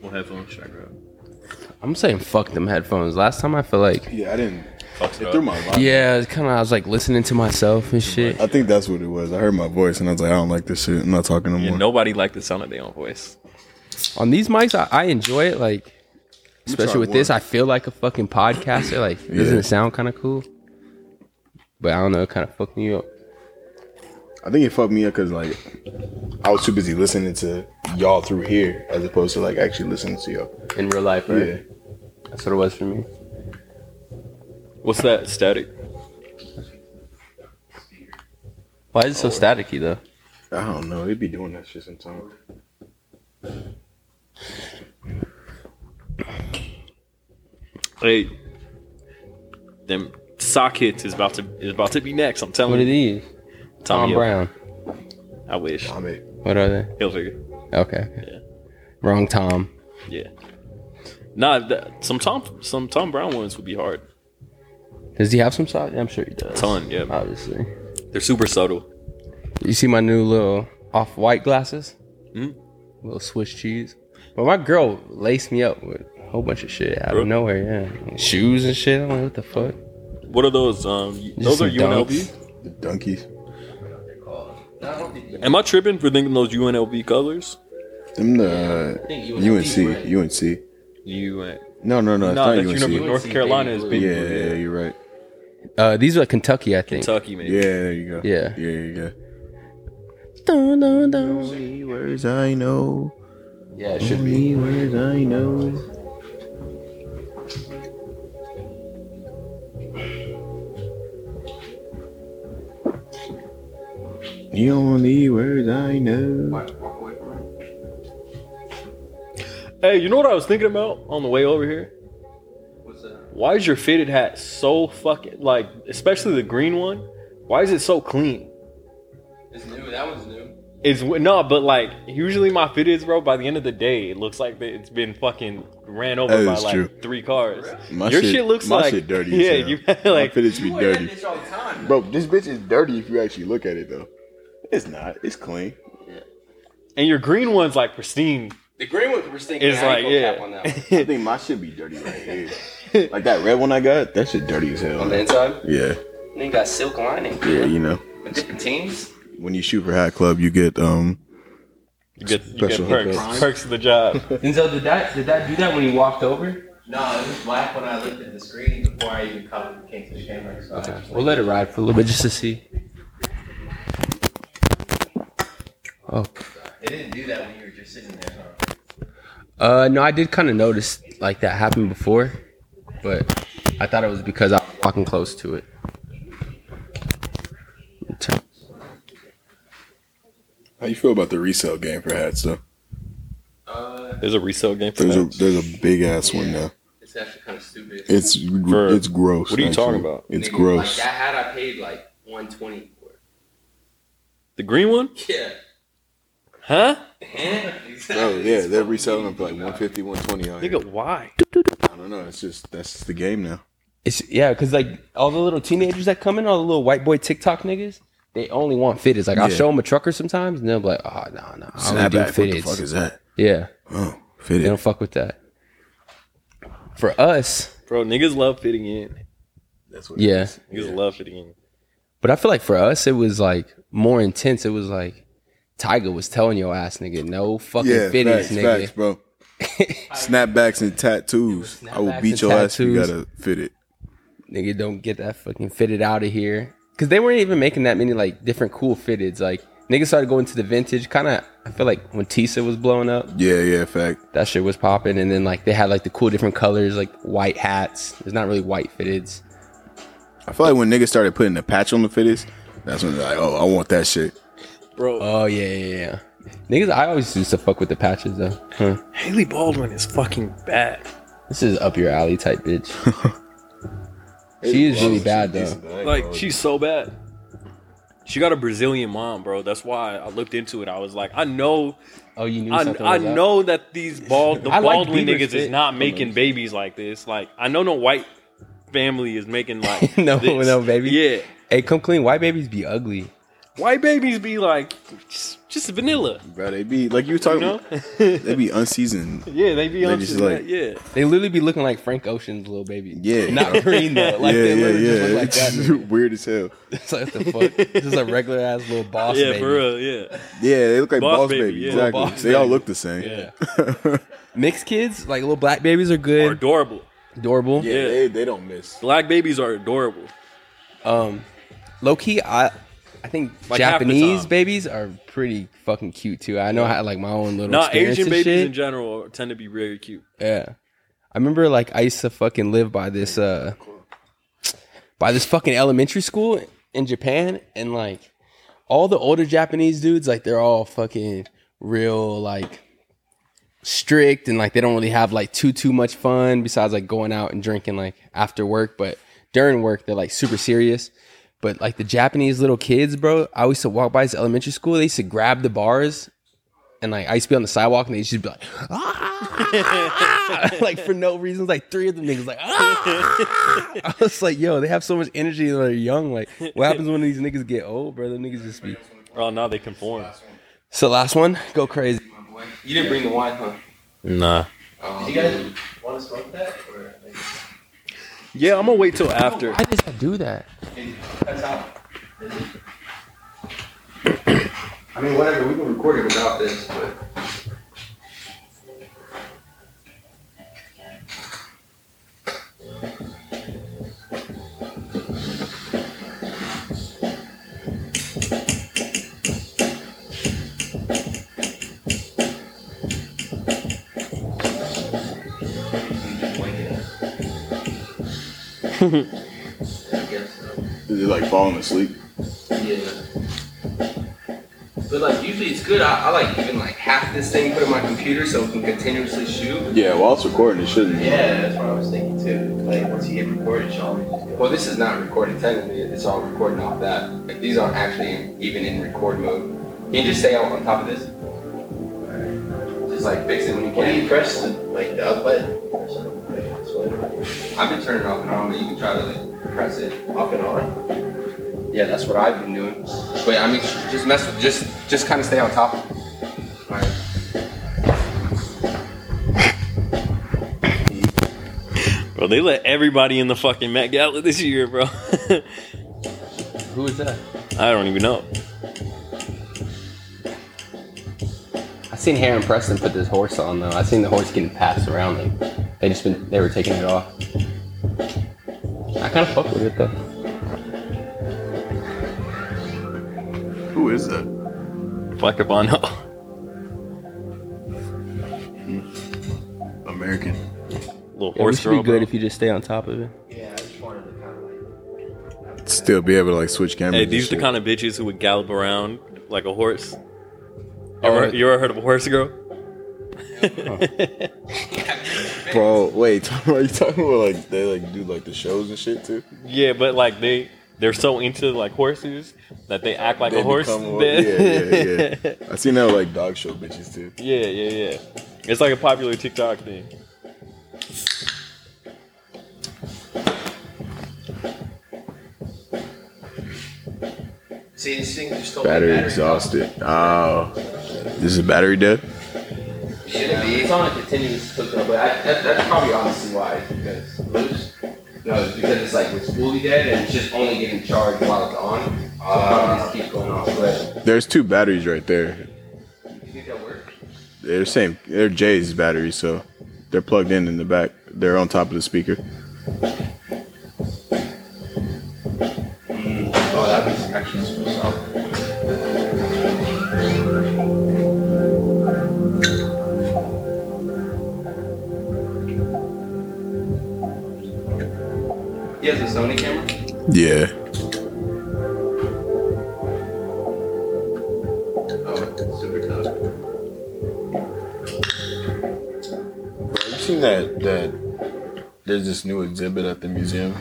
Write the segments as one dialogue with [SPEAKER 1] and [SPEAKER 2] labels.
[SPEAKER 1] What headphones should I grab?
[SPEAKER 2] I'm saying fuck them headphones. Last time I feel like
[SPEAKER 3] Yeah, I didn't.
[SPEAKER 1] Fucks
[SPEAKER 3] It
[SPEAKER 1] it
[SPEAKER 3] threw
[SPEAKER 1] up.
[SPEAKER 3] my vibe.
[SPEAKER 2] yeah, it's kind of I was like listening to myself and shit.
[SPEAKER 3] I think that's what it was. I heard my voice and I was like, I don't like this shit. I'm not talking no
[SPEAKER 1] Yeah,
[SPEAKER 3] more.
[SPEAKER 1] nobody liked the sound of their own voice.
[SPEAKER 2] On these mics, I, I enjoy it. Like especially
[SPEAKER 3] try
[SPEAKER 2] with this,
[SPEAKER 3] one.
[SPEAKER 2] I feel like a fucking podcaster. Like doesn't
[SPEAKER 3] Yeah.
[SPEAKER 2] it sound kind of cool? But I don't know, it kind of fucked me up.
[SPEAKER 3] I think it fucked me up because like I was too busy listening to y'all through here as opposed to like actually listening to y'all.
[SPEAKER 2] in real life, right?
[SPEAKER 3] Yeah,
[SPEAKER 2] That's what it was for me.
[SPEAKER 1] What's that static?
[SPEAKER 2] Why is it so staticky though?
[SPEAKER 3] I don't know. They'd be doing that shit sometimes.
[SPEAKER 1] Hey, them sockets is about to is about to be next. I'm telling
[SPEAKER 2] What are
[SPEAKER 1] you,
[SPEAKER 2] these? Tom
[SPEAKER 1] Hill.
[SPEAKER 2] Brown.
[SPEAKER 1] I wish
[SPEAKER 3] I'm it.
[SPEAKER 2] What are they?
[SPEAKER 1] he'll figure.
[SPEAKER 2] Okay. okay.
[SPEAKER 1] Yeah.
[SPEAKER 2] Wrong Tom.
[SPEAKER 1] Yeah. Nah, that, some Tom some Tom Brown ones would be hard.
[SPEAKER 2] Does he have some socks? I'm sure he does.
[SPEAKER 1] Ton, yeah.
[SPEAKER 2] Obviously.
[SPEAKER 1] They're super subtle.
[SPEAKER 2] You see my new little off-white glasses? Hmm?
[SPEAKER 1] Mhm.
[SPEAKER 2] Little Swiss cheese. Well, my girl laced me up with a whole bunch of shit out
[SPEAKER 1] Really?
[SPEAKER 2] of nowhere. Yeah, shoes and shit. I'm like, what the fuck?
[SPEAKER 1] What are those? Um, those
[SPEAKER 2] some
[SPEAKER 1] are UNLV.
[SPEAKER 2] dunks.
[SPEAKER 3] The donkeys.
[SPEAKER 1] Am I tripping for thinking those UNLV colors?
[SPEAKER 3] Them the
[SPEAKER 2] think
[SPEAKER 3] uh,
[SPEAKER 2] UNLV
[SPEAKER 3] UNC.
[SPEAKER 2] went.
[SPEAKER 3] UNC.
[SPEAKER 1] You uh,
[SPEAKER 3] No, no, no. It's
[SPEAKER 1] no,
[SPEAKER 3] not
[SPEAKER 1] that's
[SPEAKER 3] UNC.
[SPEAKER 1] University of North
[SPEAKER 2] UNC,
[SPEAKER 1] Carolina
[SPEAKER 2] baby
[SPEAKER 1] is
[SPEAKER 2] blue.
[SPEAKER 1] big.
[SPEAKER 3] yeah,
[SPEAKER 1] blue,
[SPEAKER 3] yeah, you're right.
[SPEAKER 2] Uh, these are like Kentucky, I think.
[SPEAKER 1] Kentucky, maybe.
[SPEAKER 3] Yeah, there you go.
[SPEAKER 2] Yeah.
[SPEAKER 3] yeah, you go.
[SPEAKER 2] Dun, dun, dun. Mm-hmm.
[SPEAKER 3] Words I know.
[SPEAKER 2] Yeah, it should be.
[SPEAKER 3] Words I know. The only words I know.
[SPEAKER 1] Hey, you know what I was thinking about on the way over here? Why is your fitted hat so fucking like, especially the green one? Why is it so clean?
[SPEAKER 2] It's new. That one's new.
[SPEAKER 1] It's no, but like usually my fitteds, bro. By the end of the day, it looks like that it's been fucking ran over
[SPEAKER 3] That
[SPEAKER 1] by
[SPEAKER 3] is
[SPEAKER 1] like
[SPEAKER 3] true.
[SPEAKER 1] three cars.
[SPEAKER 3] My
[SPEAKER 1] your
[SPEAKER 3] shit-
[SPEAKER 1] shit, looks
[SPEAKER 3] my
[SPEAKER 1] like
[SPEAKER 3] shit dirty as
[SPEAKER 1] Yeah,
[SPEAKER 3] hell.
[SPEAKER 1] you
[SPEAKER 3] Like,
[SPEAKER 1] like
[SPEAKER 3] fit is be
[SPEAKER 2] wear that
[SPEAKER 3] dirty,
[SPEAKER 2] bitch all the time.
[SPEAKER 3] bro. This bitch is dirty if you actually look at it though. It's not. It's clean.
[SPEAKER 1] and your green one's like pristine.
[SPEAKER 2] The green one was thinking
[SPEAKER 1] It's like yeah.
[SPEAKER 3] I think my shit be dirty right here. like that red one I got. That shit dirty as hell.
[SPEAKER 2] inside,
[SPEAKER 3] Yeah,
[SPEAKER 2] then got silk lining.
[SPEAKER 3] yeah. You know,
[SPEAKER 2] With different teams.
[SPEAKER 3] when you shoot for Hot Club, you get um.
[SPEAKER 1] You get, you
[SPEAKER 3] Special
[SPEAKER 1] get perks,
[SPEAKER 3] hookups.
[SPEAKER 1] perks of the job.
[SPEAKER 2] Denzel, did that did that do that when he walked over?
[SPEAKER 4] No, it was black when I looked at the screen before I even come, came to the camera. So I just
[SPEAKER 2] We'll let it ride for a little bit just to see. Oh,
[SPEAKER 4] it didn't do that when you were just sitting there, huh?
[SPEAKER 2] uh, no, I did kind of notice like that happened before, but I thought it was because I was fucking close to it. Turn-
[SPEAKER 3] How you feel about the resale game for hats though?
[SPEAKER 1] There's a resale game for
[SPEAKER 3] There's a
[SPEAKER 1] that.
[SPEAKER 3] there's a big ass one now.
[SPEAKER 4] Uh, It's actually kind of stupid.
[SPEAKER 3] It's
[SPEAKER 1] For-
[SPEAKER 3] it's gross.
[SPEAKER 1] What are you talking about?
[SPEAKER 3] It's
[SPEAKER 4] Nigga,
[SPEAKER 3] gross.
[SPEAKER 4] Like that hat I paid like 120 for.
[SPEAKER 1] the green one,
[SPEAKER 4] Yeah.
[SPEAKER 1] huh?
[SPEAKER 4] exactly.
[SPEAKER 3] Oh yeah,
[SPEAKER 4] It's
[SPEAKER 3] they're
[SPEAKER 4] fucking
[SPEAKER 3] reselling them for like
[SPEAKER 4] easy,
[SPEAKER 3] 150, 120 out here.
[SPEAKER 1] Nigga, why?
[SPEAKER 3] I don't know. It's just that's just the game now.
[SPEAKER 2] It's yeah, cause like all the little teenagers that come in, all the little white boy TikTok niggas, they only want fitteds. Like I'll
[SPEAKER 3] Yeah.
[SPEAKER 2] show them a trucker sometimes, and they'll be like, "Oh no, no, I only do fitteds."
[SPEAKER 3] is that?
[SPEAKER 2] Yeah,
[SPEAKER 3] Oh,
[SPEAKER 2] they
[SPEAKER 3] fitted.
[SPEAKER 2] don't fuck with that. For us,
[SPEAKER 1] Bro, niggas love fitting in.
[SPEAKER 3] That's what.
[SPEAKER 2] yeah,
[SPEAKER 1] Niggas love fitting in.
[SPEAKER 2] but I feel like for us, it was like more intense. It was like Tiger was telling your ass nigga, "No fucking
[SPEAKER 3] Yeah,
[SPEAKER 2] fitteds,
[SPEAKER 3] facts,
[SPEAKER 2] nigga."
[SPEAKER 3] facts, bro. Snapbacks and tattoos. I will
[SPEAKER 2] snapbacks
[SPEAKER 3] beat
[SPEAKER 2] and
[SPEAKER 3] your ass if you
[SPEAKER 2] tattoos.
[SPEAKER 3] gotta fit it.
[SPEAKER 2] nigga don't get that fucking fitted out of here because they weren't even making that many like different cool fitteds like niggas started going to the vintage kind of i feel like when tisa was blowing up
[SPEAKER 3] Yeah, yeah, fact.
[SPEAKER 2] that shit was popping and then like they had like the cool different colors like white hats there's not really white fitteds
[SPEAKER 3] I feel like when niggas started putting the patch on the fitteds, that's when they're like, oh, I want that shit.
[SPEAKER 1] Bro,
[SPEAKER 2] oh yeah yeah yeah niggas i always used to fuck with the patches though huh.
[SPEAKER 1] Haley Baldwin is fucking bad.
[SPEAKER 2] this is up your alley type bitch she is really bad though
[SPEAKER 1] Like, she's so bad. She got a Brazilian mom, bro. That's why I looked into it. I was like, I know,
[SPEAKER 2] oh you knew
[SPEAKER 1] I,
[SPEAKER 2] something
[SPEAKER 1] I
[SPEAKER 2] was up?
[SPEAKER 1] know that these bald, the
[SPEAKER 2] I like
[SPEAKER 1] Baldwin niggas
[SPEAKER 2] Bieber's
[SPEAKER 1] is
[SPEAKER 2] fit.
[SPEAKER 1] not making babies like this. Like, I know no white family is making like
[SPEAKER 2] No,
[SPEAKER 1] this.
[SPEAKER 2] no, baby.
[SPEAKER 1] Yeah,
[SPEAKER 2] hey come clean white babies be ugly
[SPEAKER 1] White babies be like just, just vanilla.
[SPEAKER 3] bro. They be like you were
[SPEAKER 1] You
[SPEAKER 3] talking.
[SPEAKER 1] know?
[SPEAKER 3] They be unseasoned.
[SPEAKER 1] yeah, they be
[SPEAKER 3] They
[SPEAKER 1] on
[SPEAKER 3] just
[SPEAKER 1] just that.
[SPEAKER 3] like-
[SPEAKER 1] Yeah.
[SPEAKER 2] They literally be looking like Frank Ocean's little baby.
[SPEAKER 3] Yeah.
[SPEAKER 2] Not green though. Like
[SPEAKER 3] yeah,
[SPEAKER 2] they
[SPEAKER 3] yeah,
[SPEAKER 2] literally
[SPEAKER 3] yeah.
[SPEAKER 2] just
[SPEAKER 3] It's
[SPEAKER 2] look like that.
[SPEAKER 3] weird as hell.
[SPEAKER 2] It's like what the fuck? This is a regular ass little boss
[SPEAKER 1] yeah,
[SPEAKER 2] baby.
[SPEAKER 1] for real. Yeah.
[SPEAKER 3] Yeah, they look like
[SPEAKER 1] Boss
[SPEAKER 3] boss,
[SPEAKER 1] baby,
[SPEAKER 3] baby.
[SPEAKER 1] yeah.
[SPEAKER 3] Exactly.
[SPEAKER 2] Boss
[SPEAKER 3] they all
[SPEAKER 2] baby.
[SPEAKER 3] look the same.
[SPEAKER 2] Yeah. Mixed kids, like little black babies are
[SPEAKER 1] Are
[SPEAKER 2] good.
[SPEAKER 1] adorable.
[SPEAKER 2] adorable.
[SPEAKER 1] Yeah. they-
[SPEAKER 3] don't miss.
[SPEAKER 1] Black babies are adorable.
[SPEAKER 2] Um low key I I think
[SPEAKER 1] Like half the
[SPEAKER 2] Japanese
[SPEAKER 1] time.
[SPEAKER 2] babies are pretty fucking cute too. I know I had like my own little
[SPEAKER 1] Not
[SPEAKER 2] experience
[SPEAKER 1] Asian
[SPEAKER 2] and
[SPEAKER 1] babies
[SPEAKER 2] shit.
[SPEAKER 1] in general are- tend to be very cute.
[SPEAKER 2] Yeah. I remember like I used to fucking live by this uh by this fucking elementary school in Japan and like all the older Japanese dudes like they're all fucking real like strict and like they don't really have like too too much fun besides like going out and drinking like after work but during work they're like super serious but like the Japanese little kids bro I used to walk by this elementary school they used to grab the bars and like I used to be on the sidewalk and they used to be like
[SPEAKER 1] Oh,
[SPEAKER 2] "Ah!" like for no reason like three of them niggas like "Ah!" I was like yo they have so much energy and they're young like what happens when these niggas get old bro them niggas just be
[SPEAKER 1] Oh, now they conform.
[SPEAKER 2] so last one go crazy
[SPEAKER 4] You didn't bring the wine, huh?
[SPEAKER 1] Nah.
[SPEAKER 4] Did you guys want to smoke that? Or like,
[SPEAKER 1] Yeah, I'm gonna wait till after.
[SPEAKER 2] why does I do that
[SPEAKER 4] it cuts out. I mean, whatever. We can record it without this, but. I guess so.
[SPEAKER 3] Is it like falling asleep?
[SPEAKER 4] Yeah. But like usually it's good. I, I like even like half this thing put in my computer so it can continuously shoot.
[SPEAKER 3] Yeah, while it's recording, it shouldn't.
[SPEAKER 4] Yeah, that's what I was thinking too. Like once you hit record, it's all. Well, this is not recorded technically. It's all recording off that. Like these aren't actually in, even in record mode. Can you just stay on, on top of this? Just like fix it when you can. Can you press the, like the up button? I've been turning it off and on, but you can try to like press it off and on. Yeah, that's what I've been doing. But I mean, just mess with, just just kind of stay on top. of it. Alright.
[SPEAKER 1] Bro, they let everybody in the fucking Met Gala this year, bro. I
[SPEAKER 2] who is that
[SPEAKER 1] don't even know.
[SPEAKER 2] I seen Heron Preston put this horse on though I seen the horse getting passed around them they just been they were taking it off I kind of fuck with it though
[SPEAKER 3] Who is that?
[SPEAKER 1] Fuck if I know.
[SPEAKER 3] American.
[SPEAKER 1] Little
[SPEAKER 2] Yeah, we
[SPEAKER 1] horse
[SPEAKER 2] should be
[SPEAKER 1] girl.
[SPEAKER 2] good
[SPEAKER 1] Bro.
[SPEAKER 2] if you just stay on top of it.
[SPEAKER 4] Yeah, I just wanted to kind of like.
[SPEAKER 3] Still be able to like switch cameras.
[SPEAKER 1] Hey,
[SPEAKER 3] and
[SPEAKER 1] these are the
[SPEAKER 3] shit.
[SPEAKER 1] kind of bitches who would gallop around like a horse. You
[SPEAKER 2] Oh,
[SPEAKER 1] ever, you ever heard of a horse girl?
[SPEAKER 3] Bro, wait, are you talking about like they like do like the shows and shit too?
[SPEAKER 1] Yeah, but like they they're so into like horses that they act like
[SPEAKER 3] They
[SPEAKER 1] a horse.
[SPEAKER 3] become a-
[SPEAKER 1] They-
[SPEAKER 3] yeah, yeah, yeah. I seen that with, like dog show bitches too.
[SPEAKER 1] yeah, yeah, yeah. It's like a popular TikTok thing.
[SPEAKER 4] See, this thing just told
[SPEAKER 3] Battery exhausted. Oh, this is battery dead.
[SPEAKER 4] Shouldn't be. It's on a continuous cooker, but I, that, that's probably honestly why. it's Because loose. No, it's because it's like it's fully dead and it's just only getting charged while it's on. So uh, just keep going off. But
[SPEAKER 3] There's two batteries right there.
[SPEAKER 4] you think that works?
[SPEAKER 3] They're the same. They're Jay's batteries, so they're plugged in in the back. They're on top of the speaker.
[SPEAKER 4] Oh, that'd be actually super solid. He has a Sony camera.
[SPEAKER 3] Yeah.
[SPEAKER 4] Oh, super tough.
[SPEAKER 3] Have you seen that? That there's this new exhibit at the museum.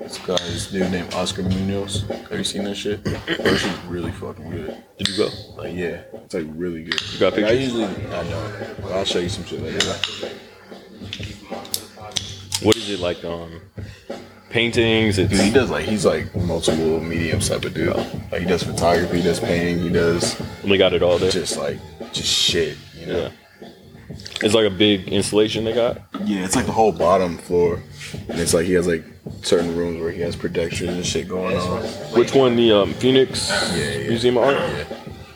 [SPEAKER 3] This guy's dude named Oscar Munoz. Have you seen that shit? That shit's really fucking good.
[SPEAKER 1] Did you go?
[SPEAKER 3] Like yeah, it's like really good.
[SPEAKER 1] You got
[SPEAKER 3] Like, I
[SPEAKER 1] pictures?
[SPEAKER 3] usually I don't. But I'll show you some shit later.
[SPEAKER 1] What is it like? Um, paintings. It's
[SPEAKER 3] Dude, he does like he's like multiple mediums type of dude. Like he does photography, he does painting, he does
[SPEAKER 1] we got it all there.
[SPEAKER 3] just like just shit. You know.
[SPEAKER 1] Yeah. It's like a big installation they got.
[SPEAKER 3] Yeah, it's like the whole bottom floor. And it's like he has like certain rooms where he has projectors and shit going on.
[SPEAKER 1] Which one? The um, Phoenix
[SPEAKER 3] Yeah, yeah.
[SPEAKER 1] Museum of Art.
[SPEAKER 3] Yeah.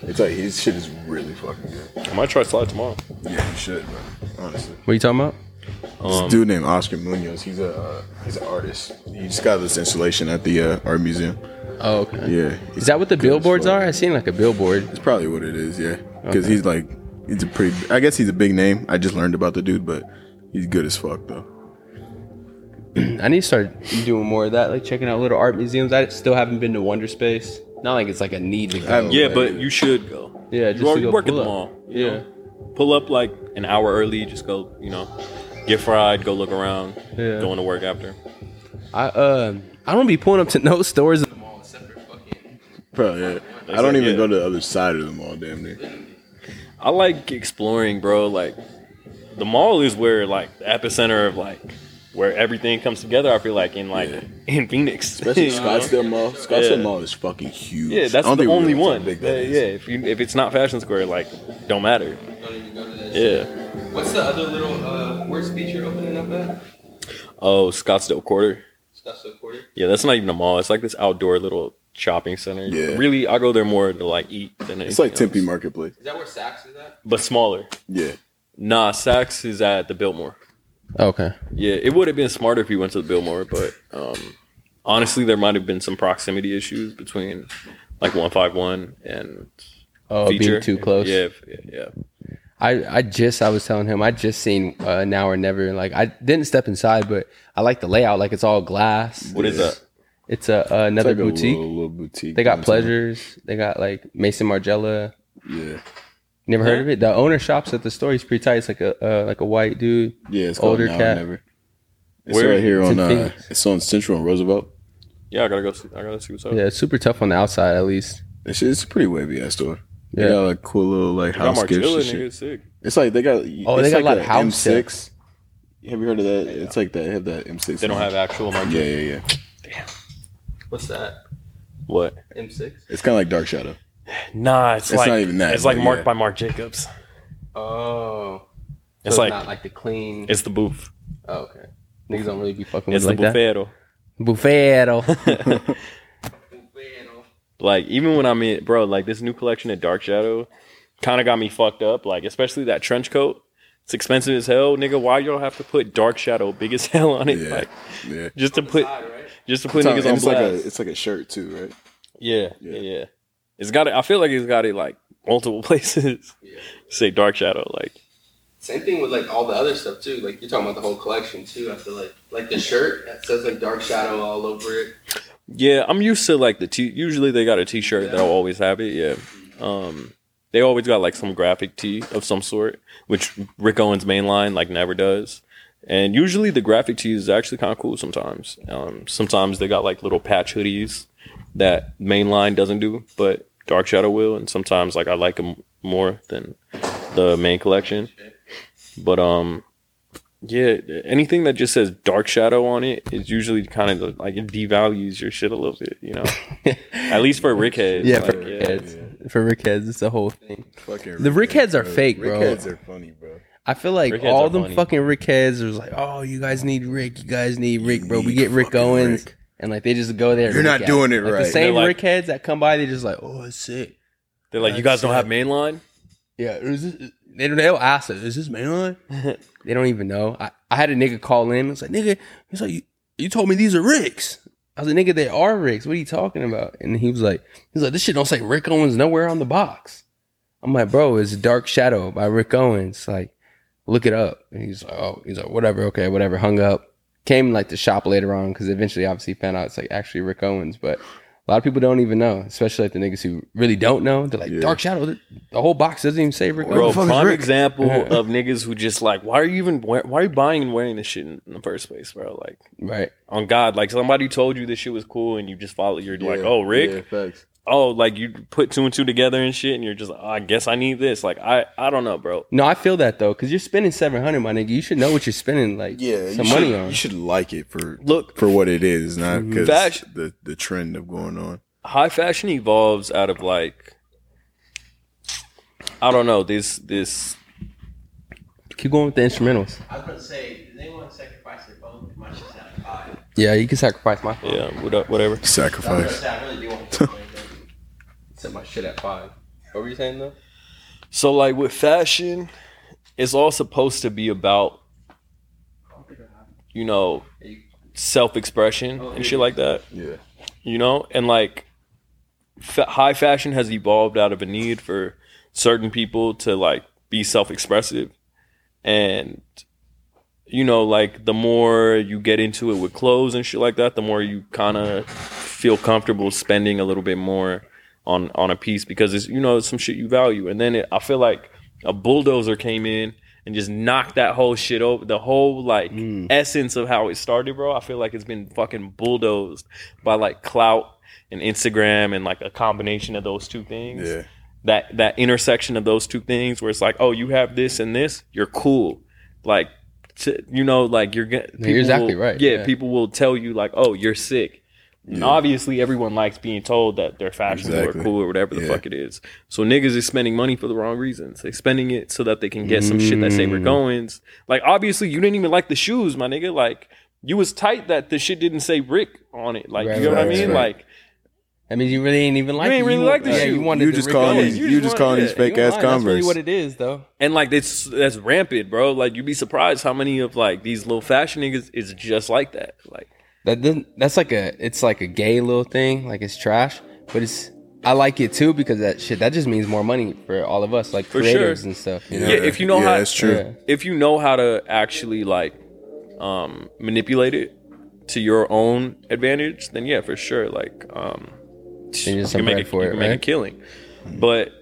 [SPEAKER 3] It's like his shit is really fucking good.
[SPEAKER 1] I might try slide tomorrow.
[SPEAKER 3] Yeah, you should, man. Honestly.
[SPEAKER 2] What are you talking about?
[SPEAKER 3] this dude named Oscar Munoz, he's a uh, he's an artist. He just got this installation at the uh, art museum.
[SPEAKER 2] Oh, okay.
[SPEAKER 3] Yeah.
[SPEAKER 2] Is that what the billboards are? I seen like a billboard.
[SPEAKER 3] It's probably what it is, yeah. Because he's like he's a pretty I guess he's a big name. I just learned about the dude, but he's good as fuck though.
[SPEAKER 2] I need to start doing more of that, like checking out little art museums. I still haven't been to Wonder Space. Not like it's like a need to
[SPEAKER 3] I
[SPEAKER 2] go.
[SPEAKER 3] haven't
[SPEAKER 1] Yeah,
[SPEAKER 3] been
[SPEAKER 1] but
[SPEAKER 3] either.
[SPEAKER 1] you should go.
[SPEAKER 2] Yeah, just
[SPEAKER 1] you
[SPEAKER 2] to
[SPEAKER 1] already
[SPEAKER 2] go
[SPEAKER 1] work at
[SPEAKER 2] pull
[SPEAKER 1] the
[SPEAKER 2] up.
[SPEAKER 1] mall. you
[SPEAKER 2] Yeah.
[SPEAKER 1] know? pull up like an hour early. Just go, you know, get fried, go look around,
[SPEAKER 2] Yeah.
[SPEAKER 1] go into work after.
[SPEAKER 2] I um I don't be pulling up to no stores. in the mall.
[SPEAKER 3] Bro, yeah. I
[SPEAKER 1] That's
[SPEAKER 3] don't
[SPEAKER 1] like,
[SPEAKER 3] even
[SPEAKER 1] yeah.
[SPEAKER 3] go to the other side of the mall, damn near.
[SPEAKER 1] I like exploring, bro. Like the mall is where like the epicenter of like where everything comes together. I feel like in like
[SPEAKER 3] Yeah.
[SPEAKER 1] in Phoenix,
[SPEAKER 3] Especially
[SPEAKER 1] you know?
[SPEAKER 3] Scottsdale Mall. Scottsdale
[SPEAKER 1] Yeah.
[SPEAKER 3] Mall is fucking huge.
[SPEAKER 1] Yeah, that's
[SPEAKER 3] I don't
[SPEAKER 1] the
[SPEAKER 3] think we
[SPEAKER 1] only
[SPEAKER 3] realize how
[SPEAKER 1] one.
[SPEAKER 3] big
[SPEAKER 1] yeah,
[SPEAKER 3] that is.
[SPEAKER 1] yeah. If you, if it's not Fashion Square, like don't matter.
[SPEAKER 4] Don't even go to that shit.
[SPEAKER 1] Yeah.
[SPEAKER 4] What's the other little uh, worst beach you're opening up at?
[SPEAKER 1] Oh, Scottsdale Quarter.
[SPEAKER 4] Scottsdale Quarter.
[SPEAKER 1] Yeah, that's not even a mall. It's like this outdoor little shopping center.
[SPEAKER 3] Yeah.
[SPEAKER 1] Really, I go there more to like eat than anything
[SPEAKER 3] It's like
[SPEAKER 1] else.
[SPEAKER 3] Tempe Marketplace.
[SPEAKER 4] Is that where Saks is at?
[SPEAKER 1] but smaller.
[SPEAKER 3] Yeah.
[SPEAKER 1] Nah, Saks is at the Biltmore.
[SPEAKER 2] Okay.
[SPEAKER 1] Yeah, it would have been smarter if you went to the Biltmore, but um, honestly, there might have been some proximity issues between like 151 and
[SPEAKER 2] Oh,
[SPEAKER 1] feature.
[SPEAKER 2] being too close.
[SPEAKER 1] Yeah, f- yeah, yeah.
[SPEAKER 2] I, I just I was telling him I just seen uh, now or never like I didn't step inside but I like the layout like it's all glass.
[SPEAKER 1] What is that?
[SPEAKER 2] It's a uh,
[SPEAKER 3] It's
[SPEAKER 2] another
[SPEAKER 3] like a
[SPEAKER 2] boutique.
[SPEAKER 3] little, little boutique.
[SPEAKER 2] they got
[SPEAKER 3] downtown.
[SPEAKER 2] pleasures. They got like Mason Margella.
[SPEAKER 3] Yeah.
[SPEAKER 2] Never heard of it. The owner shops at the store. He's pretty tight. It's like a uh, like a white dude.
[SPEAKER 3] Yeah, it's called
[SPEAKER 2] Older
[SPEAKER 3] Older Now
[SPEAKER 2] cat.
[SPEAKER 3] cat. Never. It's
[SPEAKER 1] Where-
[SPEAKER 3] right here
[SPEAKER 2] It's
[SPEAKER 3] on
[SPEAKER 2] in
[SPEAKER 3] uh,
[SPEAKER 2] Phoenix.
[SPEAKER 3] it's on Central and Roosevelt.
[SPEAKER 1] Yeah, I gotta go. See, I gotta see what's up.
[SPEAKER 2] Yeah, it's super tough on the outside at least.
[SPEAKER 3] It's, it's a pretty wavy ass store. They
[SPEAKER 2] Yeah.
[SPEAKER 3] got like cool little like
[SPEAKER 1] They got
[SPEAKER 3] house gifts
[SPEAKER 1] Margiela,
[SPEAKER 3] and
[SPEAKER 1] nigga,
[SPEAKER 3] shit.
[SPEAKER 1] it's sick.
[SPEAKER 3] It's like they got
[SPEAKER 2] Oh,
[SPEAKER 3] it's
[SPEAKER 2] they got
[SPEAKER 3] like
[SPEAKER 2] a lot of house
[SPEAKER 3] M6. Have you heard of that? It's like that. They have that M6.
[SPEAKER 1] They don't have actual Margiela.
[SPEAKER 3] Yeah, yeah, yeah.
[SPEAKER 4] What's that?
[SPEAKER 1] What?
[SPEAKER 4] M6.
[SPEAKER 3] It's kind of like Dark Shadow.
[SPEAKER 1] Nah, it's,
[SPEAKER 3] It's
[SPEAKER 1] like
[SPEAKER 3] not even that,
[SPEAKER 1] It's like
[SPEAKER 3] but
[SPEAKER 1] marked
[SPEAKER 3] yeah.
[SPEAKER 1] by Mark Jacobs.
[SPEAKER 4] Oh.
[SPEAKER 1] It's like
[SPEAKER 4] not like the clean.
[SPEAKER 1] it's the booth.
[SPEAKER 4] Oh, okay.
[SPEAKER 2] Niggas don't really be fucking
[SPEAKER 1] It's
[SPEAKER 2] with like
[SPEAKER 1] the
[SPEAKER 2] that.
[SPEAKER 1] buffero.
[SPEAKER 2] Buffero.
[SPEAKER 1] Like even when I'm in, bro, like this new collection at Dark Shadow, kind of got me fucked up. Like especially that trench coat, it's expensive as hell, nigga. Why y'all have to put Dark Shadow big as hell on it,
[SPEAKER 3] Yeah,
[SPEAKER 1] like
[SPEAKER 3] yeah.
[SPEAKER 1] just to put
[SPEAKER 4] right?
[SPEAKER 1] just to put
[SPEAKER 3] It's, on-
[SPEAKER 1] niggas
[SPEAKER 3] and
[SPEAKER 1] on
[SPEAKER 3] it's like a
[SPEAKER 1] blast?
[SPEAKER 3] it's like a shirt too, right?
[SPEAKER 1] yeah, yeah,
[SPEAKER 3] Yeah.
[SPEAKER 1] yeah. It's got it. I feel like it's got it like multiple places.
[SPEAKER 4] Yeah.
[SPEAKER 1] Say Dark Shadow, like
[SPEAKER 4] Same thing with like all the other stuff too. Like you're talking about the whole collection too. I feel like like the shirt that says like Dark Shadow all over it.
[SPEAKER 1] Yeah, I'm used to like the t. Usually they got a T-shirt that'll always have it. Yeah, um, they always got like some graphic tee of some sort, which Rick Owens mainline like never does. And usually the graphic tee is actually kind of cool sometimes. Um, sometimes they got like little patch hoodies that mainline doesn't do, but Dark Shadow will. And sometimes like I like them more than the main collection. But um, yeah, anything that just says dark shadow on it is usually kind of like it devalues your shit a little bit, you know. At least for Rickheads.
[SPEAKER 2] yeah,
[SPEAKER 1] like,
[SPEAKER 2] for rickheads. For rickheads, it's a whole thing.
[SPEAKER 3] Fucking
[SPEAKER 2] The Rickheads are fake, bro.
[SPEAKER 3] Rickheads are funny, bro.
[SPEAKER 2] I feel like
[SPEAKER 1] Rickheads
[SPEAKER 2] all
[SPEAKER 1] are
[SPEAKER 2] them
[SPEAKER 1] funny.
[SPEAKER 2] fucking Rickheads are like, oh, you guys need Rick, you guys need Rick, bro. We
[SPEAKER 3] need
[SPEAKER 2] get Rick
[SPEAKER 3] fucking
[SPEAKER 2] Owens,
[SPEAKER 3] Rick.
[SPEAKER 2] and like they just go there. and
[SPEAKER 3] You're not
[SPEAKER 2] Rick at
[SPEAKER 3] doing it
[SPEAKER 2] Like,
[SPEAKER 3] right.
[SPEAKER 2] The same
[SPEAKER 1] They're like-
[SPEAKER 2] Rickheads that come by, they just like, oh, it's sick.
[SPEAKER 1] They're like, you guys don't have mainline.
[SPEAKER 2] Yeah, is this, they don't. They'll ask us, "Is this mainline?" they don't even know. I, I had a nigga call in. It's like nigga, it's like you, you told me these are Ricks. I was like, nigga, they are Ricks. What are you talking about? And he was like, he's like, this shit don't say Rick Owens nowhere on the box. I'm like, bro, it's Dark Shadow by Rick Owens. Like, look it up. And he's like, oh, he's like, whatever, okay, whatever. Hung up. Came like to shop later on because eventually, obviously, found out it's like actually Rick Owens. But a lot of people don't even know, especially like the niggas who really don't know. They're like,
[SPEAKER 3] Yeah.
[SPEAKER 2] Dark Shadow, the the whole box doesn't even say Rick
[SPEAKER 1] Bro,
[SPEAKER 2] Owens.
[SPEAKER 3] fuck is
[SPEAKER 1] prime
[SPEAKER 3] Rick?
[SPEAKER 1] example
[SPEAKER 2] Yeah.
[SPEAKER 1] of niggas who just like, why are you even wear, why are you buying and wearing this shit in, in the first place, bro? Like,
[SPEAKER 2] Right.
[SPEAKER 1] on God, like somebody told you this shit was cool and you just follow. You're like, oh, Rick,
[SPEAKER 3] Yeah, facts.
[SPEAKER 1] oh, like you put two and two together and shit, and you're just, "Oh, I guess I need this. Like I, I don't know, bro.
[SPEAKER 2] No, I feel that though, because you're spending seven hundred, my nigga. You should know what you're spending, like
[SPEAKER 3] Yeah,
[SPEAKER 2] some money
[SPEAKER 3] you should,
[SPEAKER 2] on. Mm-hmm.
[SPEAKER 3] You should like it for
[SPEAKER 1] Look.
[SPEAKER 3] for what it is, not because
[SPEAKER 1] Fact-
[SPEAKER 3] the the trend of going on.
[SPEAKER 1] High fashion evolves out of like, I don't know this this.
[SPEAKER 2] Keep going with the instrumentals.
[SPEAKER 4] I was gonna say, does anyone sacrifice their phone as much as that five?
[SPEAKER 2] Yeah, you can sacrifice my.
[SPEAKER 1] Yeah, what- whatever.
[SPEAKER 4] I was gonna
[SPEAKER 3] Sacrifice.
[SPEAKER 4] say, I really do want to set my shit at five. What were you saying though?
[SPEAKER 1] So like with fashion, it's all supposed to be about you know self expression and shit like that.
[SPEAKER 3] Yeah.
[SPEAKER 1] You know, and like fa- high fashion has evolved out of a need for certain people to like be self expressive, and you know like the more you get into it with clothes and shit like that, the more you kind of feel comfortable spending a little bit more on on a piece because it's you know it's some shit you value and then it, i feel like a bulldozer came in and just knocked that whole shit over the whole like essence of how it started bro i feel like it's been fucking bulldozed by like clout and instagram and like a combination of those two things
[SPEAKER 3] Yeah.
[SPEAKER 1] that that intersection of those two things where it's like oh you have this and this you're cool like t- you know like you're gonna
[SPEAKER 2] No, you're exactly right,
[SPEAKER 1] yeah,
[SPEAKER 2] yeah.
[SPEAKER 1] people will tell you like oh you're sick and obviously everyone likes being told that they're fashionable
[SPEAKER 3] Exactly.
[SPEAKER 1] or cool or whatever the
[SPEAKER 3] Yeah.
[SPEAKER 1] fuck it is so niggas is spending money for the wrong reasons they spending it so that they can get some shit that say
[SPEAKER 2] Mm.
[SPEAKER 1] we're goings like obviously you didn't even like the shoes my nigga like you was tight that the shit didn't say Rick on it. Like
[SPEAKER 2] Right,
[SPEAKER 1] you know what I
[SPEAKER 3] right,
[SPEAKER 1] mean?
[SPEAKER 3] right.
[SPEAKER 1] Like
[SPEAKER 2] That means you really ain't even like.
[SPEAKER 1] ain't
[SPEAKER 2] it.
[SPEAKER 1] really
[SPEAKER 2] want-
[SPEAKER 1] like the
[SPEAKER 2] yeah,
[SPEAKER 1] shoe.
[SPEAKER 2] You wanted
[SPEAKER 3] You
[SPEAKER 2] to
[SPEAKER 3] just
[SPEAKER 2] Rick
[SPEAKER 3] calling
[SPEAKER 2] Owens.
[SPEAKER 3] these,
[SPEAKER 1] it.
[SPEAKER 3] you
[SPEAKER 1] You
[SPEAKER 3] just,
[SPEAKER 1] just
[SPEAKER 3] calling
[SPEAKER 1] want-
[SPEAKER 3] these
[SPEAKER 1] yeah,
[SPEAKER 3] fake
[SPEAKER 2] You
[SPEAKER 3] ass
[SPEAKER 2] lying. That's really
[SPEAKER 3] Converse.
[SPEAKER 2] what it is, though.
[SPEAKER 1] and like it's that's rampant, bro. Like you'd be surprised how many of like these little fashion niggas is just like that. Like
[SPEAKER 2] That doesn't- that's like a it's like a gay little thing, like it's trash, but it's I like it too because that shit that just means more money for all of us, like
[SPEAKER 1] sure.
[SPEAKER 2] creators and stuff. You know?
[SPEAKER 1] Yeah, if you know
[SPEAKER 3] yeah,
[SPEAKER 1] how-
[SPEAKER 3] that's true.
[SPEAKER 2] Yeah.
[SPEAKER 1] if you know how to actually like um manipulate it to your own advantage, then yeah, for sure. Like um
[SPEAKER 2] Then you're
[SPEAKER 1] you
[SPEAKER 2] just
[SPEAKER 1] can make,
[SPEAKER 2] bread
[SPEAKER 1] a,
[SPEAKER 2] for
[SPEAKER 1] you
[SPEAKER 2] it,
[SPEAKER 1] can make a
[SPEAKER 2] right?
[SPEAKER 1] killing. But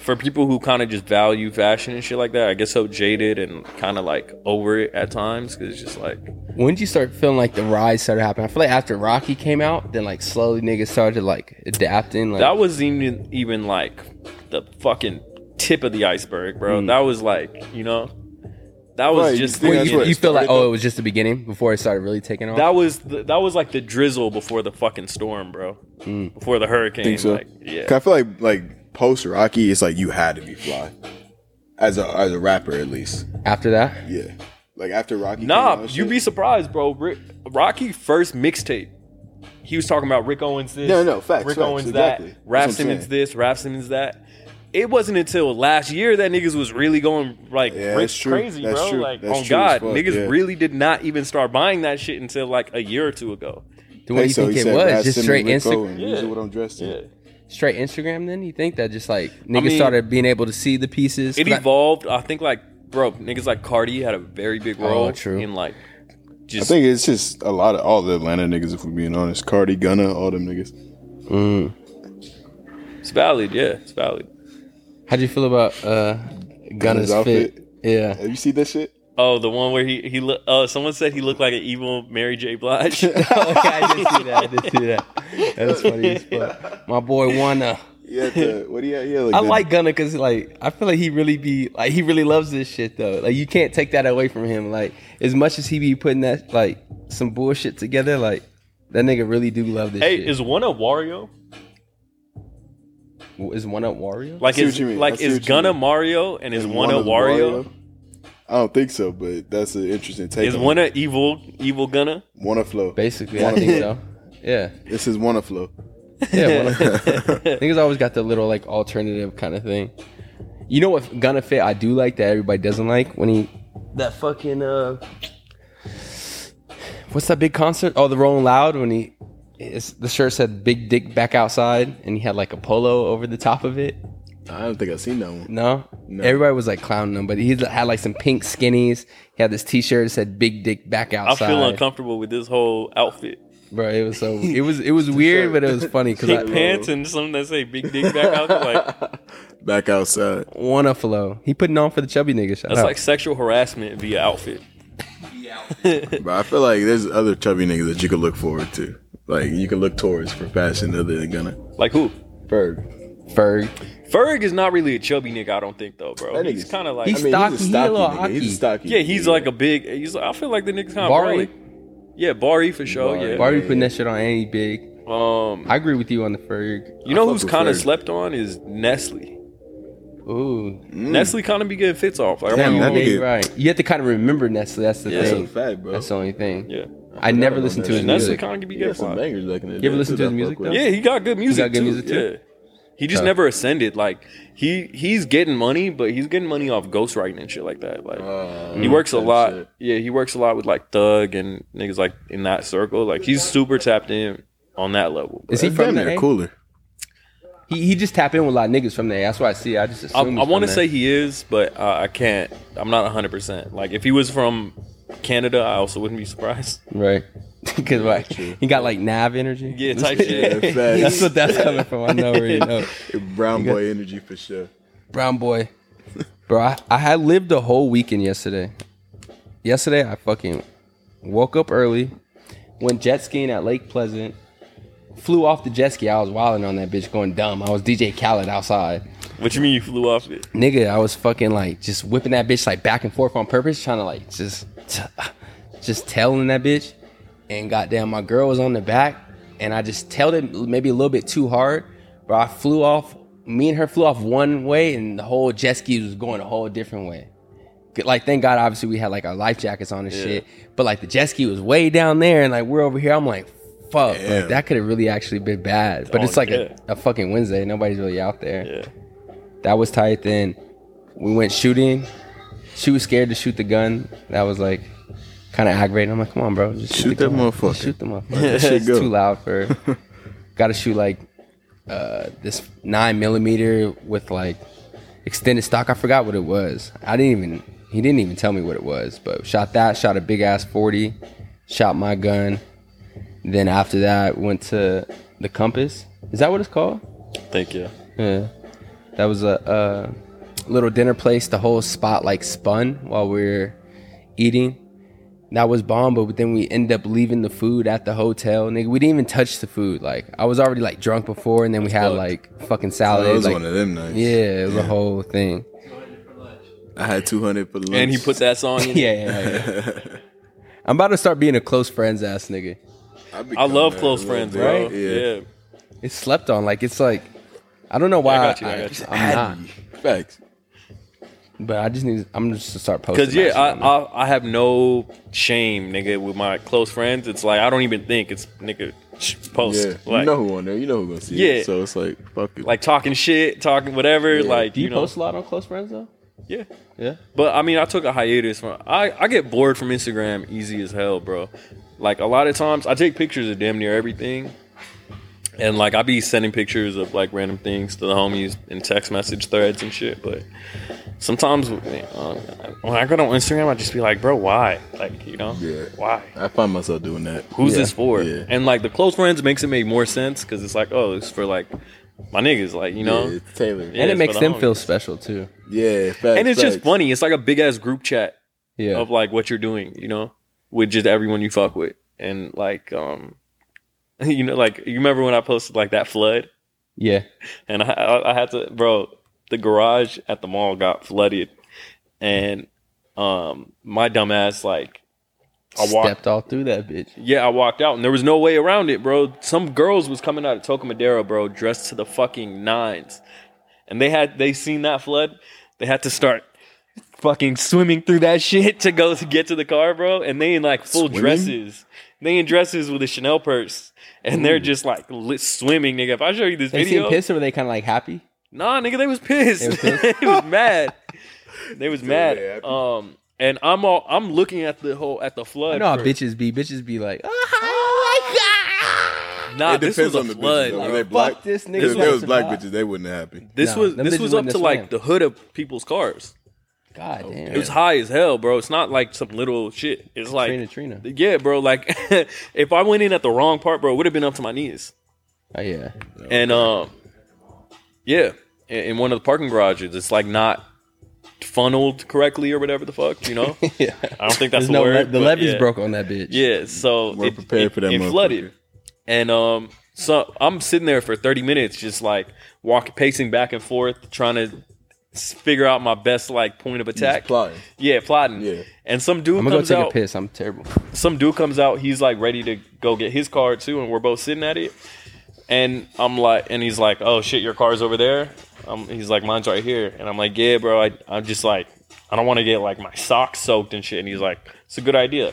[SPEAKER 1] for people who kind of just value fashion and shit like that, I get so jaded and kind of like over it at times because it's just like
[SPEAKER 2] When did you start feeling like the rise started happening? I feel like after Rocky came out, then like slowly niggas started like adapting. Like
[SPEAKER 1] that wasn't even even like the fucking tip of the iceberg, bro. That was like you know that was
[SPEAKER 3] Mm. Right, you
[SPEAKER 1] just
[SPEAKER 3] think
[SPEAKER 1] the
[SPEAKER 2] Well,
[SPEAKER 3] that's
[SPEAKER 2] you,
[SPEAKER 3] where it
[SPEAKER 2] you feel like
[SPEAKER 3] started,
[SPEAKER 2] oh,
[SPEAKER 3] though.
[SPEAKER 2] it was just the beginning before it started really taking off.
[SPEAKER 1] That was the, that was like the drizzle before the fucking storm, bro. Before the hurricane,
[SPEAKER 3] Mm. Think so?
[SPEAKER 1] like yeah.
[SPEAKER 3] 'Cause I feel like like post Rocky, it's like you had to be fly, as a as a rapper at least.
[SPEAKER 2] after that,
[SPEAKER 3] Yeah. Like after Rocky. came
[SPEAKER 1] Nah,
[SPEAKER 3] out and
[SPEAKER 1] you'd
[SPEAKER 3] shit-
[SPEAKER 1] be surprised, bro. Rick, Rocky first mixtape, he was talking about Rick Owens this,
[SPEAKER 3] No, no, facts,
[SPEAKER 1] Rick
[SPEAKER 3] facts,
[SPEAKER 1] Owens
[SPEAKER 3] exactly.
[SPEAKER 1] that,
[SPEAKER 3] That's what
[SPEAKER 1] Rap
[SPEAKER 3] I'm
[SPEAKER 1] Simmons
[SPEAKER 3] saying.
[SPEAKER 1] this, Rap Simmons that. It wasn't until last year that niggas was really going like
[SPEAKER 3] Yeah,
[SPEAKER 1] Rick
[SPEAKER 3] that's true.
[SPEAKER 1] crazy,
[SPEAKER 3] That's
[SPEAKER 1] bro.
[SPEAKER 3] true.
[SPEAKER 1] Like
[SPEAKER 3] That's
[SPEAKER 1] on
[SPEAKER 3] true
[SPEAKER 1] God,
[SPEAKER 3] as fuck,
[SPEAKER 1] niggas
[SPEAKER 3] yeah.
[SPEAKER 1] really did not even start buying that shit until like a year or two ago.
[SPEAKER 2] then what do you
[SPEAKER 3] Peso,
[SPEAKER 2] think
[SPEAKER 3] he
[SPEAKER 2] it
[SPEAKER 3] said,
[SPEAKER 2] was?
[SPEAKER 3] "Rap
[SPEAKER 2] Just
[SPEAKER 3] Simmons,
[SPEAKER 2] straight
[SPEAKER 3] Rick
[SPEAKER 2] Instagram,
[SPEAKER 3] Owen, These
[SPEAKER 1] Yeah.
[SPEAKER 3] are what I'm dressed in.
[SPEAKER 1] Yeah.
[SPEAKER 2] straight Instagram. Then you think that just like niggas
[SPEAKER 1] mean,
[SPEAKER 2] started being able to see the pieces.
[SPEAKER 1] It
[SPEAKER 2] Like-
[SPEAKER 1] evolved. I think like bro, niggas like Cardi had a very big role
[SPEAKER 2] true.
[SPEAKER 1] in like
[SPEAKER 3] I
[SPEAKER 1] just
[SPEAKER 3] think it's just a lot of all the Atlanta niggas, if we're being honest. Cardi, Gunna, all them niggas.
[SPEAKER 1] It's valid, yeah, it's valid.
[SPEAKER 2] How do you feel about uh, Gunna's
[SPEAKER 3] Gunna's outfit?
[SPEAKER 2] fit? Yeah,
[SPEAKER 3] Have you seen that shit?
[SPEAKER 1] Oh, the one where he he look. Oh, someone said he looked like an evil Mary J. Blige.
[SPEAKER 2] oh, yeah, I did see that. I did see that. That's funny as fuck. My boy Wanna.
[SPEAKER 3] Yeah, the, what do you? Yeah, like
[SPEAKER 2] I
[SPEAKER 3] the-
[SPEAKER 2] like Gunna because like I feel like he really be like he really loves this shit though. Like you can't take that away from him. Like as much as he be putting that like some bullshit together, like that nigga really do love this
[SPEAKER 1] hey,
[SPEAKER 2] shit.
[SPEAKER 1] is one a Wario?
[SPEAKER 2] is one up Wario?
[SPEAKER 1] Like
[SPEAKER 3] see
[SPEAKER 1] is
[SPEAKER 3] what you mean. I
[SPEAKER 1] like
[SPEAKER 3] see
[SPEAKER 1] is
[SPEAKER 3] what you
[SPEAKER 1] Gunna
[SPEAKER 3] mean.
[SPEAKER 1] Mario and is
[SPEAKER 3] and
[SPEAKER 1] one a
[SPEAKER 3] is
[SPEAKER 1] Wario?
[SPEAKER 3] I don't think so, but that's an interesting take.
[SPEAKER 1] Is
[SPEAKER 3] on
[SPEAKER 1] one
[SPEAKER 3] it.
[SPEAKER 1] a evil evil Gunna?
[SPEAKER 3] one a flow?
[SPEAKER 2] Basically, I
[SPEAKER 3] Wanna
[SPEAKER 2] think
[SPEAKER 3] flow.
[SPEAKER 2] so. Yeah,
[SPEAKER 3] This is one a flow.
[SPEAKER 2] yeah. Wanna, niggas always got the little like alternative kind of thing. You know what Gunna fit I do like that everybody doesn't like when he that fucking uh what's that big concert? Oh, the Rolling Loud when he it's, the shirt said "Big Dick Back Outside" and he had like a polo over the top of it.
[SPEAKER 3] I don't think I've seen that one.
[SPEAKER 2] No,
[SPEAKER 3] No.
[SPEAKER 2] everybody was like clowning him, but he had like some pink skinnies. He had this T-shirt that said "Big Dick Back
[SPEAKER 1] I
[SPEAKER 2] Outside."
[SPEAKER 1] feel uncomfortable with this whole outfit.
[SPEAKER 2] Bro, it was so it was it was weird, but it was funny because
[SPEAKER 1] Pink
[SPEAKER 2] I
[SPEAKER 1] pants and something that say big dick back out. Like
[SPEAKER 3] Back outside.
[SPEAKER 2] wanna flow. He putting on for the chubby nigga. Shout
[SPEAKER 1] that's
[SPEAKER 2] out.
[SPEAKER 1] like sexual harassment via outfit.
[SPEAKER 4] Yeah.
[SPEAKER 3] But I feel like there's other chubby niggas that you could look forward to. Like you can look towards for fashion other than Gunna.
[SPEAKER 1] Like who?
[SPEAKER 3] Ferg.
[SPEAKER 2] Ferg.
[SPEAKER 1] Ferg is not really a chubby nigga, I don't think though, bro.
[SPEAKER 3] That
[SPEAKER 1] Oh, He's
[SPEAKER 3] nigga's-
[SPEAKER 1] kind of like
[SPEAKER 2] He's stocky, he a little
[SPEAKER 3] nigga. He's
[SPEAKER 2] hockey.
[SPEAKER 3] a stocky.
[SPEAKER 1] yeah, he's like a big. He's I feel like the nigga's kind of
[SPEAKER 2] Barley.
[SPEAKER 1] barley. Yeah, Barry for sure.
[SPEAKER 3] Barley.
[SPEAKER 2] Why are we putting that shit on any big?
[SPEAKER 1] Yeah. Um,
[SPEAKER 2] I agree with you on the Ferg.
[SPEAKER 1] you know
[SPEAKER 3] fuck
[SPEAKER 1] who's
[SPEAKER 3] with
[SPEAKER 1] kind of
[SPEAKER 3] Ferg.
[SPEAKER 1] slept on is Nestle.
[SPEAKER 2] Ooh,
[SPEAKER 3] Mm.
[SPEAKER 1] Nestle kind of be getting fits off. Like, I
[SPEAKER 3] Damn,
[SPEAKER 1] remember-
[SPEAKER 3] that
[SPEAKER 2] Yeah,
[SPEAKER 3] nigga-
[SPEAKER 2] you're right. You have to kind of remember Nestle. That's the
[SPEAKER 1] Yeah.
[SPEAKER 3] That's a
[SPEAKER 2] thing.
[SPEAKER 3] fact, bro.
[SPEAKER 2] That's the only thing.
[SPEAKER 1] yeah,
[SPEAKER 2] I never listened to his
[SPEAKER 1] Nestle
[SPEAKER 2] music.
[SPEAKER 1] kind of be
[SPEAKER 3] He
[SPEAKER 1] getting
[SPEAKER 3] had some
[SPEAKER 1] fly.
[SPEAKER 3] bangers back in the day.
[SPEAKER 2] ever listen to
[SPEAKER 3] too,
[SPEAKER 2] his
[SPEAKER 3] that I
[SPEAKER 2] music,
[SPEAKER 3] fuck
[SPEAKER 2] though?
[SPEAKER 3] with.
[SPEAKER 1] Yeah, he got good music.
[SPEAKER 2] got good
[SPEAKER 1] too.
[SPEAKER 2] music, too?
[SPEAKER 1] Yeah. He just
[SPEAKER 2] Huh.
[SPEAKER 1] never ascended. Like he he's getting money, but he's getting money off ghostwriting and shit like that. Like
[SPEAKER 3] Uh,
[SPEAKER 1] he works a
[SPEAKER 3] that
[SPEAKER 1] lot.
[SPEAKER 3] shit.
[SPEAKER 1] Yeah, he works a lot with like Thug and niggas like in that circle. Like he's super tapped in on that level.
[SPEAKER 2] Is he
[SPEAKER 3] That's
[SPEAKER 2] from
[SPEAKER 3] damn
[SPEAKER 2] there?
[SPEAKER 3] near cooler?
[SPEAKER 2] He he just tap in with a lot of niggas from there. That's what I see. I just
[SPEAKER 1] I,
[SPEAKER 2] assume
[SPEAKER 1] I want to say he is, but uh, I can't. I'm not 100. percent Like if he was from Canada, I also wouldn't be surprised.
[SPEAKER 2] right because like he got like nav energy.
[SPEAKER 1] Yeah, type shit.
[SPEAKER 3] Yeah,
[SPEAKER 2] that's
[SPEAKER 3] facts.
[SPEAKER 2] what that's coming from. I know already know.
[SPEAKER 3] Brown boy energy for sure.
[SPEAKER 2] Brown boy, bro. I, I had lived a whole weekend yesterday. Yesterday I fucking woke up early, went jet skiing at Lake Pleasant, flew off the jet ski. I was wilding on that bitch, going dumb. I was DJ Khaled outside.
[SPEAKER 1] What you mean you flew off it?
[SPEAKER 2] nigga, I was fucking like just whipping that bitch like back and forth on purpose, trying to like just just tailing that bitch. And goddamn, my girl was on the back, and I just tailed it maybe a little bit too hard, but I flew off. Me and her flew off one way, and the whole jet ski was going a whole different way. Good- Like, thank God, obviously we had like our life jackets on and shit, but like the jet ski was way down there, and like we're over here. I'm like, fuck, like,
[SPEAKER 3] Damn.
[SPEAKER 2] that could have really actually been bad. But
[SPEAKER 1] Oh,
[SPEAKER 2] it's like
[SPEAKER 1] yeah.
[SPEAKER 2] a, a fucking Wednesday. Nobody's really out there.
[SPEAKER 1] Yeah.
[SPEAKER 2] That was tight. Then we went shooting. She was scared to shoot the gun. That was like kind of aggravating. I'm like, come on, bro, just shoot,
[SPEAKER 3] Shoot
[SPEAKER 2] the
[SPEAKER 3] that
[SPEAKER 2] gun.
[SPEAKER 3] motherfucker.
[SPEAKER 2] Just Shoot the motherfucker.
[SPEAKER 3] Let that shit
[SPEAKER 2] it's
[SPEAKER 3] go.
[SPEAKER 2] too loud for. Got to shoot like uh, this nine millimeter with like extended stock. I forgot what it was. I didn't even. He didn't even tell me what it was. But shot that. Shot a big ass forty. Shot my gun. Then after that, went to the compass. Is that what it's called?
[SPEAKER 1] Thank you.
[SPEAKER 2] Yeah. That was a, a little dinner place. The whole spot like spun while we were eating. That was bomb, but then we ended up leaving the food at the hotel. Nigga, we didn't even touch the food. Like I was already like drunk before, and then we had
[SPEAKER 1] fucked.
[SPEAKER 2] like fucking
[SPEAKER 3] That
[SPEAKER 2] salad.
[SPEAKER 3] was
[SPEAKER 2] Oh, like,
[SPEAKER 3] one of them nights.
[SPEAKER 2] yeah, it was a whole thing.
[SPEAKER 3] I had 200 for lunch.
[SPEAKER 1] And he put that song in.
[SPEAKER 2] Yeah, yeah, yeah. I'm about to start being a close friends ass nigga.
[SPEAKER 1] I love close friends, bro.
[SPEAKER 2] bit,
[SPEAKER 1] Yeah.
[SPEAKER 2] It's slept on. Like it's like I don't know why
[SPEAKER 1] I got you, I got you.
[SPEAKER 2] am not,
[SPEAKER 3] Facts.
[SPEAKER 2] but I just need. I'm just to start posting.
[SPEAKER 1] Cause
[SPEAKER 2] that
[SPEAKER 1] yeah,
[SPEAKER 2] shit
[SPEAKER 1] I,
[SPEAKER 2] on
[SPEAKER 1] I I have no shame, nigga, with my close friends. It's like I don't even think it's nigga sh- post
[SPEAKER 3] Yeah.
[SPEAKER 1] like
[SPEAKER 3] you know who on there. You know who gonna see
[SPEAKER 1] Yeah.
[SPEAKER 3] it. So it's like, fuck it.
[SPEAKER 1] like talking shit, talking whatever. Like
[SPEAKER 2] Do you,
[SPEAKER 1] you know,
[SPEAKER 2] post a lot on close friends though?
[SPEAKER 1] yeah.
[SPEAKER 2] Yeah.
[SPEAKER 1] But I mean, I took a hiatus from. I I get bored from Instagram easy as hell, bro. Like a lot of times, I take pictures of damn near everything, and like I be sending pictures of like random things to the homies in text message threads and shit. But sometimes uh, when I go on Instagram, I just be like, bro, why? Like you know,
[SPEAKER 3] Yeah.
[SPEAKER 1] why?
[SPEAKER 3] I find myself doing that.
[SPEAKER 1] Who's
[SPEAKER 2] Yeah,
[SPEAKER 1] this for?
[SPEAKER 3] yeah.
[SPEAKER 1] And like the close friends makes it make more sense because it's like, oh, it's for like my niggas, like you know.
[SPEAKER 3] Yeah, it's Taylor.
[SPEAKER 1] Yeah.
[SPEAKER 2] and it
[SPEAKER 1] it's
[SPEAKER 2] makes
[SPEAKER 1] for the
[SPEAKER 2] them feel
[SPEAKER 1] homies.
[SPEAKER 2] special too.
[SPEAKER 3] Yeah, facts.
[SPEAKER 1] and it's just
[SPEAKER 3] facts.
[SPEAKER 1] funny. It's like a big ass group chat
[SPEAKER 2] Yeah.
[SPEAKER 1] of like what you're doing, you know, with just everyone you fuck with. And like, um, you know, like you remember when I posted like that flood
[SPEAKER 2] yeah.
[SPEAKER 1] and I, I, I had to, bro, the garage at the mall got flooded and, um, my dumbass, like, I walked,
[SPEAKER 2] Stepped all through that bitch.
[SPEAKER 1] yeah, I walked out and there was no way around it, bro. Some girls was coming out of Tocamadera, bro, dressed to the fucking nines. And they had they seen that flood, they had to start fucking swimming through that shit to go to get to the car, bro. And they in like full
[SPEAKER 3] Swimming?
[SPEAKER 1] dresses. They in dresses with a Chanel purse. And they're just like li- swimming, nigga. If I show you this
[SPEAKER 2] They
[SPEAKER 1] video,
[SPEAKER 2] seem pissed or were they kind of like happy?
[SPEAKER 1] Nah, nigga, they was pissed. They
[SPEAKER 2] was
[SPEAKER 1] was,
[SPEAKER 2] pissed?
[SPEAKER 1] mad. They was
[SPEAKER 3] way
[SPEAKER 1] mad.
[SPEAKER 3] happy.
[SPEAKER 1] Um, and I'm all I'm looking at the whole at the flood.
[SPEAKER 2] I know how
[SPEAKER 1] for-
[SPEAKER 2] bitches be. Bitches be like, "Ah,
[SPEAKER 1] Nah,
[SPEAKER 3] It
[SPEAKER 1] this was
[SPEAKER 3] depends
[SPEAKER 1] a
[SPEAKER 3] on the bitches,
[SPEAKER 1] flood.
[SPEAKER 3] though.
[SPEAKER 1] bro.
[SPEAKER 3] Were they
[SPEAKER 2] Fuck
[SPEAKER 3] black?
[SPEAKER 2] this nigga
[SPEAKER 3] If
[SPEAKER 2] gonna
[SPEAKER 3] there was black
[SPEAKER 2] survive.
[SPEAKER 3] bitches, they wouldn't have happy.
[SPEAKER 1] This
[SPEAKER 2] Nah,
[SPEAKER 1] was
[SPEAKER 2] them
[SPEAKER 1] this
[SPEAKER 2] bitches
[SPEAKER 1] was up
[SPEAKER 2] wouldn't
[SPEAKER 1] to
[SPEAKER 2] have
[SPEAKER 1] like
[SPEAKER 2] swam.
[SPEAKER 1] the hood of people's cars.
[SPEAKER 2] God damn.
[SPEAKER 1] It was high as hell, bro. It's not like some little shit. It's like
[SPEAKER 2] Trina, Trina.
[SPEAKER 1] yeah, bro. Like if I went in at the wrong part, bro, it would have been up to my knees.
[SPEAKER 2] Oh yeah.
[SPEAKER 1] And um, yeah, in, in one of the parking garages, it's like not funneled correctly or whatever the fuck, you know.
[SPEAKER 2] yeah.
[SPEAKER 1] I don't think that's
[SPEAKER 2] There's
[SPEAKER 1] the
[SPEAKER 2] no.
[SPEAKER 1] word.
[SPEAKER 2] le- the
[SPEAKER 1] but
[SPEAKER 2] levees
[SPEAKER 1] yeah.
[SPEAKER 2] broke on that bitch.
[SPEAKER 1] Yeah, so
[SPEAKER 3] We're
[SPEAKER 1] it,
[SPEAKER 3] prepared
[SPEAKER 1] it-
[SPEAKER 3] for that
[SPEAKER 1] It
[SPEAKER 3] motherfucker.
[SPEAKER 1] flooded, and um, so I'm sitting there for 30 minutes, just like walking, pacing back and forth, trying to s- figure out my best like point of attack.
[SPEAKER 3] plotting.
[SPEAKER 1] Yeah, plotting.
[SPEAKER 3] Yeah.
[SPEAKER 1] And some dude
[SPEAKER 2] I'm gonna go
[SPEAKER 1] comes
[SPEAKER 2] take
[SPEAKER 1] out.
[SPEAKER 2] a piss. I'm terrible.
[SPEAKER 1] Some dude comes out. He's like ready to go get his car too, and we're both sitting at it. And I'm like, and he's like, "Oh shit, your car's over there." Um, he's like, "Mine's right here." And I'm like, "Yeah, bro. I, I'm just like, I don't want to get like my socks soaked and shit." And he's like, "It's a good idea."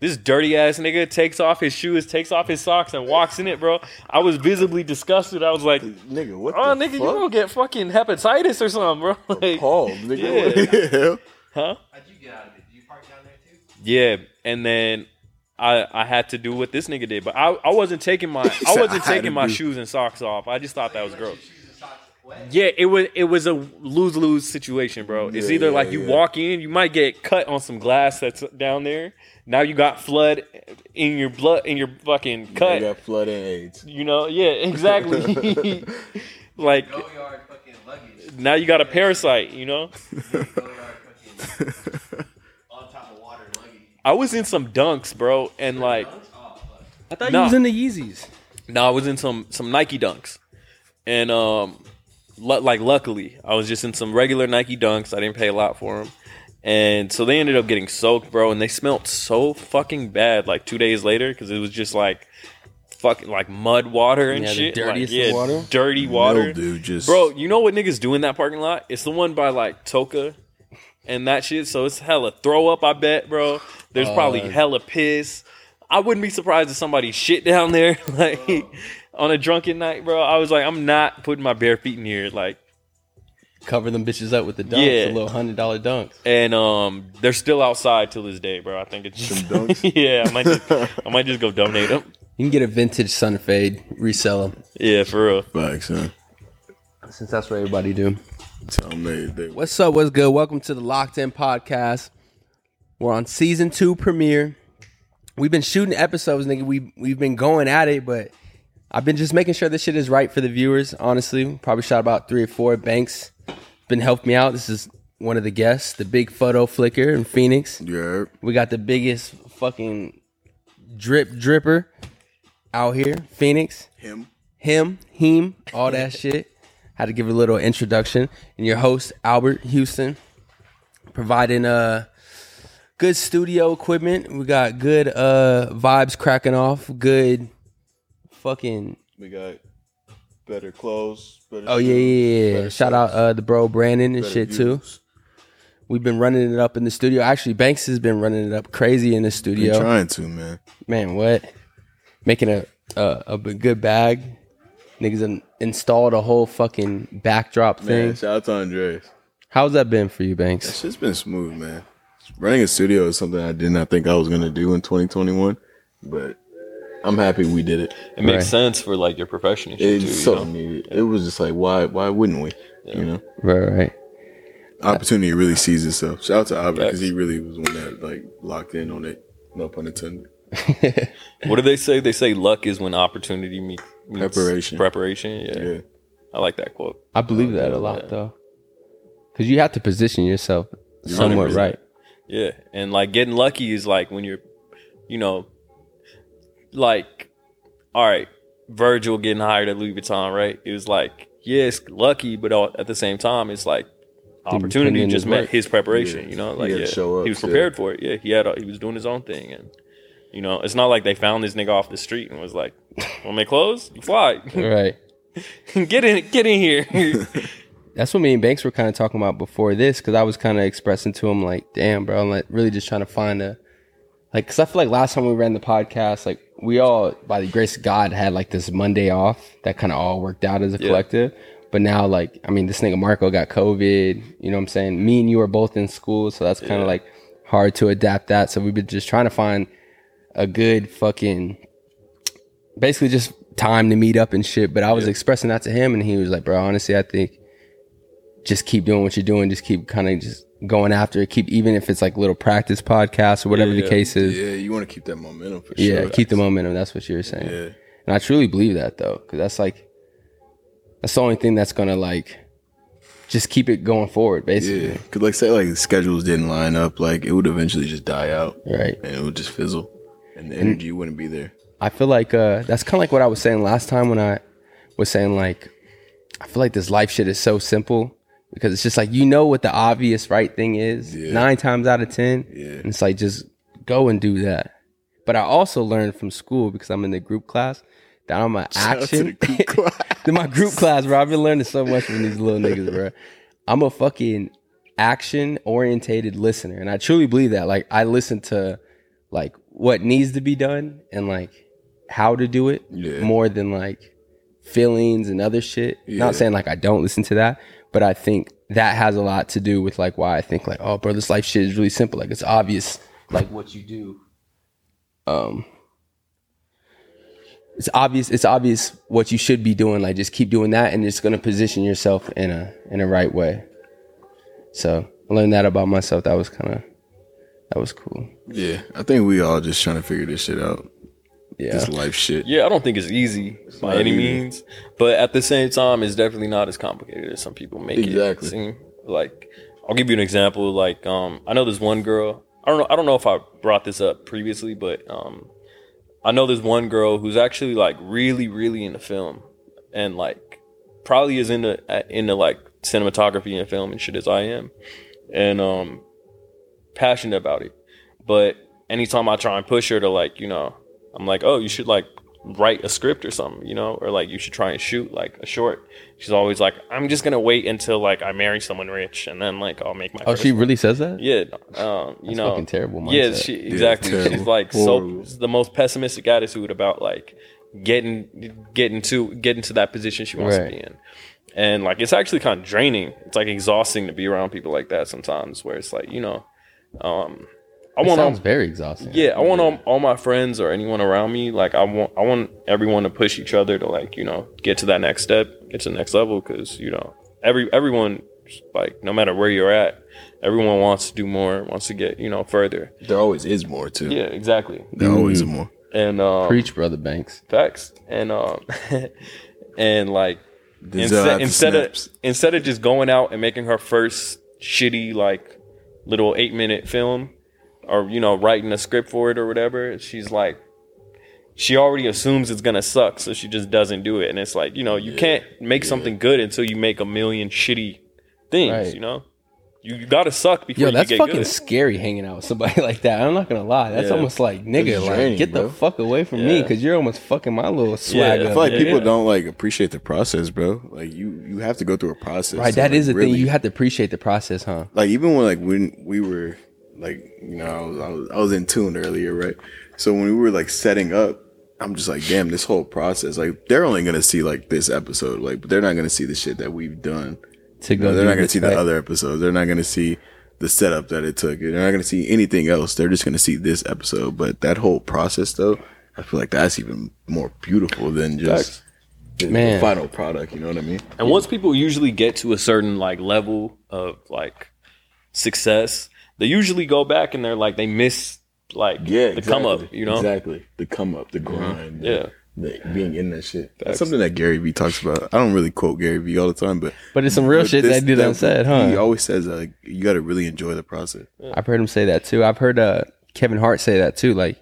[SPEAKER 1] This dirty ass nigga takes off his shoes, takes off his socks, and walks in it, bro. I was visibly disgusted. I was like, "Oh,
[SPEAKER 3] Nigga, what the
[SPEAKER 1] nigga, you gonna
[SPEAKER 3] fuck?
[SPEAKER 1] get fucking hepatitis or something, bro?" Like,
[SPEAKER 3] Paul, nigga, what the hell?
[SPEAKER 1] huh?
[SPEAKER 4] How'd you get out of it? Did you park down there too?
[SPEAKER 1] Yeah, and then I I had to do what this nigga did, but I, I wasn't taking my I
[SPEAKER 3] said,
[SPEAKER 1] wasn't
[SPEAKER 3] "I had
[SPEAKER 1] taking
[SPEAKER 3] to
[SPEAKER 1] my
[SPEAKER 3] do."
[SPEAKER 1] shoes and socks off. I just thought that was gross.
[SPEAKER 4] Shoes and socks wet.
[SPEAKER 1] Yeah, it was it was a lose lose situation, bro. It's
[SPEAKER 3] Yeah,
[SPEAKER 1] either
[SPEAKER 3] yeah,
[SPEAKER 1] like you
[SPEAKER 3] yeah.
[SPEAKER 1] walk in, you might get cut on some glass that's down there. Now you got flood in your blood in your fucking
[SPEAKER 3] They
[SPEAKER 1] cut.
[SPEAKER 3] got flood and AIDS.
[SPEAKER 1] You know, yeah, exactly. like
[SPEAKER 4] Go yard fucking luggage.
[SPEAKER 1] now you got a parasite. You know.
[SPEAKER 4] Go yard fucking on top of water luggage.
[SPEAKER 1] I was in some dunks, bro, and like
[SPEAKER 4] Oh, fuck.
[SPEAKER 2] I thought
[SPEAKER 1] No.
[SPEAKER 2] you was in the Yeezys.
[SPEAKER 1] No, I was in some some Nike dunks, and um, lu- like luckily I was just in some regular Nike dunks. I didn't pay a lot for them, and so they ended up getting soaked, bro. And they smelled so fucking bad. Like two days later, because it was just like fucking like mud water and
[SPEAKER 2] Yeah, the
[SPEAKER 1] shit.
[SPEAKER 2] dirtiest
[SPEAKER 1] like, yeah,
[SPEAKER 2] of water?
[SPEAKER 1] dirty water,
[SPEAKER 3] dude, just
[SPEAKER 1] bro. You know what niggas do in that parking lot? It's the one by like Toka. And that shit, so it's hella throw up. I bet, bro. There's probably
[SPEAKER 2] Uh,
[SPEAKER 1] hella piss. I wouldn't be surprised if somebody shit down there, like on a drunken night, bro. I was like, I'm not putting my bare feet in here, like.
[SPEAKER 2] Cover them bitches up with the dunks,
[SPEAKER 1] Yeah.
[SPEAKER 2] the little hundred dollar dunks.
[SPEAKER 1] And um, they're still outside till this day, bro. I think it's
[SPEAKER 3] Some dunks?
[SPEAKER 1] yeah, I might, just, I might just go donate them.
[SPEAKER 2] You can get a vintage Sun Fade, resell them,
[SPEAKER 1] Yeah, for real.
[SPEAKER 3] facts, huh?
[SPEAKER 2] since that's what everybody do.
[SPEAKER 3] Tell them they, they
[SPEAKER 2] What's up? What's good? Welcome to the Locked In Podcast. We're on season two premiere. We've been shooting episodes, nigga. We we've been going at it, but I've been just making sure this shit is right for the viewers. Honestly, probably shot about three or four. Banks been helping me out. This is one of the guests, the big photo flicker in Phoenix.
[SPEAKER 3] you heard?
[SPEAKER 2] We got the biggest fucking drip dripper out here, Phoenix
[SPEAKER 3] Him.
[SPEAKER 2] him, him, all that shit. Had to give a little introduction. And your host, Albert Houston, providing uh good studio equipment. We got good uh vibes cracking off, good fucking
[SPEAKER 3] We got better clothes. Better
[SPEAKER 2] Oh yeah, yeah, yeah, yeah. Shout out uh the bro Brandon and shit too. We've been running it up in the studio. Actually, Banks has been running it up crazy in the
[SPEAKER 3] Been
[SPEAKER 2] studio.
[SPEAKER 3] trying to, man.
[SPEAKER 2] Man, what? Making a a, a b- good bag. Niggas in- installed a whole fucking backdrop thing.
[SPEAKER 3] Man, shout out to Andres.
[SPEAKER 2] How's that been for you, Banks?
[SPEAKER 3] Shit's been smooth, man. Running a studio is something I did not think I was gonna do in 2021, but I'm happy we did it.
[SPEAKER 1] It makes
[SPEAKER 2] Right.
[SPEAKER 1] sense for like your profession and shit
[SPEAKER 3] It's
[SPEAKER 1] too. you
[SPEAKER 3] so
[SPEAKER 1] know?
[SPEAKER 3] needed. It was just like, why? Why wouldn't we? You know,
[SPEAKER 2] Right, right.
[SPEAKER 3] opportunity really sees itself. Shout out to Albert because he really was one that like locked in on it. No pun intended.
[SPEAKER 1] What do they say? They say luck is when opportunity meet, meets
[SPEAKER 3] Preparation.
[SPEAKER 1] Preparation. Yeah.
[SPEAKER 3] Yeah,
[SPEAKER 1] I like that quote.
[SPEAKER 2] I believe that a lot though, because you have to position yourself somewhat
[SPEAKER 1] 100%.
[SPEAKER 2] right.
[SPEAKER 1] Yeah, and like getting lucky is like when you're, you know, like, all right, Virgil getting hired at Louis Vuitton, right? It was like, yeah, it's lucky, but all, at the same time, it's like
[SPEAKER 2] put
[SPEAKER 1] opportunity
[SPEAKER 2] in
[SPEAKER 1] just
[SPEAKER 2] his
[SPEAKER 1] met
[SPEAKER 2] work.
[SPEAKER 1] his preparation.
[SPEAKER 3] Yeah.
[SPEAKER 1] You know,
[SPEAKER 3] He
[SPEAKER 1] like
[SPEAKER 3] had to
[SPEAKER 1] yeah,
[SPEAKER 3] show up,
[SPEAKER 1] he was
[SPEAKER 3] yeah.
[SPEAKER 1] prepared for it. Yeah, he had a, he was doing his own thing, and you know, it's not like they found this nigga off the street and was like, "Want to make clothes? You fly,
[SPEAKER 2] Right.
[SPEAKER 1] get in, get in here."
[SPEAKER 2] That's what me and Banks were kind of talking about before this, because I was kind of expressing to him like, "Damn, bro, I'm like really just trying to find a like." Because I feel like last time we ran the podcast, like we all, by the grace of God, had like this Monday off that kind of all worked out as a collective. But now, like, I mean, this nigga Marco got COVID. You know what I'm saying? Me and you are both in school, so that's kind of like hard to adapt that. So we've been just trying to find a good fucking basically just time to meet up and shit. But I was expressing that to him, and he was like, "Bro, honestly, I think just keep doing what you're doing. Just keep kind of just going after it. Keep even if it's like little practice podcasts or whatever the
[SPEAKER 1] Yeah.
[SPEAKER 2] case is.
[SPEAKER 3] yeah. You want to keep that momentum for
[SPEAKER 2] Yeah,
[SPEAKER 3] sure.
[SPEAKER 2] keep the momentum. That's what you were saying.
[SPEAKER 3] Yeah,
[SPEAKER 2] And I truly believe that though, because that's like that's the only thing that's gonna like just keep it going forward,
[SPEAKER 3] yeah.
[SPEAKER 2] basically.
[SPEAKER 3] Because like say like the schedules didn't line up, like it would eventually just die out
[SPEAKER 2] Right.
[SPEAKER 3] and it would just fizzle, and the energy wouldn't be there.
[SPEAKER 2] I feel like uh, that's kind of like what I was saying last time when I was saying like I feel like this life shit is so simple because it's just like you know what the obvious right thing is
[SPEAKER 3] Yeah.
[SPEAKER 2] nine times out of ten, and it's like just go and do that. But I also learned from school because I'm in the group class that I'm an action. to my group class, bro. I've been learning so much from these little niggas, bro. I'm a fucking action orientated listener, and I truly believe that. Like, I listen to like what needs to be done and like how to do it
[SPEAKER 3] Yeah.
[SPEAKER 2] more than like feelings and other shit.
[SPEAKER 3] Yeah.
[SPEAKER 2] Not saying like I don't listen to that, but I think that has a lot to do with like why I think like, oh, bro, this life shit is really simple. Like, it's obvious, like what you do. Um, it's obvious it's obvious what you should be doing like just keep doing that and it's going to position yourself in a in a right way so i learned that about myself that was kind of that was cool
[SPEAKER 3] Yeah, I think we all just trying to figure this shit out.
[SPEAKER 2] yeah
[SPEAKER 3] This life shit.
[SPEAKER 1] Yeah, I don't think it's easy by
[SPEAKER 3] not
[SPEAKER 1] any
[SPEAKER 3] easy.
[SPEAKER 1] means, but at the same time, it's definitely not as complicated as some people make
[SPEAKER 3] Exactly.
[SPEAKER 1] it seem. Like, I'll give you an example. Like, um, I know there's one girl. I don't know. I don't know if I brought this up previously, but um, I know there's one girl who's actually like really, really into film, and like probably is into uh, into like cinematography and film and shit as I am, and um, passionate about it. But anytime I try and push her to like, you know, I'm like, oh, you should like write a script or something, you know, or like you should try and shoot like a short. She's always like, I'm just gonna wait until like I marry someone rich and then like I'll make my.
[SPEAKER 2] oh
[SPEAKER 1] first
[SPEAKER 2] she
[SPEAKER 1] one."
[SPEAKER 2] really says that
[SPEAKER 1] Yeah, um, you
[SPEAKER 2] That's
[SPEAKER 1] know,
[SPEAKER 2] fucking terrible
[SPEAKER 1] Yeah,
[SPEAKER 2] mindset.
[SPEAKER 1] she exactly.
[SPEAKER 3] terrible.
[SPEAKER 1] She's like
[SPEAKER 3] Horrible.
[SPEAKER 1] so the most pessimistic attitude about like getting getting to getting to that position she wants
[SPEAKER 2] Right.
[SPEAKER 1] to be in, and like it's actually kind of draining. It's like exhausting to be around people like that sometimes, where it's like you know, um, I
[SPEAKER 2] That
[SPEAKER 1] want
[SPEAKER 2] sounds
[SPEAKER 1] all,
[SPEAKER 2] very exhausting
[SPEAKER 1] yeah, I want all, all my friends or anyone around me. Like I want I want everyone to push each other to like you know get to that next step, get to the next level, because you know every everyone like no matter where you're at everyone wants to do more wants to get you know further
[SPEAKER 3] There always is more too.
[SPEAKER 1] yeah, exactly.
[SPEAKER 3] There always is more.
[SPEAKER 1] And um,
[SPEAKER 2] preach brother banks
[SPEAKER 1] facts. And um, and like
[SPEAKER 3] Denzel
[SPEAKER 1] instead
[SPEAKER 3] after
[SPEAKER 1] instead of
[SPEAKER 3] snaps.
[SPEAKER 1] instead of just going out and making her first shitty like little eight minute film, or you know writing a script for it or whatever, she's like. She already assumes it's gonna suck, so she just doesn't do it. And it's like, you know, you can't make something good until you make a million shitty things.
[SPEAKER 2] Right.
[SPEAKER 1] You know, you, you gotta suck before
[SPEAKER 2] Yo,
[SPEAKER 1] you
[SPEAKER 2] that's
[SPEAKER 1] get
[SPEAKER 2] fucking
[SPEAKER 1] good.
[SPEAKER 2] scary hanging out with somebody like that. I'm not gonna lie. That's
[SPEAKER 1] Yeah.
[SPEAKER 2] almost like nigga,
[SPEAKER 3] It's
[SPEAKER 2] like
[SPEAKER 3] draining,
[SPEAKER 2] get
[SPEAKER 3] bro.
[SPEAKER 2] the fuck away from me
[SPEAKER 1] Yeah.
[SPEAKER 2] because you're almost fucking my little swag
[SPEAKER 1] I
[SPEAKER 3] I
[SPEAKER 2] up.
[SPEAKER 3] feel like
[SPEAKER 1] Yeah,
[SPEAKER 3] people
[SPEAKER 1] yeah.
[SPEAKER 3] don't like appreciate the process, bro. Like you, you have to go through a process.
[SPEAKER 2] right,
[SPEAKER 3] to,
[SPEAKER 2] that
[SPEAKER 3] like,
[SPEAKER 2] is the
[SPEAKER 3] really-
[SPEAKER 2] thing. You have to appreciate the process, huh?
[SPEAKER 3] like even when like when we were like you know I was, I was I was in tune earlier, right? So when we were like setting up, I'm just like, damn, this whole process. Like they're only gonna see like this episode, like but they're not gonna see the shit that we've done.
[SPEAKER 2] To
[SPEAKER 3] You know, they're
[SPEAKER 2] do
[SPEAKER 3] not gonna
[SPEAKER 2] this,
[SPEAKER 3] see the
[SPEAKER 2] right?
[SPEAKER 3] other episodes. They're not gonna see the setup that it took. They're not gonna see anything else. They're just gonna see this episode. But that whole process though, I feel like that's even more beautiful than just the, the
[SPEAKER 2] Man.
[SPEAKER 3] final product. You know what I mean?
[SPEAKER 1] And once people usually get to a certain like level of like success, they usually go back and they're like they miss like
[SPEAKER 3] Yeah,
[SPEAKER 1] the come up, you know?
[SPEAKER 3] exactly Mm-hmm. the come up, the grind, the-
[SPEAKER 1] Yeah.
[SPEAKER 3] the, being in that shit. That's something that Gary Vee talks about. I don't really quote Gary Vee all the time, but
[SPEAKER 2] But it's some real
[SPEAKER 3] but
[SPEAKER 2] shit
[SPEAKER 3] this-
[SPEAKER 2] that dude done said,
[SPEAKER 3] He
[SPEAKER 2] huh?
[SPEAKER 3] always says like you got to really enjoy the process.
[SPEAKER 2] I've heard him say that too. I've heard uh, Kevin Hart say that too. Like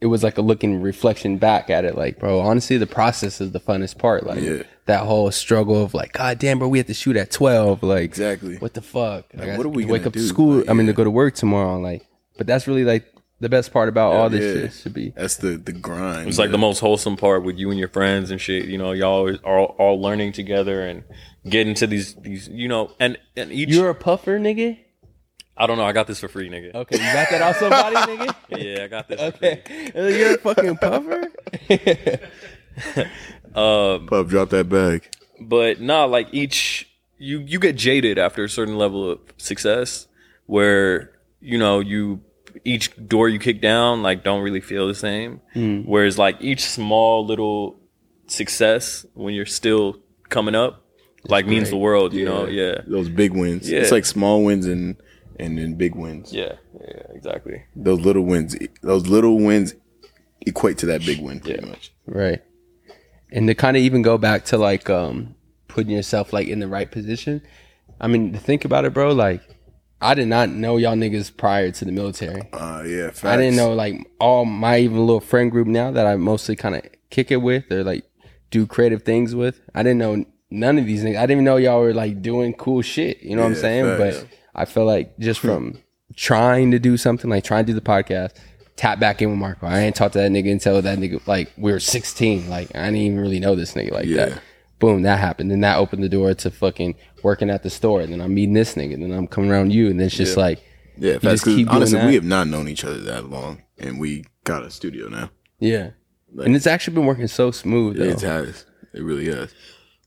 [SPEAKER 2] it was like a looking reflection back at it. Like, bro, honestly, the process is the funnest part. Like
[SPEAKER 3] Yeah.
[SPEAKER 2] that whole struggle of like, God damn, bro, we have to shoot at twelve. Like
[SPEAKER 3] Exactly.
[SPEAKER 2] what the fuck? Like,
[SPEAKER 3] what
[SPEAKER 2] I
[SPEAKER 3] are we
[SPEAKER 2] wake
[SPEAKER 3] gonna
[SPEAKER 2] up to
[SPEAKER 3] do?
[SPEAKER 2] school?
[SPEAKER 3] Like,
[SPEAKER 2] I mean,
[SPEAKER 3] yeah.
[SPEAKER 2] to go to work tomorrow. Like, but that's really like the best part about all this
[SPEAKER 3] yeah.
[SPEAKER 2] shit should be.
[SPEAKER 3] That's the the grind.
[SPEAKER 1] It's like the most wholesome part with you and your friends and shit. You know, y'all is- are all, all learning together and getting to these these you know, and and each
[SPEAKER 2] You're a puffer, nigga.
[SPEAKER 1] I don't know, I got this for free, nigga.
[SPEAKER 2] Okay, you got that off somebody, nigga.
[SPEAKER 1] Yeah, I got this
[SPEAKER 2] Okay, you're a fucking puffer.
[SPEAKER 1] for free. Um
[SPEAKER 3] pub. Drop that bag.
[SPEAKER 1] but nah, like each you you get jaded after a certain level of success where you know you each door you kick down like don't really feel the same
[SPEAKER 2] Hmm.
[SPEAKER 1] whereas like each small little success when you're still coming up like means the world you know yeah
[SPEAKER 3] Those big wins.
[SPEAKER 1] Yeah.
[SPEAKER 3] It's like small wins and and then big wins.
[SPEAKER 1] yeah yeah exactly
[SPEAKER 3] Those little wins. Those little wins equate to that big win pretty
[SPEAKER 1] Yeah.
[SPEAKER 3] much.
[SPEAKER 2] Right. And to kind of even go back to like um putting yourself like in the right position. I mean, to think about it, bro, like I did not know y'all niggas prior to the military.
[SPEAKER 3] Uh, yeah, facts.
[SPEAKER 2] I didn't know like all my even little friend group now that I mostly kind of kick it with or like do creative things with. I didn't know none of these niggas. I didn't even know y'all were like doing cool shit. You know what I'm
[SPEAKER 3] Yeah,
[SPEAKER 2] saying?
[SPEAKER 3] facts.
[SPEAKER 2] But I feel like just from trying to do something, like trying to do the podcast, tap back in with Marco. I ain't talked to that nigga until that nigga like we were 16. Like I didn't even really know this nigga like
[SPEAKER 3] Yeah.
[SPEAKER 2] that. Boom, that happened. Then that opened the door to fucking working at the store. Then I'm meeting this nigga. Then I'm coming around you. And it's just like,
[SPEAKER 3] Yeah, facts.
[SPEAKER 2] just
[SPEAKER 3] 'cause
[SPEAKER 2] keep doing
[SPEAKER 3] honestly,
[SPEAKER 2] that.
[SPEAKER 3] we have not known each other that long, and we got a studio now.
[SPEAKER 2] yeah.
[SPEAKER 3] Like-
[SPEAKER 2] and it's actually been working so smooth. Though.
[SPEAKER 3] It has. It really has.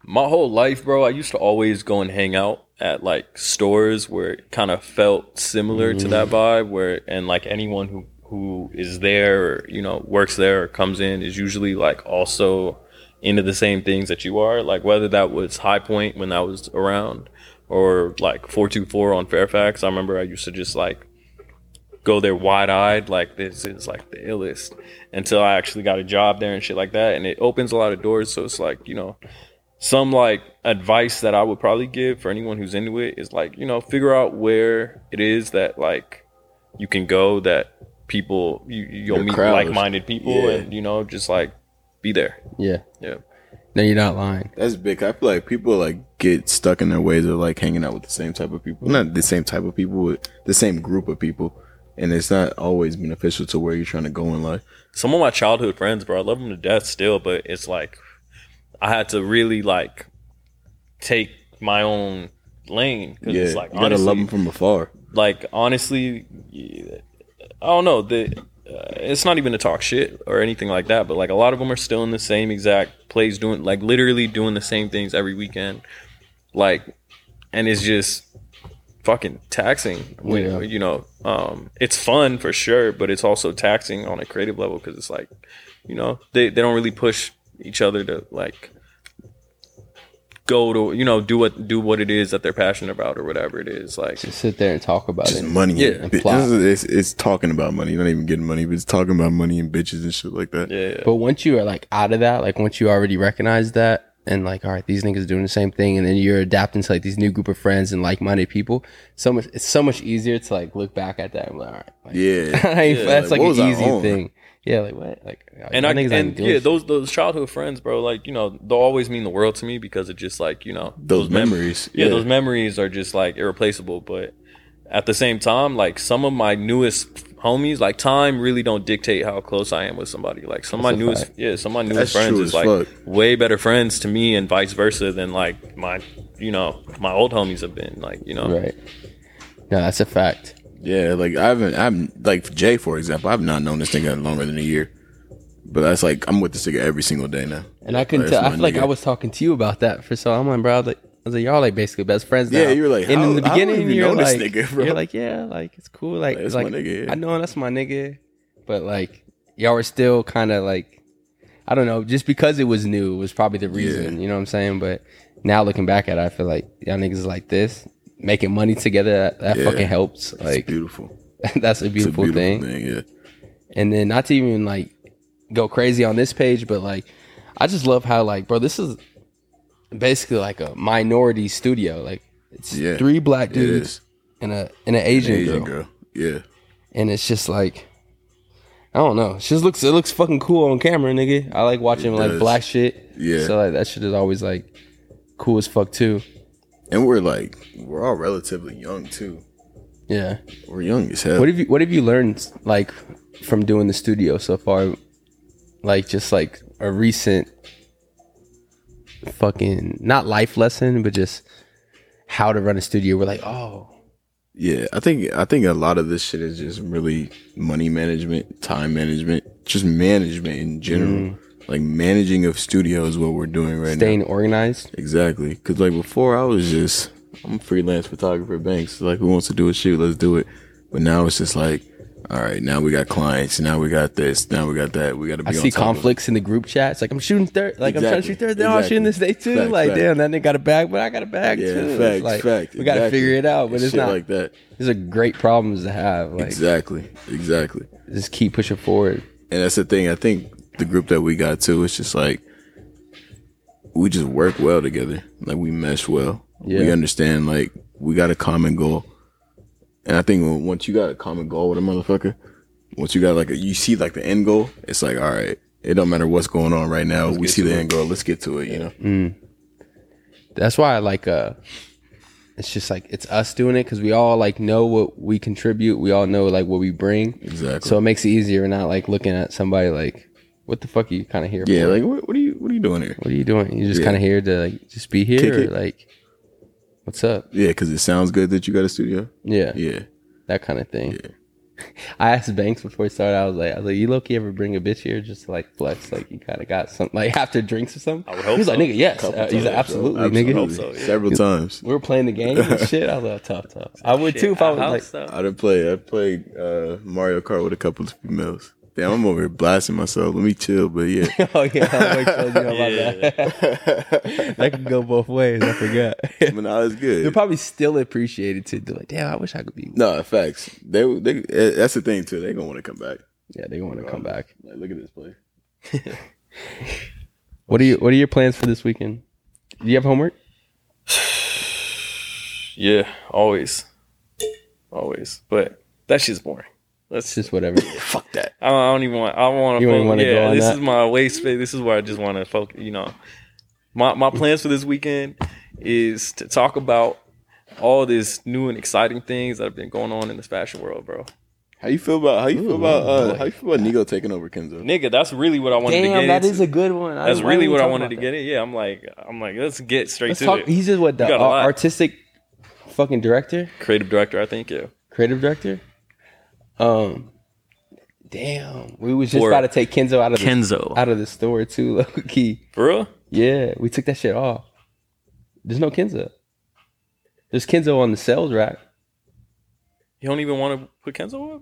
[SPEAKER 1] My whole life, bro, I used to always go and hang out at like stores where it kind of felt similar to that vibe where and like anyone who who is there or you know works there or comes in is usually like also into the same things that you are like whether that was high point when i was around or like 424 on fairfax i remember i used to just like go there wide-eyed like this is like the illest until i actually got a job there and shit like that and it opens a lot of doors so it's like you know some like advice that I would probably give for anyone who's into it is like, you know, figure out where it is that like you can go that people you you'll
[SPEAKER 3] Your
[SPEAKER 1] meet
[SPEAKER 3] crowd.
[SPEAKER 1] like minded people
[SPEAKER 3] Yeah.
[SPEAKER 1] and you know, just like be there.
[SPEAKER 2] Yeah.
[SPEAKER 1] Yeah.
[SPEAKER 2] No, you're not lying.
[SPEAKER 3] That's big. I feel like people like get stuck in their ways of like hanging out with the same type of people. Not the same type of people, but the same group of people. And it's not always beneficial to where you're trying to go in life.
[SPEAKER 1] Some of my childhood friends, bro, I love them to death still, but it's like I had to really like take my own lane because
[SPEAKER 3] Yeah,
[SPEAKER 1] it's like
[SPEAKER 3] you gotta love
[SPEAKER 1] honestly-
[SPEAKER 3] them from afar.
[SPEAKER 1] like honestly y- i don't know the uh, it's not even to talk shit or anything like that but like a lot of them are still in the same exact place doing like literally doing the same things every weekend like and it's just fucking taxing when
[SPEAKER 2] Yeah.
[SPEAKER 1] you know um it's fun for sure but it's also taxing on a creative level because it's like you know they, they don't really push each other to like go to you know do what do what it is that they're passionate about or whatever it is like
[SPEAKER 2] Just sit there and talk about
[SPEAKER 3] Just
[SPEAKER 2] it.
[SPEAKER 3] money.
[SPEAKER 1] Yeah,
[SPEAKER 3] and
[SPEAKER 2] and
[SPEAKER 3] bi-
[SPEAKER 2] plot.
[SPEAKER 3] this is- it's, it's talking about money. Not even getting money, but it's talking about money and bitches and shit like that.
[SPEAKER 1] yeah
[SPEAKER 2] But once you are like out of that, like once you already recognize that and like, all right, these niggas doing the same thing, and then you're adapting to like these new group of friends and like minded people, so much it's so much easier to like look back at that and be like, all right, like,
[SPEAKER 3] Yeah.
[SPEAKER 2] I ain't-
[SPEAKER 1] Yeah,
[SPEAKER 2] that's
[SPEAKER 3] like,
[SPEAKER 2] like,
[SPEAKER 3] what was I
[SPEAKER 2] an easy
[SPEAKER 3] on?
[SPEAKER 2] thing. Yeah, like what? Like
[SPEAKER 1] and
[SPEAKER 2] y'all
[SPEAKER 1] I
[SPEAKER 2] niggas ain't
[SPEAKER 1] and
[SPEAKER 2] doing
[SPEAKER 1] yeah,
[SPEAKER 2] shit.
[SPEAKER 1] those those childhood friends, bro. Like you know, they'll always mean the world to me because it just like you know
[SPEAKER 3] Those
[SPEAKER 1] mem-
[SPEAKER 3] memories.
[SPEAKER 1] yeah,
[SPEAKER 3] Yeah.
[SPEAKER 1] those memories are just like irreplaceable. But at the same time, like some of my newest homies, like time really don't dictate how close I am with somebody. Like some of my
[SPEAKER 2] That's a
[SPEAKER 1] newest,
[SPEAKER 2] fact.
[SPEAKER 1] yeah, some of my newest
[SPEAKER 3] That's
[SPEAKER 1] friends
[SPEAKER 3] true
[SPEAKER 1] is
[SPEAKER 3] as
[SPEAKER 1] like
[SPEAKER 3] fuck.
[SPEAKER 1] way better friends to me, and vice versa than like my you know my old homies have been. Like you know,
[SPEAKER 2] right. No, that's a fact.
[SPEAKER 3] Yeah, like I haven't. I'm like Jay, for example. I've not known this nigga longer than a year, but that's like I'm with this nigga every single day now.
[SPEAKER 2] And I couldn't
[SPEAKER 3] That's
[SPEAKER 2] tell. I
[SPEAKER 3] my
[SPEAKER 2] feel like
[SPEAKER 3] nigga.
[SPEAKER 2] I was talking to you about that for so. I'm like, bro, I was like, I was like y'all like basically best friends. Now.
[SPEAKER 3] Yeah, you were like,
[SPEAKER 2] and
[SPEAKER 3] how-
[SPEAKER 2] in the
[SPEAKER 3] how do you
[SPEAKER 2] beginning,
[SPEAKER 3] even
[SPEAKER 2] you're
[SPEAKER 3] know this
[SPEAKER 2] like,
[SPEAKER 3] nigga, bro?
[SPEAKER 2] you're like, yeah, like it's cool. Like,
[SPEAKER 3] That's
[SPEAKER 2] it's
[SPEAKER 3] my
[SPEAKER 2] like
[SPEAKER 3] nigga, yeah.
[SPEAKER 2] I know that's my nigga, but like y'all were still kind of like, I don't know, just because it was new was probably the reason. You know what I'm saying? But now looking back at it, I feel like y'all niggas like this making money together. That, that
[SPEAKER 3] Yeah.
[SPEAKER 2] fucking helps.
[SPEAKER 3] It's
[SPEAKER 2] Like
[SPEAKER 3] beautiful.
[SPEAKER 2] that's a
[SPEAKER 3] It's a
[SPEAKER 2] beautiful, thing
[SPEAKER 3] Yeah,
[SPEAKER 2] and then not to even like go crazy on this page, but like I just love how like bro, this is basically like a minority studio. Like it's
[SPEAKER 3] Yeah,
[SPEAKER 2] three black
[SPEAKER 3] it
[SPEAKER 2] dudes
[SPEAKER 3] is.
[SPEAKER 2] and a and an Asian,
[SPEAKER 3] Asian
[SPEAKER 2] girl.
[SPEAKER 3] girl. Yeah,
[SPEAKER 2] and it's just like I don't know. It just looks it looks fucking cool on camera, nigga. I like watching
[SPEAKER 3] It
[SPEAKER 2] like
[SPEAKER 3] does.
[SPEAKER 2] black shit.
[SPEAKER 3] Yeah.
[SPEAKER 2] So like that shit is always like cool as fuck too.
[SPEAKER 3] and we're like we're all relatively young too.
[SPEAKER 2] Yeah.
[SPEAKER 3] We're young as hell.
[SPEAKER 2] What have you What have you learned like from doing the studio so far? Like just like a recent fucking not life lesson, but just how to run a studio. We're like, oh,
[SPEAKER 3] yeah, I think I think a lot of this shit is just really money management, time management, just management in general. Like managing of studio is what we're doing right now.
[SPEAKER 2] Mm. staying organized.
[SPEAKER 3] Exactly. Because, like, before I was just, I'm a freelance photographer, Banks. Like, who wants to do a shoot? Let's do it. But now it's just like, all right, now we got clients. Now we got this. Now we got that. We got to
[SPEAKER 2] I
[SPEAKER 3] be on
[SPEAKER 2] see
[SPEAKER 3] top of it.
[SPEAKER 2] conflicts in the group chats. Like I'm shooting third. Like I'm trying to
[SPEAKER 3] Exactly.
[SPEAKER 2] shoot third. They're all
[SPEAKER 3] Exactly.
[SPEAKER 2] shooting this day too.
[SPEAKER 3] Fact,
[SPEAKER 2] like
[SPEAKER 3] fact.
[SPEAKER 2] damn, that nigga got a bag, but I got a bag
[SPEAKER 3] Yeah,
[SPEAKER 2] too. It's
[SPEAKER 3] fact,
[SPEAKER 2] like,
[SPEAKER 3] fact.
[SPEAKER 2] We got to
[SPEAKER 3] exactly.
[SPEAKER 2] figure it out, but it's
[SPEAKER 3] Shit
[SPEAKER 2] not.
[SPEAKER 3] like that.
[SPEAKER 2] these are great problems to have. Like
[SPEAKER 3] Exactly. Exactly.
[SPEAKER 2] just keep pushing forward.
[SPEAKER 3] And that's the thing. I think the group that we got to, it's just like we just work well together. Like we mesh well.
[SPEAKER 2] Yeah.
[SPEAKER 3] We understand like we got a common goal. And I think when- once you got a common goal with a motherfucker, once you got like a, you see like the end goal, it's like, all right, it don't matter what's going on right now. we see the end goal. Let's get to it, you know?
[SPEAKER 2] Mm-hmm. That's why I like uh it's just like it's us doing it because we all like know what we contribute. We all know like what we bring.
[SPEAKER 3] Exactly.
[SPEAKER 2] So it makes it easier. We're not like looking at somebody like, what the fuck are you kind of here?
[SPEAKER 3] yeah.
[SPEAKER 2] for?
[SPEAKER 3] Like, what, what are you, what are you doing here?
[SPEAKER 2] what are you doing? You just
[SPEAKER 3] Yeah.
[SPEAKER 2] kind of here to like just be here,
[SPEAKER 3] Kick
[SPEAKER 2] or,
[SPEAKER 3] it.
[SPEAKER 2] like what's up?
[SPEAKER 3] Yeah. Cause it sounds good that you got a studio.
[SPEAKER 2] Yeah,
[SPEAKER 3] Yeah.
[SPEAKER 2] that kind of thing. I asked Banks before he started. I was like, I was like, you low-key ever bring a bitch here just to like flex? Like you kind of got some like after drinks or something.
[SPEAKER 1] I would hope
[SPEAKER 2] He was like,
[SPEAKER 1] so.
[SPEAKER 2] nigga, yes.
[SPEAKER 3] Couple
[SPEAKER 2] Uh, he's like,
[SPEAKER 3] times,
[SPEAKER 2] absolutely,
[SPEAKER 3] bro.
[SPEAKER 2] nigga.
[SPEAKER 1] Hope so, yeah.
[SPEAKER 3] Several times.
[SPEAKER 2] We were playing the game and shit. I was like, tough, tough. I would too if I was like,
[SPEAKER 3] I done play. I played uh, Mario Kart with a couple of females. Damn, I'm over here blasting myself. Let me chill, but yeah.
[SPEAKER 2] oh yeah, I always told you about
[SPEAKER 1] Yeah.
[SPEAKER 2] that. that could go both ways. I forgot.
[SPEAKER 3] but nah, it's good.
[SPEAKER 2] They'll probably still appreciate it too. They're like, damn, I wish I could be.
[SPEAKER 3] No, facts. They, they eh, that's the thing too. They gonna want to come back.
[SPEAKER 2] Yeah, they want to come back.
[SPEAKER 3] Like, look at this place.
[SPEAKER 2] What are you? What are your plans for this weekend? Do you have homework?
[SPEAKER 1] Yeah, always, always. But that shit's boring.
[SPEAKER 2] It's
[SPEAKER 1] That's
[SPEAKER 2] just whatever.
[SPEAKER 3] Fuck that.
[SPEAKER 1] I don't, I don't even want. I don't want
[SPEAKER 2] You
[SPEAKER 1] to.
[SPEAKER 2] don't
[SPEAKER 1] Focus.
[SPEAKER 2] wanna
[SPEAKER 1] Yeah,
[SPEAKER 2] go on
[SPEAKER 1] this is
[SPEAKER 2] that?
[SPEAKER 1] my waste space. This is where I just want to focus. You know, my my plans for this weekend is to talk about all this new and exciting things that have been going on in this fashion world, bro.
[SPEAKER 3] How you feel about how you feel
[SPEAKER 2] Ooh,
[SPEAKER 3] about uh,
[SPEAKER 2] boy.
[SPEAKER 3] how you feel about Nigo taking over Kenzo?
[SPEAKER 1] Nigga, that's really what I wanted to
[SPEAKER 2] damn,
[SPEAKER 1] get
[SPEAKER 2] that
[SPEAKER 1] into.
[SPEAKER 2] is a good one. I
[SPEAKER 1] that's
[SPEAKER 2] didn't- why didn't
[SPEAKER 1] really
[SPEAKER 2] we
[SPEAKER 1] what I
[SPEAKER 2] talk
[SPEAKER 1] wanted
[SPEAKER 2] about
[SPEAKER 1] to
[SPEAKER 2] that?
[SPEAKER 1] get in. Yeah, I'm like, I'm like, let's get straight
[SPEAKER 2] Let's
[SPEAKER 1] to
[SPEAKER 2] talk.
[SPEAKER 1] it.
[SPEAKER 2] He's just what the
[SPEAKER 1] You got a
[SPEAKER 2] ar-
[SPEAKER 1] lot.
[SPEAKER 2] artistic, fucking director,
[SPEAKER 1] Creative director, I think. Yeah,
[SPEAKER 2] creative director. Um, damn, we was just
[SPEAKER 1] Or
[SPEAKER 2] about to take Kenzo out of the,
[SPEAKER 1] Kenzo.
[SPEAKER 2] out of the store too, low key.
[SPEAKER 1] for real.
[SPEAKER 2] Yeah, we took that shit off. There's no Kenzo. There's Kenzo on the sales rack.
[SPEAKER 1] You don't even want to put Kenzo up.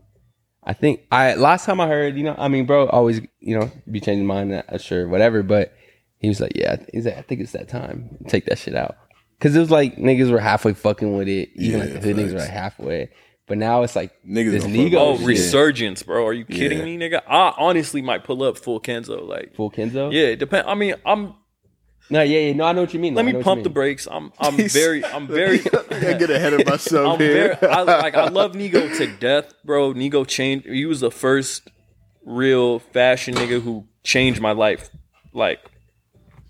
[SPEAKER 2] I think I last time I heard, you know, I mean, bro, always, you know, be changing mind, uh, sure, whatever. But he was like, yeah, I th- he's like, I think it's that time. Take that shit out, because it was like niggas were halfway fucking with it, even
[SPEAKER 3] Yeah,
[SPEAKER 2] like the hood niggas were like
[SPEAKER 3] facts.
[SPEAKER 2] halfway. But now it's like
[SPEAKER 3] Niggas
[SPEAKER 2] this
[SPEAKER 3] don't fuck
[SPEAKER 2] Nigo,
[SPEAKER 1] Oh,
[SPEAKER 3] Oh, shit.
[SPEAKER 1] resurgence, bro. Are you kidding
[SPEAKER 3] Yeah.
[SPEAKER 1] me, nigga? I honestly might pull up full Kenzo. Like,
[SPEAKER 2] full Kenzo.
[SPEAKER 1] yeah, it depend. I mean, I'm.
[SPEAKER 2] No, yeah, yeah, no, I know what you mean.
[SPEAKER 1] Let
[SPEAKER 2] though. I know
[SPEAKER 1] me
[SPEAKER 2] what
[SPEAKER 1] pump
[SPEAKER 2] you
[SPEAKER 1] the
[SPEAKER 2] mean.
[SPEAKER 1] brakes. I'm. I'm very. I'm very.
[SPEAKER 3] I get ahead of myself
[SPEAKER 1] I'm
[SPEAKER 3] here.
[SPEAKER 1] very. I, like. I love Nigo to death, bro. Nigo changed. He was the first real fashion nigga who changed my life, like,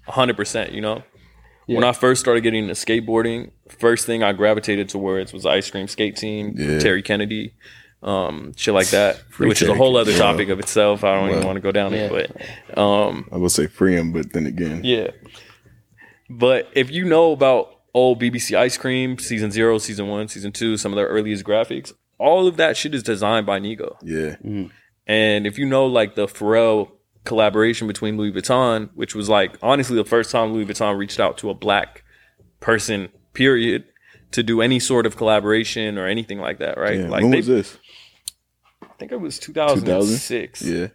[SPEAKER 1] hundred percent. You know. When
[SPEAKER 2] Yeah.
[SPEAKER 1] I first started getting into skateboarding, first thing I gravitated towards was the ice cream skate team,
[SPEAKER 3] Yeah.
[SPEAKER 1] Terry Kennedy, um, shit like that,
[SPEAKER 3] Free
[SPEAKER 1] which is a
[SPEAKER 3] Terry
[SPEAKER 1] whole other
[SPEAKER 3] Kennedy.
[SPEAKER 1] topic of itself. I don't even
[SPEAKER 3] Wow.
[SPEAKER 1] want to go down
[SPEAKER 2] Yeah.
[SPEAKER 1] it, but um,
[SPEAKER 3] I will say free him, but then again,
[SPEAKER 1] yeah. But if you know about old BBC Ice Cream, season zero, season one, season two, some of their earliest graphics, all of that shit is designed by Nigo.
[SPEAKER 3] yeah,
[SPEAKER 1] And if you know like the Pharrell collaboration between Louis Vuitton, which was like honestly the first time Louis Vuitton reached out to a black person, period, to do any sort of collaboration or anything like that, right?
[SPEAKER 3] Damn,
[SPEAKER 1] like
[SPEAKER 3] when
[SPEAKER 1] they,
[SPEAKER 3] was this?
[SPEAKER 1] I think it was 2006.
[SPEAKER 3] Yeah,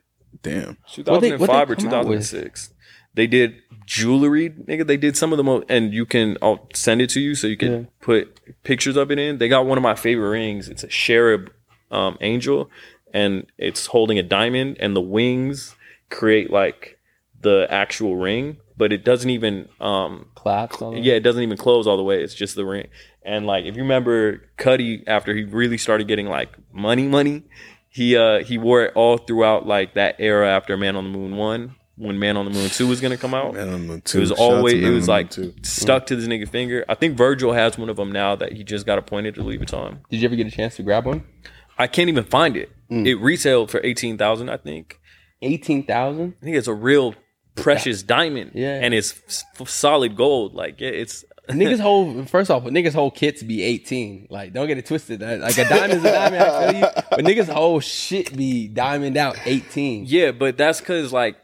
[SPEAKER 3] damn.
[SPEAKER 2] What they-
[SPEAKER 1] 2005
[SPEAKER 2] what they
[SPEAKER 1] or
[SPEAKER 2] come out with?
[SPEAKER 1] 2006. They did jewelry, nigga. They did some of the most, and you can. I'll send it to you so you can
[SPEAKER 2] Yeah.
[SPEAKER 1] put pictures of it in. They got one of my favorite rings. It's a cherub um, angel, and it's holding a diamond, and the wings create like the actual ring, but it doesn't even um,
[SPEAKER 2] claps on.
[SPEAKER 1] yeah, it doesn't even close all the way. It's just the ring. And like if you remember Cuddy after he really started getting like money money, he uh he wore it all throughout like that era after Man on the Moon 1, when Man on the Moon 2 was going to come out.
[SPEAKER 3] Man on the moon
[SPEAKER 1] It
[SPEAKER 3] too.
[SPEAKER 1] was
[SPEAKER 3] Shout out to
[SPEAKER 1] always
[SPEAKER 3] Man
[SPEAKER 1] it
[SPEAKER 3] on
[SPEAKER 1] was
[SPEAKER 3] the Moon
[SPEAKER 1] like
[SPEAKER 3] too.
[SPEAKER 1] stuck to this nigga finger. I think Virgil has one of them now that he just got appointed to Louis Vuitton.
[SPEAKER 2] Did you ever get a chance to grab one?
[SPEAKER 1] I can't even find it.
[SPEAKER 3] Mm.
[SPEAKER 1] It retailed for 18,000, I think.
[SPEAKER 2] Eighteen thousand.
[SPEAKER 1] I think it's a real precious diamond
[SPEAKER 2] Yeah.
[SPEAKER 1] and it's f- f- solid gold like yeah, it's
[SPEAKER 2] Niggas whole first off, but niggas whole kits be eighteen. Like, don't get it twisted. That- Like a diamond's a diamond, I feel you. But niggas whole shit be diamond out eighteen.
[SPEAKER 1] Yeah, but that's because like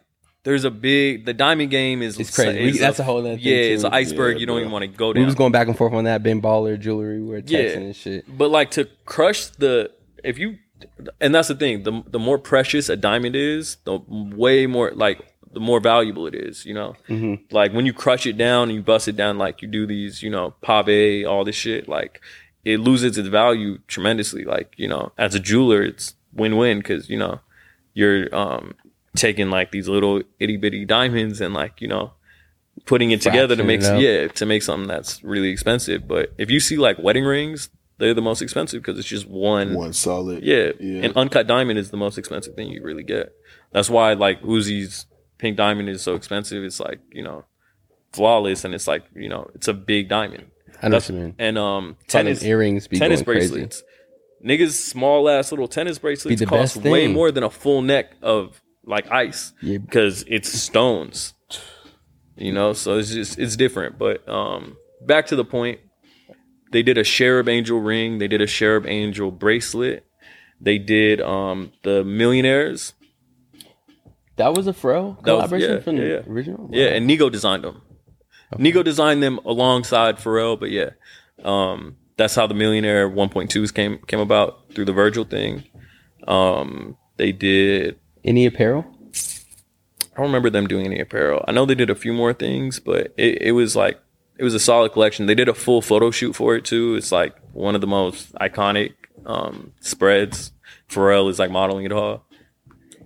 [SPEAKER 1] there's a big the diamond game is
[SPEAKER 2] It's crazy.
[SPEAKER 1] is
[SPEAKER 2] We- that's a whole other thing,
[SPEAKER 1] yeah, it's
[SPEAKER 2] too.
[SPEAKER 1] an iceberg.
[SPEAKER 3] Yeah,
[SPEAKER 1] you don't
[SPEAKER 3] bro.
[SPEAKER 1] even want to go
[SPEAKER 2] We
[SPEAKER 1] down.
[SPEAKER 2] was going back and forth on that Ben Baller jewelry. We were texting
[SPEAKER 1] Yeah.
[SPEAKER 2] and shit.
[SPEAKER 1] but like to crush the if you and that's the thing the the more precious a diamond is, the way more like the more valuable it is. You know,
[SPEAKER 2] Mm-hmm.
[SPEAKER 1] like when you crush it down and you bust it down, like you do these, you know, pave all this shit, like it loses its value tremendously. Like you know, as a jeweler, it's win win because you know you're um taking like these little itty bitty diamonds and like you know putting it together to
[SPEAKER 2] Fraction
[SPEAKER 1] make
[SPEAKER 2] it up.
[SPEAKER 1] yeah to make something that's really expensive but if you see like wedding rings They're the most expensive because it's just one.
[SPEAKER 3] One solid.
[SPEAKER 1] Yeah.
[SPEAKER 3] Yeah.
[SPEAKER 1] And uncut diamond is the most expensive thing you really get. That's why like Uzi's pink diamond is so expensive. It's like, you know, flawless and it's like, you know, it's a big diamond.
[SPEAKER 2] I know
[SPEAKER 1] That's-
[SPEAKER 2] what you mean.
[SPEAKER 1] And um
[SPEAKER 2] Tennis
[SPEAKER 1] tennis
[SPEAKER 2] earrings be
[SPEAKER 1] tennis
[SPEAKER 2] going crazy.
[SPEAKER 1] bracelets. Niggas small ass little tennis bracelets
[SPEAKER 2] the
[SPEAKER 1] cost
[SPEAKER 2] best
[SPEAKER 1] way
[SPEAKER 2] thing.
[SPEAKER 1] more than a full neck of like ice
[SPEAKER 2] Yeah.
[SPEAKER 1] because it's stones. You know, so it's just it's different. But um back to the point. They did a cherub angel ring, they did a cherub angel bracelet, they did um the millionaires.
[SPEAKER 2] That was a Pharrell
[SPEAKER 1] That was-
[SPEAKER 2] collaboration
[SPEAKER 1] yeah,
[SPEAKER 2] from the
[SPEAKER 1] yeah, yeah.
[SPEAKER 2] original.
[SPEAKER 1] Yeah, and Nigo designed them. Nigo designed them alongside Pharrell, but yeah, um, that's how the Millionaire 1.2s came came about through the Virgil thing. Um, they did.
[SPEAKER 2] Any apparel?
[SPEAKER 1] I don't remember them doing any apparel. I know they did a few more things, but it, it was like it was a solid collection. They did a full photo shoot for it too. It's like one of the most iconic um, spreads. Pharrell is like modeling it all.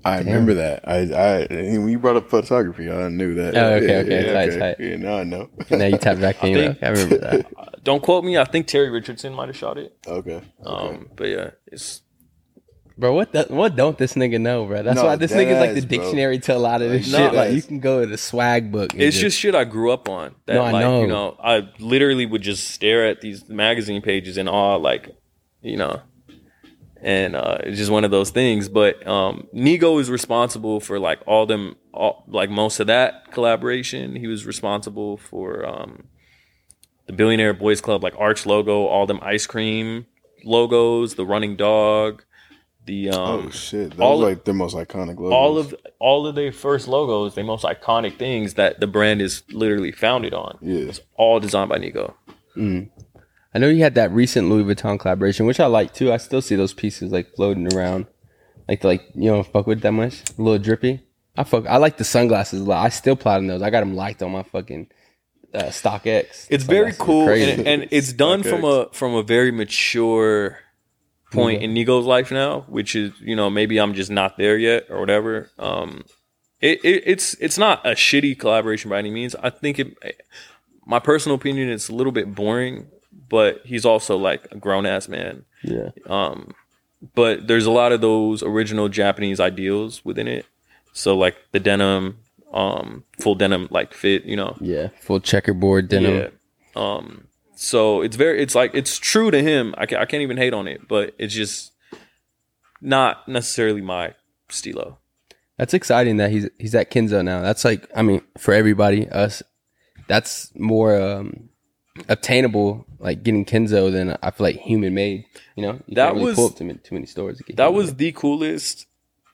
[SPEAKER 3] I remember that. I, I, and when you brought up photography, I knew that.
[SPEAKER 2] Oh, okay, okay, tight, tight.
[SPEAKER 3] Yeah, now I know.
[SPEAKER 2] Now you tap back in.
[SPEAKER 1] think-
[SPEAKER 2] I remember that.
[SPEAKER 1] Don't quote me. I think Terry Richardson might have shot it.
[SPEAKER 3] okay. okay.
[SPEAKER 1] Um, but yeah, it's
[SPEAKER 2] Bro, what the, what don't this nigga know, bro? That's
[SPEAKER 3] No,
[SPEAKER 2] why this
[SPEAKER 3] dead
[SPEAKER 2] nigga's like the
[SPEAKER 3] ass, bro.
[SPEAKER 2] dictionary to a lot of this
[SPEAKER 1] No,
[SPEAKER 2] shit. Like
[SPEAKER 3] ass.
[SPEAKER 2] you can go to the swag book. and
[SPEAKER 1] it's just shit I grew up on. That
[SPEAKER 2] No, I
[SPEAKER 1] like you
[SPEAKER 2] know.
[SPEAKER 1] know, I literally would just stare at these magazine pages in awe, like, you know. And uh, it's just one of those things. But um Nigo is responsible for like all them all, like most of that collaboration. He was responsible for um the Billionaire Boys Club, like Arch logo, all them ice cream logos, the running dog, the um
[SPEAKER 3] oh shit! That
[SPEAKER 1] all
[SPEAKER 3] was
[SPEAKER 1] of-
[SPEAKER 3] like the most iconic logo.
[SPEAKER 1] all of all of their first logos, their most iconic things that the brand is literally founded on,
[SPEAKER 3] yeah.
[SPEAKER 1] all designed by Nico.
[SPEAKER 2] I know you had that recent Louis Vuitton collaboration, which I like too. I still see those pieces like floating around. Like like you don't fuck with that much. A little drippy. I fuck. I like the sunglasses a lot. I still plot on those. I got them liked on my fucking uh, StockX.
[SPEAKER 1] It's very
[SPEAKER 2] Sunglasses are
[SPEAKER 1] cool,
[SPEAKER 2] crazy.
[SPEAKER 1] and, and it's done from a from a very mature point in Nico's life now, which is you know maybe I'm just not there yet or whatever. Um, it, it it's it's not a shitty collaboration by any means. I think it, my personal opinion, it's a little bit boring, but he's also like a grown ass man.
[SPEAKER 2] yeah.
[SPEAKER 1] Um, but there's a lot of those original Japanese ideals within it. So like the denim, um, full denim like fit, you know.
[SPEAKER 2] Yeah. Full checkerboard denim.
[SPEAKER 1] Yeah. Um, so it's very, it's like it's true to him. I can't, I can't even hate on it, but it's just not necessarily my stilo.
[SPEAKER 2] That's exciting that he's he's at Kenzo now. That's like I mean for everybody us, that's more um, obtainable. Like getting Kenzo than I feel like human made. You know, you
[SPEAKER 1] That
[SPEAKER 2] can't really
[SPEAKER 1] was-
[SPEAKER 2] pull up too many, too many stores. to get
[SPEAKER 1] That
[SPEAKER 2] Human
[SPEAKER 1] was the coolest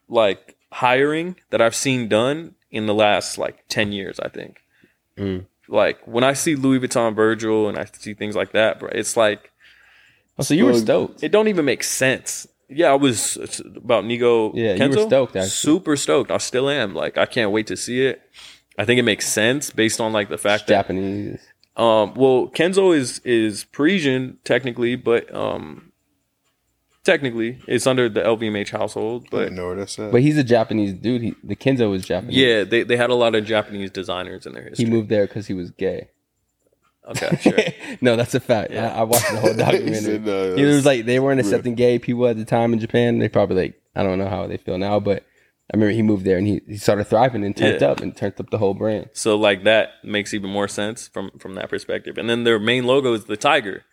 [SPEAKER 1] like hiring that I've seen done in the last like 10 years, I think.
[SPEAKER 2] Mm.
[SPEAKER 1] Like when I see Louis Vuitton Virgil and I see things like that, bro, it's like
[SPEAKER 2] Made. Oh, so you were
[SPEAKER 3] Well,
[SPEAKER 2] stoked.
[SPEAKER 1] It don't even make sense. Yeah, I was it's about Nigo.
[SPEAKER 2] Yeah, you were
[SPEAKER 1] Kenzo,
[SPEAKER 2] stoked, actually.
[SPEAKER 1] Super stoked. I still am. Like, I can't wait to see it. I think it makes sense based on like the fact that
[SPEAKER 2] Japanese.
[SPEAKER 1] um, well, Kenzo is is Parisian technically, but um, technically it's under the LVMH household.
[SPEAKER 3] I
[SPEAKER 1] But
[SPEAKER 2] Mm-hmm.
[SPEAKER 3] didn't know where that's at.
[SPEAKER 2] But he's a Japanese dude. He, the Kenzo was Japanese.
[SPEAKER 1] yeah, they, they had a lot of Japanese designers in their
[SPEAKER 2] He
[SPEAKER 1] history.
[SPEAKER 2] moved there because he was gay.
[SPEAKER 1] Okay, sure.
[SPEAKER 2] no, that's a fact. I, I watched the whole documentary.
[SPEAKER 3] uh,
[SPEAKER 2] It was like they weren't accepting gay people at the time in Japan. They probably like I don't know how they feel now, but I remember he moved there and he, he started thriving and turned
[SPEAKER 1] Yeah.
[SPEAKER 2] up and turned up the whole brand.
[SPEAKER 1] So like that makes even more sense from from that perspective. And then their main logo is the tiger.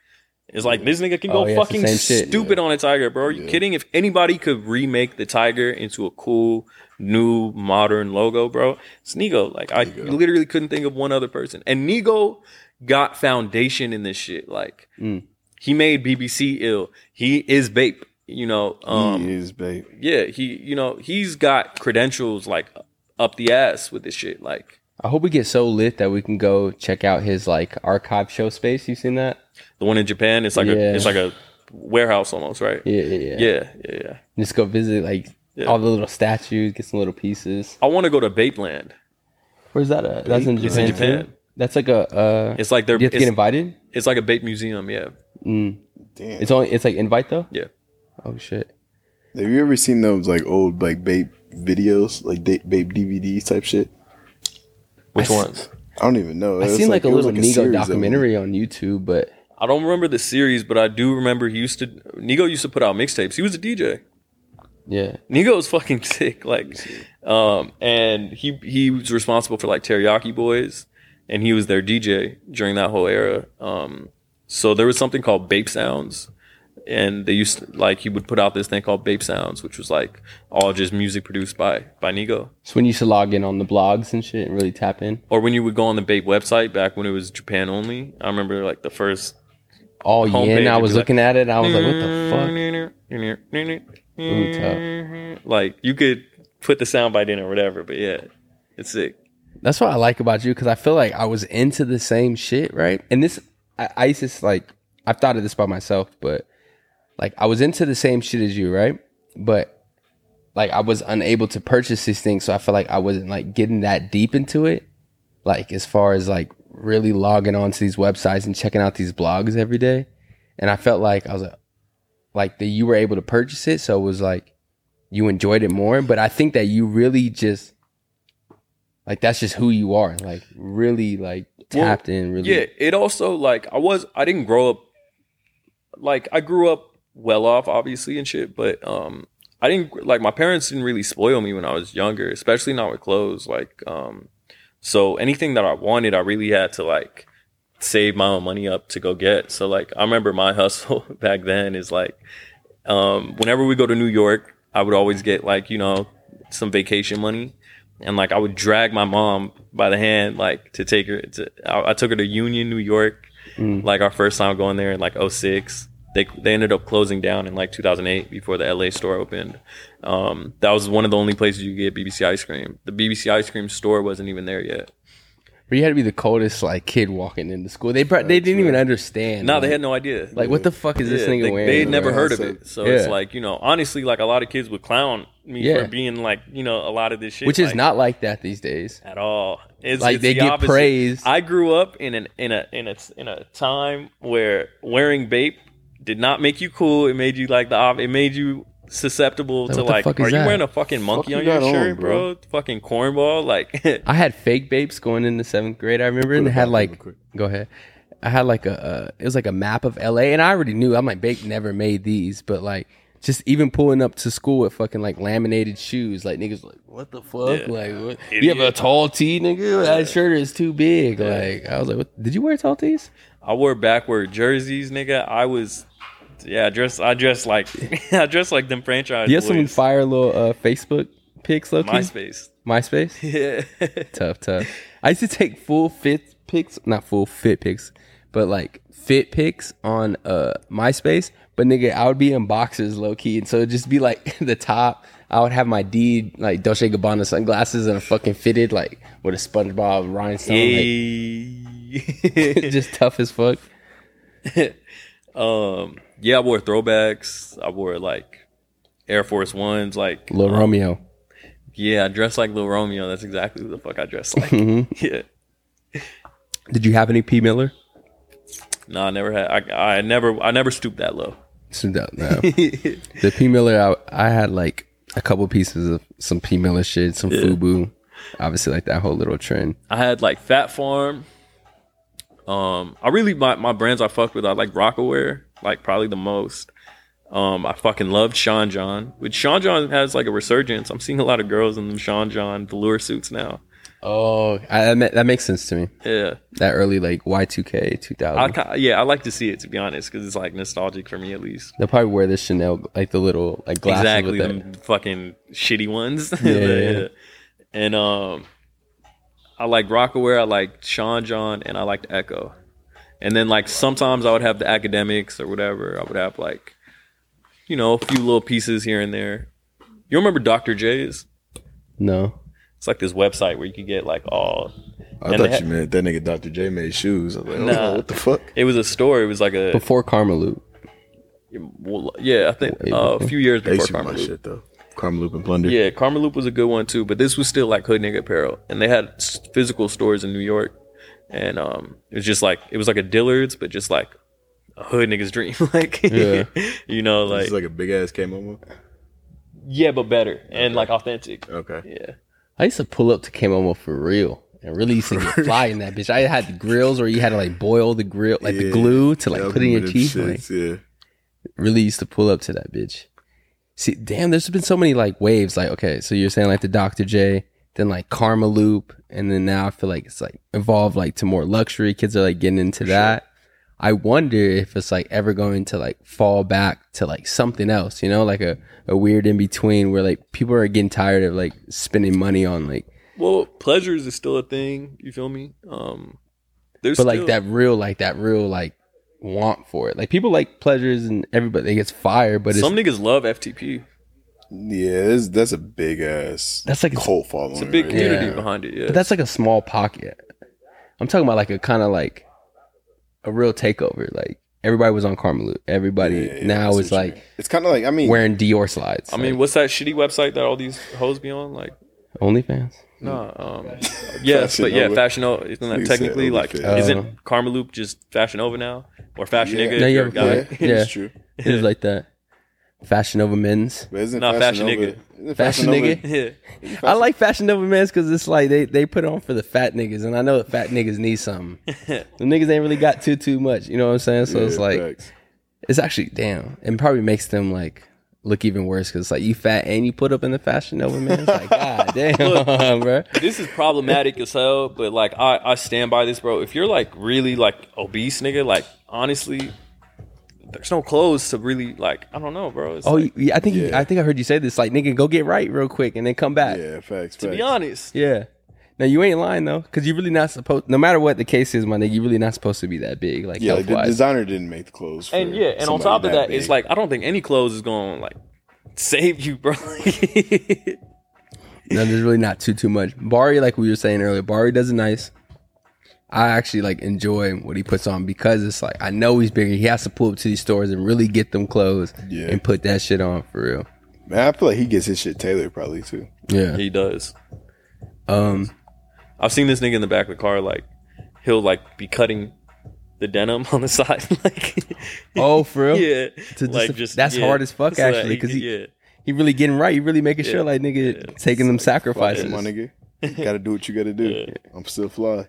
[SPEAKER 1] It's like this nigga can go
[SPEAKER 2] Oh, yeah, it's the
[SPEAKER 1] fucking
[SPEAKER 2] same shit.
[SPEAKER 1] stupid on a tiger, bro. Are you kidding? If anybody could remake the tiger into a cool new modern logo, bro, it's Nigo. Like I literally couldn't think of one other person. And Nigo got foundation in this shit. Like
[SPEAKER 2] Mm.
[SPEAKER 1] he made BBC ill. He is Bape. You know, um,
[SPEAKER 3] he is, babe.
[SPEAKER 1] yeah, he, you know, he's got credentials like up the ass with this shit. Like,
[SPEAKER 2] I hope we get so lit that we can go check out his like archive show space. You seen that?
[SPEAKER 1] The one in Japan, it's like
[SPEAKER 2] Yeah.
[SPEAKER 1] a it's like a warehouse almost, right?
[SPEAKER 2] Yeah, yeah, yeah.
[SPEAKER 1] Yeah, yeah, yeah.
[SPEAKER 2] Just go visit like
[SPEAKER 1] Yeah.
[SPEAKER 2] all the little statues, get some little pieces.
[SPEAKER 1] I want to go to Bapeland.
[SPEAKER 2] Where's that at? That's in Japan.
[SPEAKER 1] It's in
[SPEAKER 2] too?
[SPEAKER 1] Japan.
[SPEAKER 2] That's like a uh,
[SPEAKER 1] It's like they're
[SPEAKER 2] you have to
[SPEAKER 1] it's,
[SPEAKER 2] get invited.
[SPEAKER 1] it's like a Bape museum. Yeah,
[SPEAKER 2] Mm.
[SPEAKER 3] Damn.
[SPEAKER 2] It's only it's like invite though.
[SPEAKER 1] yeah.
[SPEAKER 2] Oh shit.
[SPEAKER 3] Have you ever seen those like old like babe videos, like da- babe DVDs type shit?
[SPEAKER 1] Which
[SPEAKER 2] I s-
[SPEAKER 1] ones?
[SPEAKER 3] I don't even know.
[SPEAKER 2] I
[SPEAKER 3] It was
[SPEAKER 2] seen like, a
[SPEAKER 3] it was
[SPEAKER 2] little
[SPEAKER 3] series
[SPEAKER 2] Nigo
[SPEAKER 3] of them.
[SPEAKER 2] documentary on YouTube, but
[SPEAKER 1] I don't remember the series, but I do remember he used to Nigo used to put out mixtapes. He was a DJ.
[SPEAKER 2] Yeah.
[SPEAKER 1] Nigo was fucking sick, like, um, and he he was responsible for like Teriyaki Boys, and he was their DJ during that whole era. Um, so there was something called Bape Sounds, and they used to, like he would put out this thing called Bape Sounds, which was like all just music produced by by Nigo.
[SPEAKER 2] So when you used to log in on the blogs and shit and really tap in.
[SPEAKER 1] Or when you would go on the Bape website back when it was Japan only, I remember like the first
[SPEAKER 2] Oh
[SPEAKER 1] Homepage
[SPEAKER 2] yeah,
[SPEAKER 1] would
[SPEAKER 2] and I
[SPEAKER 1] be
[SPEAKER 2] was
[SPEAKER 1] like- Mm.
[SPEAKER 2] looking at it. I was like, what the
[SPEAKER 1] fuck? Like you could put the soundbite in or whatever, but yeah, it's sick.
[SPEAKER 2] fuck? That's what I like about you because I feel like I was into the same shit, right? And this I- ISIS, like I've thought of this by myself, but like I was into the same shit as you, right? But like I was unable to purchase these things, so I feel like I wasn't like getting that deep into it, like as far as like really logging on to these websites and checking out these blogs every day. And I felt like I was like, like that you were able to purchase it, so it was like you enjoyed it more. But I think that you really just like that's just who you are, like really like
[SPEAKER 1] Well,
[SPEAKER 2] tapped in, really
[SPEAKER 1] Yeah, it also like I was I didn't grow up like I grew up well off obviously and shit, but um I didn't like my parents didn't really spoil me when I was younger, especially not with clothes. Like um so anything that I wanted, I really had to like save my own money up to go get. So like I remember my hustle back then is like um whenever we go to New York, I would always get like, you know, some vacation money and like I would drag my mom by the hand like to take her to I, I took her to Union New York
[SPEAKER 2] Mm.
[SPEAKER 1] like our first time going there in like 06 they they ended up closing down in like 2008 before the LA store opened um that was one of the only places you could get BBC ice cream the BBC ice cream store wasn't even there yet
[SPEAKER 2] But you had to be the coldest like kid walking into school. They brought, they didn't even understand.
[SPEAKER 1] no
[SPEAKER 2] like,
[SPEAKER 1] they had no idea
[SPEAKER 2] like what the fuck is this
[SPEAKER 1] Yeah,
[SPEAKER 2] thing
[SPEAKER 1] they,
[SPEAKER 2] wearing?
[SPEAKER 1] they had never
[SPEAKER 2] Like,
[SPEAKER 1] heard of
[SPEAKER 3] so-
[SPEAKER 1] it so
[SPEAKER 2] yeah.
[SPEAKER 1] it's like you know honestly like a lot of kids would clown me
[SPEAKER 2] Yeah.
[SPEAKER 1] for being like you know a lot of this shit
[SPEAKER 2] which is
[SPEAKER 1] like,
[SPEAKER 2] not like that these days.
[SPEAKER 1] at all. It's,
[SPEAKER 2] Like,
[SPEAKER 1] it's
[SPEAKER 2] they
[SPEAKER 1] the
[SPEAKER 2] get
[SPEAKER 1] opposite.
[SPEAKER 2] praised.
[SPEAKER 1] I grew up in an in a in a in a time where wearing vape did not make you cool. It made you like the op- it made you susceptible
[SPEAKER 2] Like,
[SPEAKER 1] to
[SPEAKER 2] what the
[SPEAKER 1] like
[SPEAKER 2] fuck
[SPEAKER 1] are
[SPEAKER 2] is
[SPEAKER 1] you
[SPEAKER 2] that?
[SPEAKER 1] wearing a fucking monkey
[SPEAKER 3] you
[SPEAKER 1] on your
[SPEAKER 3] got on,
[SPEAKER 1] shirt, bro?
[SPEAKER 3] bro?
[SPEAKER 1] Fucking cornball like
[SPEAKER 2] I had fake babes going into seventh grade. I remember and
[SPEAKER 3] Put it
[SPEAKER 2] had
[SPEAKER 3] back
[SPEAKER 2] like
[SPEAKER 3] real quick.
[SPEAKER 2] go ahead. I had like a uh, it was like a map of L.A. and I already knew I'm like Bape never made these, but like just even pulling up to school with fucking like laminated shoes, like niggas like what the fuck,
[SPEAKER 1] Yeah.
[SPEAKER 2] like what? you
[SPEAKER 1] Idiot.
[SPEAKER 2] have a tall tee, nigga. That shirt is too big. Like I was like, what? did you wear tall tees?
[SPEAKER 1] I wore backward jerseys, nigga. I was yeah, I dressed I dressed like I dressed like them franchise
[SPEAKER 2] Do you have some
[SPEAKER 1] boys.
[SPEAKER 2] fire little uh, Facebook pics, Loki?
[SPEAKER 1] MySpace.
[SPEAKER 2] MySpace.
[SPEAKER 1] Yeah.
[SPEAKER 2] tough, tough. I used to take full fit pics, not full fit pics, but like fit pics on uh MySpace. But nigga, I would be in boxers low key, and so it'd just be like the top. I would have my D like Dolce Gabbana sunglasses and a fucking fitted like with a SpongeBob rhinestone, like,
[SPEAKER 1] Hey.
[SPEAKER 2] just tough as fuck.
[SPEAKER 1] um yeah, I wore throwbacks. I wore like Air Force Ones, like
[SPEAKER 2] Little Romeo.
[SPEAKER 1] Yeah, I dress like Lil Romeo. That's exactly who the fuck I dress like. Yeah.
[SPEAKER 2] Did you have any P Miller?
[SPEAKER 1] No, I never had I, I never I never stooped that low.
[SPEAKER 2] So, No, no. the P Miller, I, I had like a couple pieces of some P Miller shit, some FUBU, obviously like that whole little trend.
[SPEAKER 1] I had like Fat Farm. Um I really my, my brands I fucked with, I like Rockaware, like probably the most. Um I fucking loved Sean John. Which Sean John has like a resurgence. I'm seeing a lot of girls in them Sean John velour suits now.
[SPEAKER 2] Oh, I, that, ma- that makes sense to me.
[SPEAKER 1] Yeah.
[SPEAKER 2] That early like Y two K two
[SPEAKER 1] I
[SPEAKER 2] thousand.
[SPEAKER 1] ki- yeah, I like to see it to be honest, because it's like nostalgic for me at least.
[SPEAKER 2] They'll probably wear the Chanel like the little like glasses
[SPEAKER 1] exactly
[SPEAKER 2] with
[SPEAKER 1] them
[SPEAKER 2] that.
[SPEAKER 1] fucking shitty ones.
[SPEAKER 2] Yeah, yeah, yeah.
[SPEAKER 1] And um, I like Rockaware. I like Sean John, and I liked Echo. And then like sometimes I would have the academics or whatever. I would have like, you know, a few little pieces here and there. You remember Dr. J's?
[SPEAKER 2] No,
[SPEAKER 1] It's like this website where you could get like all.
[SPEAKER 3] I
[SPEAKER 1] And
[SPEAKER 3] thought
[SPEAKER 1] they
[SPEAKER 3] you
[SPEAKER 1] ha-
[SPEAKER 3] meant that nigga Dr. J made shoes. I was like, oh,
[SPEAKER 1] Nah.
[SPEAKER 3] what the fuck?
[SPEAKER 1] It was a store. It was like a
[SPEAKER 2] before Karma Loop.
[SPEAKER 1] well, yeah. I think
[SPEAKER 2] Way
[SPEAKER 1] uh, a
[SPEAKER 2] before.
[SPEAKER 1] few years
[SPEAKER 3] They
[SPEAKER 1] before
[SPEAKER 3] shoot
[SPEAKER 1] Karma
[SPEAKER 3] my
[SPEAKER 1] Loop.
[SPEAKER 3] shit though. Carmen Loop and Plunder.
[SPEAKER 1] Yeah, Karma Loop was a good one too, but this was still like hood nigga apparel, and they had s- physical stores in New York, and um, it was just like it was like a Dillard's, but just like a hood nigga's dream, like
[SPEAKER 2] Yeah.
[SPEAKER 1] you know,
[SPEAKER 3] This
[SPEAKER 1] like,
[SPEAKER 3] is like a big ass K-Momo.
[SPEAKER 1] yeah, but better and like authentic.
[SPEAKER 3] Okay.
[SPEAKER 1] Yeah,
[SPEAKER 2] I used to pull up to Kemomo for real. And really used to get fly in that bitch. I had the grills where you had to like boil the grill, like the
[SPEAKER 3] Yeah.
[SPEAKER 2] glue to like
[SPEAKER 3] Yeah, I
[SPEAKER 2] put in your
[SPEAKER 3] remember them
[SPEAKER 2] teeth. Like,
[SPEAKER 3] shits, yeah.
[SPEAKER 2] really used to pull up to that bitch. See, damn, there's been so many like waves. Like, okay, so you're saying like the Dr. J, then like Karma Loop, and then now I feel like it's like evolved like to more luxury. Kids are like getting into that. I wonder if it's like ever going to like fall back to like something else, you know, like a, a weird in between where like people are getting tired of like spending money on like,
[SPEAKER 1] Well, pleasures is still a thing. You feel me? Um, there's
[SPEAKER 2] but like
[SPEAKER 1] still-
[SPEAKER 2] that real, like that real, like want for it. Like people like pleasures and everybody they gets fired, but it's
[SPEAKER 1] Some niggas love FTP.
[SPEAKER 3] Yeah, that's, that's a big ass.
[SPEAKER 2] That's like a-
[SPEAKER 3] cult following.
[SPEAKER 1] It's a big
[SPEAKER 3] right
[SPEAKER 2] Yeah.
[SPEAKER 3] there.
[SPEAKER 1] community behind it. Yeah,
[SPEAKER 2] But that's like a small pocket. I'm talking about like a kind of like a real takeover. Like everybody was on Carmelu. Everybody
[SPEAKER 3] Yeah, yeah, I
[SPEAKER 2] now
[SPEAKER 3] see
[SPEAKER 2] is
[SPEAKER 3] what you
[SPEAKER 2] like
[SPEAKER 3] mean. it's kind of like I mean,
[SPEAKER 2] wearing Dior slides.
[SPEAKER 1] I mean,
[SPEAKER 2] like,
[SPEAKER 1] what's that shitty website that all these hoes be on? Like,
[SPEAKER 2] OnlyFans.
[SPEAKER 1] nah. Um, yes,
[SPEAKER 3] Fashion
[SPEAKER 1] but yeah,
[SPEAKER 3] Nova.
[SPEAKER 1] fashion over. Isn't that
[SPEAKER 3] Nigga said
[SPEAKER 1] technically like?
[SPEAKER 3] OnlyFans.
[SPEAKER 2] Oh.
[SPEAKER 1] Isn't Karma Loop just fashion over now, or fashion
[SPEAKER 3] Yeah.
[SPEAKER 1] nigga? if
[SPEAKER 2] No, you
[SPEAKER 1] you're a
[SPEAKER 2] have a
[SPEAKER 1] guy?
[SPEAKER 2] point.
[SPEAKER 3] yeah,
[SPEAKER 2] Yeah.
[SPEAKER 3] it's true.
[SPEAKER 2] It was like that. Fashion over men's.
[SPEAKER 3] But isn't
[SPEAKER 1] Nah, fashion
[SPEAKER 3] fashion, Nova-
[SPEAKER 1] nigga.
[SPEAKER 3] isn't
[SPEAKER 2] Fashion
[SPEAKER 3] Nova-
[SPEAKER 2] nigga.
[SPEAKER 1] Yeah.
[SPEAKER 2] I like fashion over men's because it's like they, they put it on for the fat niggas, and I know the fat niggas need something. the niggas ain't really got too too much. You know what I'm saying? So
[SPEAKER 3] Yeah,
[SPEAKER 2] it's like
[SPEAKER 3] facts.
[SPEAKER 2] it's actually damn. It probably makes them like look even worse because like you fat and you put up in the fashion Nova man. It's like god damn, bro.
[SPEAKER 1] this is problematic as hell, but like I, I stand by this, bro. If you're like really like obese, nigga, like honestly, there's no clothes to really like. I don't know, bro. It's
[SPEAKER 2] Oh,
[SPEAKER 1] like,
[SPEAKER 2] you- yeah, I think you,
[SPEAKER 3] Yeah.
[SPEAKER 2] I think I heard you say this. Like nigga, go get right real quick and then come back. Yeah.
[SPEAKER 3] yeah, facts.
[SPEAKER 1] to be
[SPEAKER 3] facts.
[SPEAKER 1] honest,
[SPEAKER 2] Now you ain't lying though, because you're really not supposed. No matter what the case is, my nigga, you're really not supposed to be that big. Like
[SPEAKER 3] yeah,
[SPEAKER 2] health
[SPEAKER 3] like the
[SPEAKER 2] wise.
[SPEAKER 3] designer didn't make the clothes. For
[SPEAKER 1] and yeah, and on
[SPEAKER 3] somebody
[SPEAKER 1] top of that, it's
[SPEAKER 3] big.
[SPEAKER 1] like I don't think any clothes is gonna like save you, bro.
[SPEAKER 2] no, there's really not too too much. Bari, like we were saying earlier, Bari does it nice. I actually like enjoy what he puts on because it's like I know he's bigger. He has to pull up to these stores and really get them clothes
[SPEAKER 3] Yeah.
[SPEAKER 2] and put that shit on for real.
[SPEAKER 3] man, I feel like he gets his shit tailored probably too.
[SPEAKER 2] Yeah.
[SPEAKER 1] he does.
[SPEAKER 2] Um.
[SPEAKER 1] I've seen this nigga in the back of the car, like he'll like be cutting the denim on the side, like
[SPEAKER 2] Oh, for real.
[SPEAKER 1] yeah,
[SPEAKER 2] To just- that's hard as fuck,
[SPEAKER 1] So that
[SPEAKER 2] actually, 'cause he-
[SPEAKER 1] yeah.
[SPEAKER 2] He really getting right. He really making
[SPEAKER 1] Yeah.
[SPEAKER 2] sure, like nigga,
[SPEAKER 1] Yeah.
[SPEAKER 2] taking them
[SPEAKER 3] Fuck
[SPEAKER 2] sacrifices.
[SPEAKER 3] it, my nigga. You gotta do what you gotta do. I'm still fly.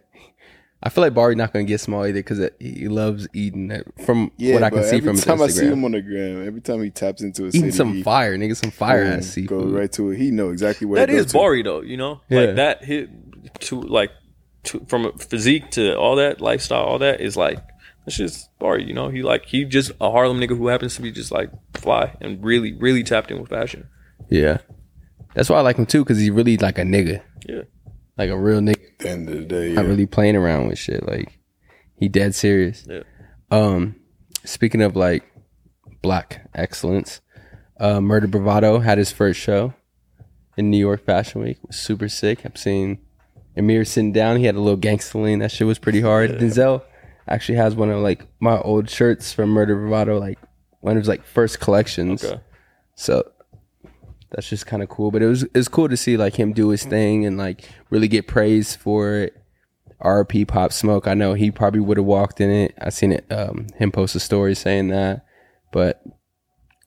[SPEAKER 2] I feel like Barry not gonna get small either because he loves eating. uh, From
[SPEAKER 3] Yeah,
[SPEAKER 2] what I can
[SPEAKER 3] but
[SPEAKER 2] see
[SPEAKER 3] every
[SPEAKER 2] from his
[SPEAKER 3] time I see him
[SPEAKER 2] Instagram,
[SPEAKER 3] on the gram, every time he taps into a
[SPEAKER 2] eating
[SPEAKER 3] city,
[SPEAKER 2] some
[SPEAKER 3] he
[SPEAKER 2] fire, nigga, some fire
[SPEAKER 3] boom,
[SPEAKER 2] ass
[SPEAKER 3] go
[SPEAKER 2] seafood.
[SPEAKER 3] right to it. He know exactly where
[SPEAKER 1] That
[SPEAKER 3] to go
[SPEAKER 1] is
[SPEAKER 3] to.
[SPEAKER 1] Bari though, you know,
[SPEAKER 2] Yeah.
[SPEAKER 1] like that hit to like to, from a physique to all that lifestyle, all that is like that's just Bari, you know. He like he just a Harlem nigga who happens to be just like fly and really really tapped in with fashion.
[SPEAKER 2] Yeah, that's why I like him too because he's really like a nigga,
[SPEAKER 1] Yeah,
[SPEAKER 2] like a real nigga.
[SPEAKER 3] At the end of the day, yeah.
[SPEAKER 2] not really playing around with shit. Like he dead serious.
[SPEAKER 1] Yeah.
[SPEAKER 2] Um, speaking of like black excellence, uh, Murder Bravado had his first show in New York Fashion Week. It was super sick. I've seen Amir sitting down. He had a little gangster lean. That shit was pretty hard. Denzel actually has one of like my old shirts from Murder Bravado, like one of his like first collections.
[SPEAKER 1] Okay.
[SPEAKER 2] So that's just kind of cool. But it was it's cool to see like him do his thing and like really get praise for it. RP Pop Smoke. I know he probably would have walked in it. I seen it um him post a story saying that. But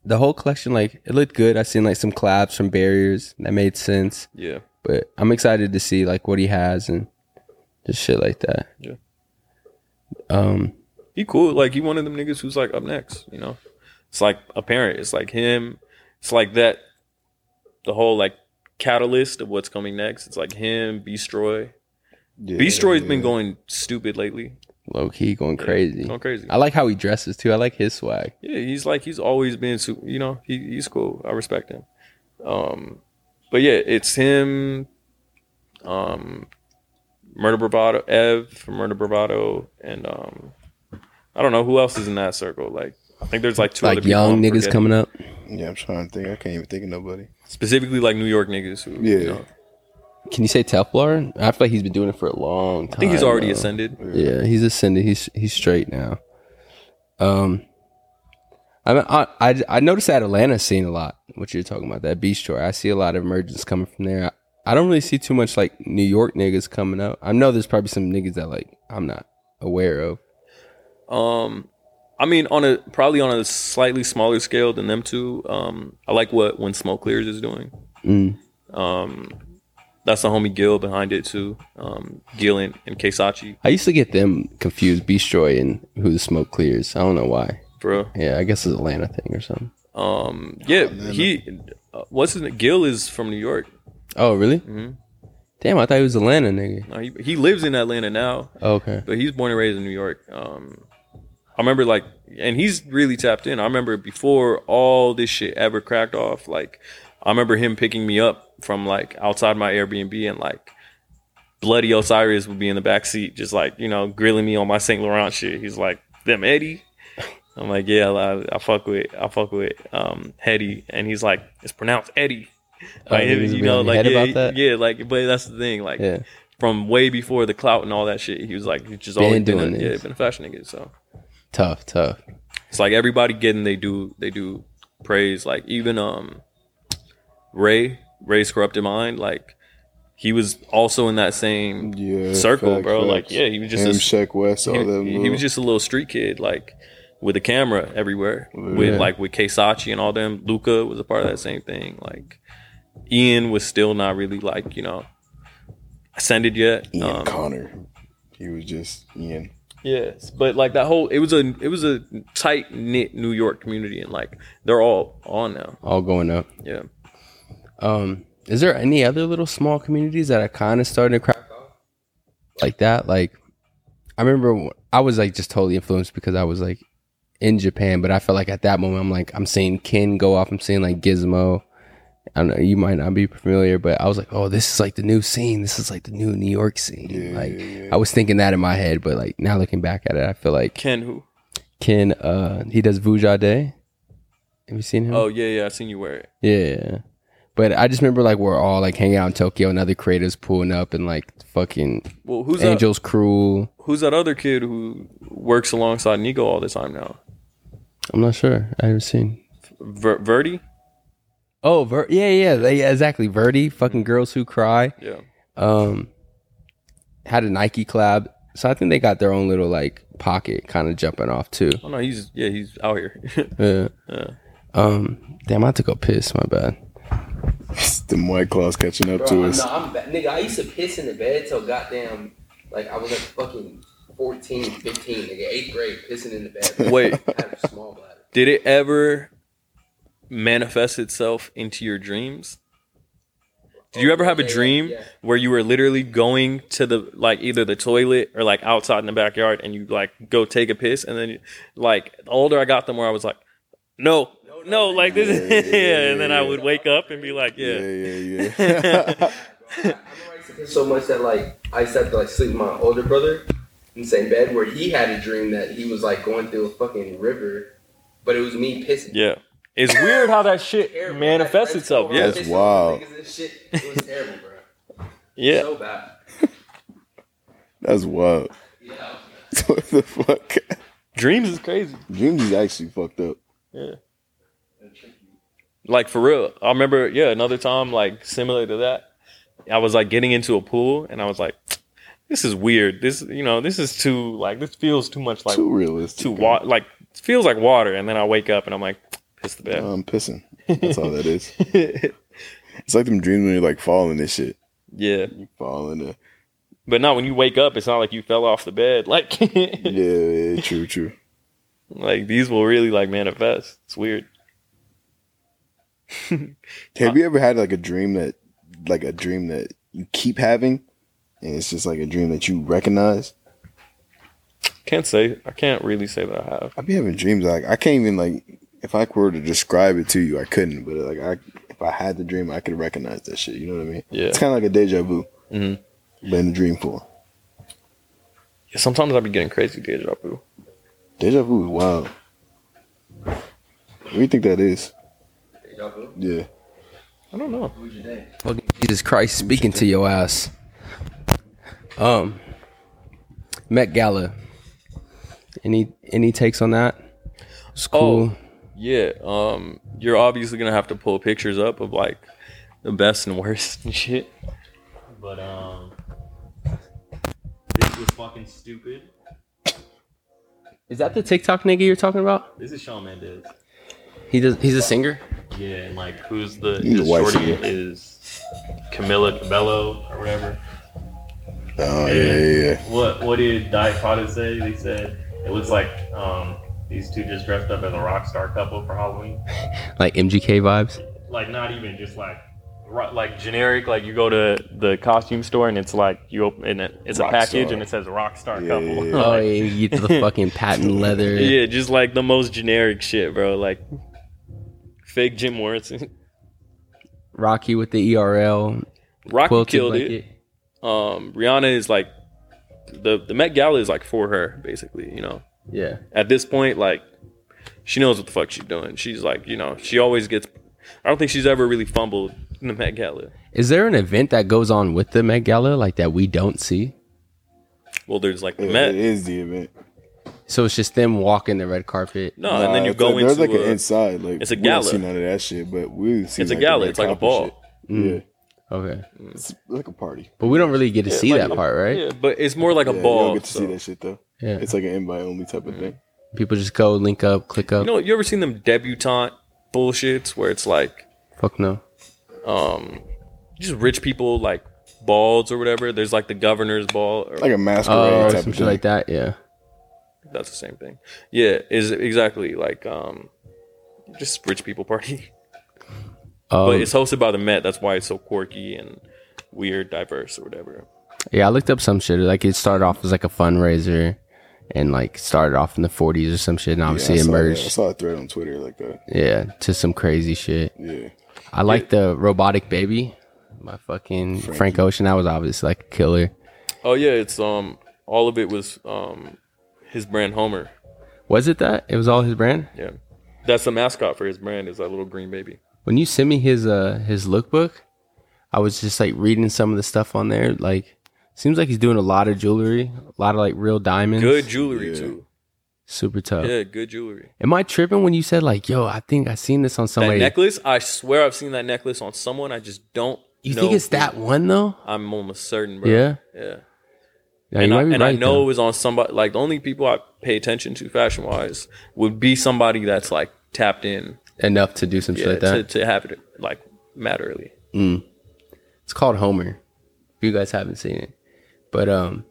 [SPEAKER 2] the whole collection, like it looked good. I seen like some collabs from barriers that made sense.
[SPEAKER 1] yeah.
[SPEAKER 2] But I'm excited to see like what he has and just shit like that.
[SPEAKER 1] Yeah.
[SPEAKER 2] Um
[SPEAKER 1] He cool. Like he one of them niggas who's like up next. You know, it's like apparent. It's like him. It's like that. The whole like catalyst of what's coming next. It's like him, Beastroy.
[SPEAKER 3] Yeah,
[SPEAKER 1] Beastroy's
[SPEAKER 3] yeah.
[SPEAKER 1] been going stupid lately.
[SPEAKER 2] low key going crazy.
[SPEAKER 1] Going crazy.
[SPEAKER 2] I like how he dresses too. I like his swag.
[SPEAKER 1] Yeah, he's like he's always been super. You know, he, he's cool. I respect him. Um, but yeah, it's him. Um, Murder Bravado, Ev from Murder Bravado, and um, I don't know who else is in that circle. Like, I think there's like two
[SPEAKER 2] Like
[SPEAKER 1] other people
[SPEAKER 2] young
[SPEAKER 1] I'm
[SPEAKER 2] niggas
[SPEAKER 1] forgetting.
[SPEAKER 2] coming up.
[SPEAKER 3] Yeah, I'm trying to think. I can't even think of nobody.
[SPEAKER 1] specifically like New York niggas. Who,
[SPEAKER 3] Yeah.
[SPEAKER 1] you know,
[SPEAKER 2] Can you say Teflar? I feel like he's been doing it for a long time.
[SPEAKER 1] I think he's already
[SPEAKER 2] bro.
[SPEAKER 1] ascended.
[SPEAKER 2] Yeah, he's ascended. He's he's straight now. Um, I mean, I, I I noticed that Atlanta scene a lot. What you're talking about that beach tour, I see a lot of emergence coming from there. I, I don't really see too much like New York niggas coming up. I know there's probably some niggas that like I'm not aware of.
[SPEAKER 1] Um, I mean, on a probably on a slightly smaller scale than them two. Um, I like what When Smoke Clears is doing.
[SPEAKER 2] Mm.
[SPEAKER 1] Um, That's the homie Gil behind it too. Um, Gil and, and Keisachi,
[SPEAKER 2] I used to get them confused, Beast Joy and Who the Smoke Clears. I don't know why.
[SPEAKER 1] bro.
[SPEAKER 2] Yeah, I guess it's Atlanta thing or something.
[SPEAKER 1] Um, yeah, he. Uh, what's his name? Gil is from New York.
[SPEAKER 2] Oh, really? Mm-hmm. Damn, I thought he was Atlanta, nigga.
[SPEAKER 1] No, he, he lives in Atlanta now,
[SPEAKER 2] Oh, Okay.
[SPEAKER 1] but he's born and raised in New York. Um, I remember like, and he's really tapped in. I remember before all this shit ever cracked off. Like, I remember him picking me up from like outside my Airbnb and like. Bloody Osiris would be in the back seat, just like you know, grilling me on my Saint Laurent shit. He's like, "Them Eddie," I'm like, "Yeah, I, I fuck with, I fuck with um, Hetty," and he's like, "It's pronounced Eddie."
[SPEAKER 2] Oh,
[SPEAKER 1] Like,
[SPEAKER 2] he was
[SPEAKER 1] you
[SPEAKER 2] being
[SPEAKER 1] know,
[SPEAKER 2] on your
[SPEAKER 1] like
[SPEAKER 2] head
[SPEAKER 1] yeah,
[SPEAKER 2] about that?
[SPEAKER 1] yeah, like, but that's the thing, like,
[SPEAKER 2] Yeah.
[SPEAKER 1] from way before the clout and all that shit. He was like, he's just
[SPEAKER 2] Been
[SPEAKER 1] always been,
[SPEAKER 2] doing
[SPEAKER 1] a,
[SPEAKER 2] this.
[SPEAKER 1] yeah, been a fashion nigga. So
[SPEAKER 2] Tough, tough.
[SPEAKER 1] it's like everybody getting they do they do praise. Like even um, Ray Ray's corrupted mind. Like he was also in that same
[SPEAKER 3] Yeah,
[SPEAKER 1] circle,
[SPEAKER 3] facts,
[SPEAKER 1] bro. Like
[SPEAKER 3] facts.
[SPEAKER 1] yeah, he was just
[SPEAKER 3] Him,
[SPEAKER 1] a,
[SPEAKER 3] Sheck West, all
[SPEAKER 1] he,
[SPEAKER 3] them.
[SPEAKER 1] he
[SPEAKER 3] bro.
[SPEAKER 1] was just a little street kid, like with a camera everywhere, with
[SPEAKER 3] Yeah.
[SPEAKER 1] like with Keisachi and all them. Luca was a part of that same thing. Like Ian was still not really like you know ascended yet.
[SPEAKER 3] Ian
[SPEAKER 1] Um,
[SPEAKER 3] Connor. He was just Ian.
[SPEAKER 1] Yes, but like that whole it was a it was a tight knit New York community, and like they're all on now.
[SPEAKER 2] All going up.
[SPEAKER 1] Yeah,
[SPEAKER 2] Um, is there any other little small communities that are kind of starting to crack off like that? Like, I remember when- I was like just totally influenced because I was like in Japan, but I felt like at that moment I'm like I'm seeing Ken go off, I'm seeing like Gizmo. I don't know, you might not be familiar, but I was like, oh, this is like the new scene. This is like the new New York scene.
[SPEAKER 3] Yeah,
[SPEAKER 2] like,
[SPEAKER 3] yeah, yeah.
[SPEAKER 2] I was thinking that in my head, but like now looking back at it, I feel like
[SPEAKER 1] Ken who?
[SPEAKER 2] Ken, uh, he does Vujade. Have you seen him?
[SPEAKER 1] Oh yeah, yeah, I seen you wear it.
[SPEAKER 2] Yeah. But I just remember like we're all like hanging out in Tokyo and other creators pulling up and like fucking
[SPEAKER 1] Well, who's
[SPEAKER 2] Angels Cruel.
[SPEAKER 1] that? Who's that other kid who works alongside Nigo all the time now?
[SPEAKER 2] I'm not sure. I haven't seen.
[SPEAKER 1] Ver- Verdi?
[SPEAKER 2] Oh, Ver- yeah, yeah, they- yeah, exactly. Verdi, fucking Girls Who Cry.
[SPEAKER 1] Yeah,
[SPEAKER 2] Um, had a Nike collab, so I think they got their own little like pocket kind of jumping off too.
[SPEAKER 1] oh no, he's yeah, he's out here.
[SPEAKER 2] Yeah.
[SPEAKER 1] Yeah.
[SPEAKER 2] Um, damn, I took a piss. My bad.
[SPEAKER 3] The White Claw's catching up to
[SPEAKER 4] Bro,
[SPEAKER 3] us.
[SPEAKER 4] No, I'm bad. Nigga, I used to piss in the bed till goddamn, like, I was like fucking 14, 15, nigga, eighth grade, pissing in the bed.
[SPEAKER 1] Wait.
[SPEAKER 4] I had a small bladder.
[SPEAKER 1] Did it ever manifest itself into your dreams? Did you ever have a
[SPEAKER 4] Yeah,
[SPEAKER 1] dream
[SPEAKER 4] yeah.
[SPEAKER 1] where you were literally going to the like either the toilet or like outside in the backyard and you like go take a piss and then like the older I got the more I was like no no, like this is yeah, and then I would wake up and be like
[SPEAKER 3] Yeah,
[SPEAKER 1] yeah
[SPEAKER 3] yeah, yeah.
[SPEAKER 4] I used to piss so much that, like, I used to have to, like, sleep with my older brother in the same bed where he had a dream that he was, like, going through a fucking river, but it was me pissing.
[SPEAKER 1] yeah it's weird how that shit
[SPEAKER 4] Terrible.
[SPEAKER 1] manifests
[SPEAKER 4] Like,
[SPEAKER 1] itself
[SPEAKER 4] I
[SPEAKER 1] yeah
[SPEAKER 3] That's
[SPEAKER 4] pissed on
[SPEAKER 3] wild.
[SPEAKER 4] niggas and shit. It was terrible, bro.
[SPEAKER 1] yeah
[SPEAKER 4] So bad.
[SPEAKER 3] That's wild.
[SPEAKER 4] Yeah.
[SPEAKER 3] what the fuck?
[SPEAKER 1] dreams is crazy
[SPEAKER 3] Dreams is actually fucked up.
[SPEAKER 1] like for real. I remember, yeah, another time like similar to that. I was like getting into a pool and I was like, this is weird. This you know, this is too like this feels too much like
[SPEAKER 3] Too
[SPEAKER 1] too,
[SPEAKER 3] realistic.
[SPEAKER 1] wa- like it feels like water. And then I wake up and I'm like, piss the bed.
[SPEAKER 3] I'm pissing. That's all that is. It's like them dreams when you're like falling and shit.
[SPEAKER 1] yeah,
[SPEAKER 3] You falling. Uh,
[SPEAKER 1] but not when you wake up. It's not like you fell off the bed. Like
[SPEAKER 3] yeah, yeah, true, true.
[SPEAKER 1] like these will really like manifest. It's weird. Uh,
[SPEAKER 3] Have you ever had like a dream that, like a dream that you keep having, and it's just like a dream that you recognize?
[SPEAKER 1] Can't say I can't really say that I have.
[SPEAKER 3] I be having dreams like I can't even like if I were to describe it to you, I couldn't. But like I, if I had the dream, I could recognize that shit. You know what I mean?
[SPEAKER 1] Yeah.
[SPEAKER 3] It's kind of like a deja vu,
[SPEAKER 1] Mhm.
[SPEAKER 3] but in a dream form.
[SPEAKER 1] Sometimes I'll be getting crazy deja vu.
[SPEAKER 3] Deja vu is wild. What do you think that is?
[SPEAKER 4] Deja vu.
[SPEAKER 3] Yeah.
[SPEAKER 1] I don't know.
[SPEAKER 4] Who's your day?
[SPEAKER 2] Fucking Jesus Christ speaking to your ass. Um, Met Gala. Any any takes on that? It's cool.
[SPEAKER 1] Oh, yeah. Um, you're obviously gonna have to pull pictures up of like the best and worst and shit. But um, this was fucking stupid.
[SPEAKER 2] Is that the TikTok nigga you're talking about?
[SPEAKER 1] This is Shawn Mendes.
[SPEAKER 2] He does. He's a singer.
[SPEAKER 1] Yeah, and like who's the
[SPEAKER 3] He's a
[SPEAKER 1] the
[SPEAKER 3] white
[SPEAKER 1] shorty
[SPEAKER 3] dude.
[SPEAKER 1] is
[SPEAKER 5] Camilla Cabello or whatever.
[SPEAKER 3] Oh yeah, yeah, yeah.
[SPEAKER 5] What what did Diet Potter say? They said it looks like um, these two just dressed up as a rock star couple for Halloween.
[SPEAKER 2] Like MGK vibes.
[SPEAKER 5] Like not even just like ro- like generic. Like you go to the costume store and it's like you open and it, it's
[SPEAKER 3] Rock
[SPEAKER 5] a package
[SPEAKER 3] star.
[SPEAKER 5] and it says rock star
[SPEAKER 3] Yeah,
[SPEAKER 5] couple.
[SPEAKER 3] yeah, yeah.
[SPEAKER 2] Oh, yeah, you get the fucking patent leather.
[SPEAKER 1] Yeah, just like the most generic shit, bro. Like fake Jim Morrison.
[SPEAKER 2] Rocky with the ERL.
[SPEAKER 1] Rocky
[SPEAKER 2] quilted
[SPEAKER 1] killed it.
[SPEAKER 2] blanket.
[SPEAKER 1] Um, Rihanna is like the the Met Gala is like for her, basically. You know,
[SPEAKER 2] Yeah.
[SPEAKER 1] at this point, like she knows what the fuck she's doing. She's like, you know, she always gets. I don't think she's ever really fumbled in the Met Gala.
[SPEAKER 2] Is there an event that goes on with the Met Gala like that we don't see?
[SPEAKER 1] Well, there's like the
[SPEAKER 3] It- it
[SPEAKER 1] Met.
[SPEAKER 3] is the event.
[SPEAKER 2] So it's just them walking the red carpet.
[SPEAKER 1] No, Oh, and then
[SPEAKER 3] Nah,
[SPEAKER 1] you
[SPEAKER 3] it's
[SPEAKER 1] go
[SPEAKER 3] like,
[SPEAKER 1] into
[SPEAKER 3] there's like
[SPEAKER 1] a-
[SPEAKER 3] an inside. Like
[SPEAKER 1] it's a
[SPEAKER 3] We don't
[SPEAKER 1] gala.
[SPEAKER 3] see none of that shit, but we see.
[SPEAKER 1] It's a
[SPEAKER 3] like, the
[SPEAKER 1] gala.
[SPEAKER 3] red
[SPEAKER 1] It's like a
[SPEAKER 3] carpet
[SPEAKER 1] ball.
[SPEAKER 3] shit. Yeah,
[SPEAKER 2] Okay.
[SPEAKER 3] it's like a party.
[SPEAKER 2] But we don't really get to see
[SPEAKER 1] like
[SPEAKER 2] that
[SPEAKER 1] a-
[SPEAKER 2] part, right?
[SPEAKER 1] Yeah, but it's more like
[SPEAKER 3] yeah,
[SPEAKER 1] a
[SPEAKER 3] You
[SPEAKER 1] ball.
[SPEAKER 3] don't get to
[SPEAKER 1] so-
[SPEAKER 3] see that shit though.
[SPEAKER 2] Yeah.
[SPEAKER 3] It's like an invite only type of thing.
[SPEAKER 2] People just go link up, click up.
[SPEAKER 1] You know, you ever seen them debutante bullshits where it's like
[SPEAKER 2] Fuck no.
[SPEAKER 1] just rich people like balls or whatever. There's like the governor's ball. Or,
[SPEAKER 3] Like a masquerade
[SPEAKER 2] Oh,
[SPEAKER 3] type of
[SPEAKER 2] some
[SPEAKER 3] thing.
[SPEAKER 2] shit like that. Yeah.
[SPEAKER 1] that's the same thing. Yeah, is exactly like um, just rich people party.
[SPEAKER 2] Oh,
[SPEAKER 1] But it's hosted by the Met. That's why it's so quirky and weird, diverse or whatever.
[SPEAKER 2] yeah. I looked up some shit. Like it started off as like a fundraiser, and like started off in the 40s or some shit, and
[SPEAKER 3] Yeah,
[SPEAKER 2] obviously
[SPEAKER 3] I saw that. I
[SPEAKER 2] emerged.
[SPEAKER 3] saw a thread on Twitter like that.
[SPEAKER 2] Yeah, to some crazy shit.
[SPEAKER 3] Yeah.
[SPEAKER 2] I like the robotic baby. My fucking Frank Ocean. That was obviously like a killer.
[SPEAKER 1] Oh yeah, it's um, all of it was um, his brand Homer.
[SPEAKER 2] Was it that? It was all his brand.
[SPEAKER 1] Yeah, that's the mascot for his brand. Is that little green baby?
[SPEAKER 2] when you sent me his uh his lookbook, I was just like reading some of the stuff on there. Like, seems like he's doing a lot of jewelry, a lot of like real diamonds.
[SPEAKER 1] Good jewelry
[SPEAKER 3] Yeah.
[SPEAKER 1] too.
[SPEAKER 2] super tough.
[SPEAKER 1] Yeah, good jewelry.
[SPEAKER 2] Am I tripping when you said like, yo, I think I seen this on
[SPEAKER 1] That
[SPEAKER 2] somebody?
[SPEAKER 1] necklace, I swear I've seen that necklace on someone. I just don't.
[SPEAKER 2] you
[SPEAKER 1] know
[SPEAKER 2] think it's
[SPEAKER 1] who.
[SPEAKER 2] that one though?
[SPEAKER 1] I'm almost certain, bro.
[SPEAKER 2] Yeah?
[SPEAKER 1] yeah.
[SPEAKER 2] Yeah,
[SPEAKER 1] and
[SPEAKER 2] you
[SPEAKER 1] I,
[SPEAKER 2] might be
[SPEAKER 1] and I
[SPEAKER 2] right,
[SPEAKER 1] know it
[SPEAKER 2] though.
[SPEAKER 1] was on somebody. Like the only people I pay attention to fashion wise would be somebody that's like tapped in
[SPEAKER 2] enough to do some shit
[SPEAKER 1] yeah,
[SPEAKER 2] like that.
[SPEAKER 1] to, to have it like mad early.
[SPEAKER 2] It's called Homer. If you guys haven't seen it, but um,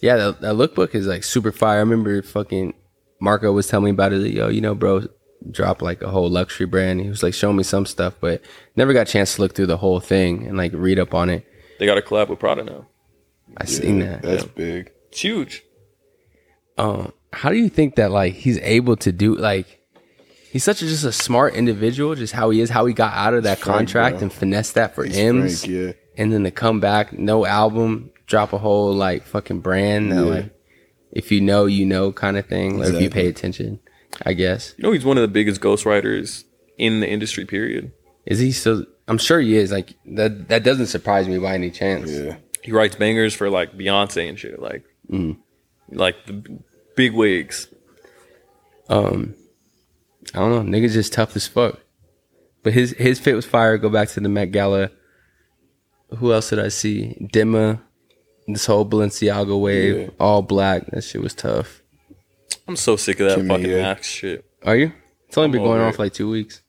[SPEAKER 2] yeah, that, that lookbook is like super fire. I remember fucking Marco was telling me about it. Yo, you know, bro, drop like a whole luxury brand. He was like showing me some stuff, but never got a chance to look through the whole thing and like read up on it.
[SPEAKER 1] They got a collab with Prada now.
[SPEAKER 2] I seen
[SPEAKER 3] Yeah,
[SPEAKER 2] that.
[SPEAKER 3] That's big.
[SPEAKER 1] It's huge.
[SPEAKER 2] um, how do you think that like he's able to do like he's such a, just a smart individual, just how he is, how he got out of that
[SPEAKER 3] Frank,
[SPEAKER 2] contract
[SPEAKER 3] bro.
[SPEAKER 2] and finesse that for
[SPEAKER 3] He's
[SPEAKER 2] M's,
[SPEAKER 3] Frank, yeah.
[SPEAKER 2] and then to come back, no album, drop a whole like fucking brand that
[SPEAKER 3] Yeah.
[SPEAKER 2] like if you know, you know kind of thing, like if you
[SPEAKER 3] Exactly.
[SPEAKER 2] pay attention, I guess.
[SPEAKER 1] You know, he's one of the biggest ghostwriters in the industry. Period.
[SPEAKER 2] Is he still? I'm sure he is. Like that. That doesn't surprise me by any chance.
[SPEAKER 3] Yeah.
[SPEAKER 1] He writes bangers for like Beyonce and shit. Like,
[SPEAKER 2] Mm.
[SPEAKER 1] like the b- big wigs.
[SPEAKER 2] Um, I don't know. Niggas just tough as fuck. But his his fit was fire. Go back to the Met Gala. Who else did I see? Dima. This whole Balenciaga wave,
[SPEAKER 3] Yeah.
[SPEAKER 2] all black. That shit was tough.
[SPEAKER 1] I'm so sick of that
[SPEAKER 3] Kimmy,
[SPEAKER 1] fucking
[SPEAKER 3] yeah.
[SPEAKER 1] Max shit.
[SPEAKER 2] Are you? It's only been
[SPEAKER 1] I'm
[SPEAKER 2] going
[SPEAKER 1] over
[SPEAKER 2] on
[SPEAKER 1] it.
[SPEAKER 2] for like two weeks.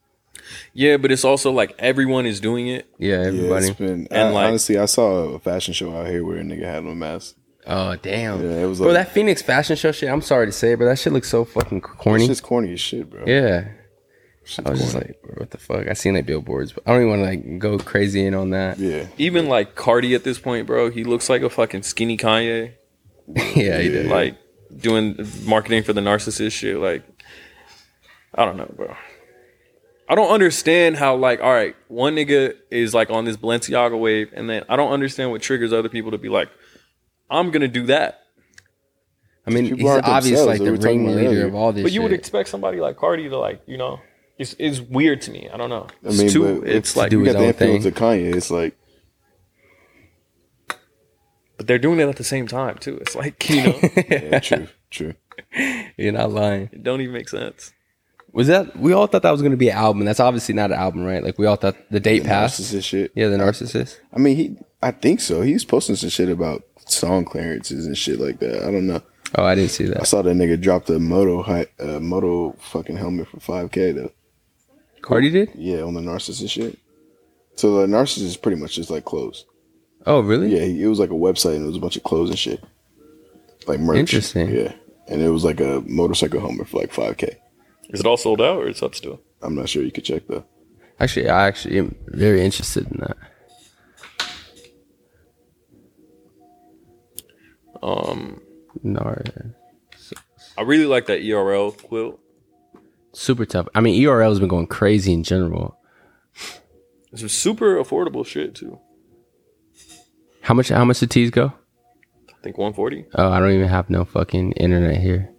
[SPEAKER 1] Yeah, but it's also like everyone is doing it.
[SPEAKER 2] Yeah, everybody.
[SPEAKER 3] Yeah, it's been,
[SPEAKER 1] And,
[SPEAKER 3] I-
[SPEAKER 1] like-
[SPEAKER 3] honestly, I saw a fashion show out here where a nigga had on a mask.
[SPEAKER 2] Oh damn!
[SPEAKER 3] Yeah, it was
[SPEAKER 2] bro,
[SPEAKER 3] like-
[SPEAKER 2] that Phoenix fashion show shit. I'm sorry to say, it, but that shit looks so fucking corny.
[SPEAKER 3] It's just corny as shit, bro.
[SPEAKER 2] yeah,
[SPEAKER 3] It's
[SPEAKER 2] I was just
[SPEAKER 3] corny.
[SPEAKER 2] like, bro, what the fuck? I seen like billboards, but I don't even want to like go crazy in on that.
[SPEAKER 3] yeah,
[SPEAKER 1] Even like Cardi at this point, bro, he looks like a fucking skinny Kanye.
[SPEAKER 2] yeah, he did.
[SPEAKER 1] like doing marketing for the narcissist shit. Like, I don't know, bro. I don't understand how like all right, one nigga is like on this Balenciaga wave, and then I don't understand what triggers other people to be like, I'm gonna do that.
[SPEAKER 2] I mean,
[SPEAKER 3] People
[SPEAKER 2] he's
[SPEAKER 3] aren't
[SPEAKER 2] obvious
[SPEAKER 3] themselves,
[SPEAKER 2] like
[SPEAKER 3] that
[SPEAKER 2] the
[SPEAKER 3] we were talking about
[SPEAKER 2] ringleader
[SPEAKER 3] earlier.
[SPEAKER 2] of all this.
[SPEAKER 1] But you would
[SPEAKER 2] shit.
[SPEAKER 1] expect somebody like Cardi to like, you know, it's, it's weird to me. I don't know.
[SPEAKER 3] I
[SPEAKER 1] It's
[SPEAKER 3] mean,
[SPEAKER 1] too.
[SPEAKER 3] but
[SPEAKER 1] It's
[SPEAKER 3] if
[SPEAKER 1] like,
[SPEAKER 2] do
[SPEAKER 3] you
[SPEAKER 2] his
[SPEAKER 3] got
[SPEAKER 2] own
[SPEAKER 3] the influence
[SPEAKER 2] thing.
[SPEAKER 3] of Kanye. It's like
[SPEAKER 1] but they're doing it at the same time too. It's like you know,
[SPEAKER 3] yeah, true, true.
[SPEAKER 2] You're not lying.
[SPEAKER 1] it don't even make sense.
[SPEAKER 2] Was that we all thought that was going to be an album? That's obviously not an album, right? Like we all thought the date passed.
[SPEAKER 3] Narcissist shit.
[SPEAKER 2] Yeah, the narcissist.
[SPEAKER 3] I mean, he. I think so. He was posting some shit about song clearances and shit like that. I don't know.
[SPEAKER 2] Oh, I didn't see
[SPEAKER 3] I
[SPEAKER 2] that.
[SPEAKER 3] saw that nigga drop the moto hi- uh, moto fucking helmet for five k though.
[SPEAKER 2] Cardi did.
[SPEAKER 3] Yeah, on the narcissist shit. So the narcissist pretty much just like clothes.
[SPEAKER 2] Oh, really?
[SPEAKER 3] Yeah, he- it was like a website and it was a bunch of clothes and shit, like merch.
[SPEAKER 2] Interesting.
[SPEAKER 3] Yeah, and it was like a motorcycle helmet for like five k.
[SPEAKER 1] Is it all sold out or it's up still?
[SPEAKER 3] I'm not sure you could check though.
[SPEAKER 2] Actually, I actually am very interested in that.
[SPEAKER 1] Um,
[SPEAKER 2] No,
[SPEAKER 1] I really like that ERL quilt.
[SPEAKER 2] super tough. I mean, ERL has been going crazy in general.
[SPEAKER 1] It's some super affordable shit too.
[SPEAKER 2] How much? How much did tees go?
[SPEAKER 1] I think 140.
[SPEAKER 2] Oh, I don't even have no fucking internet here.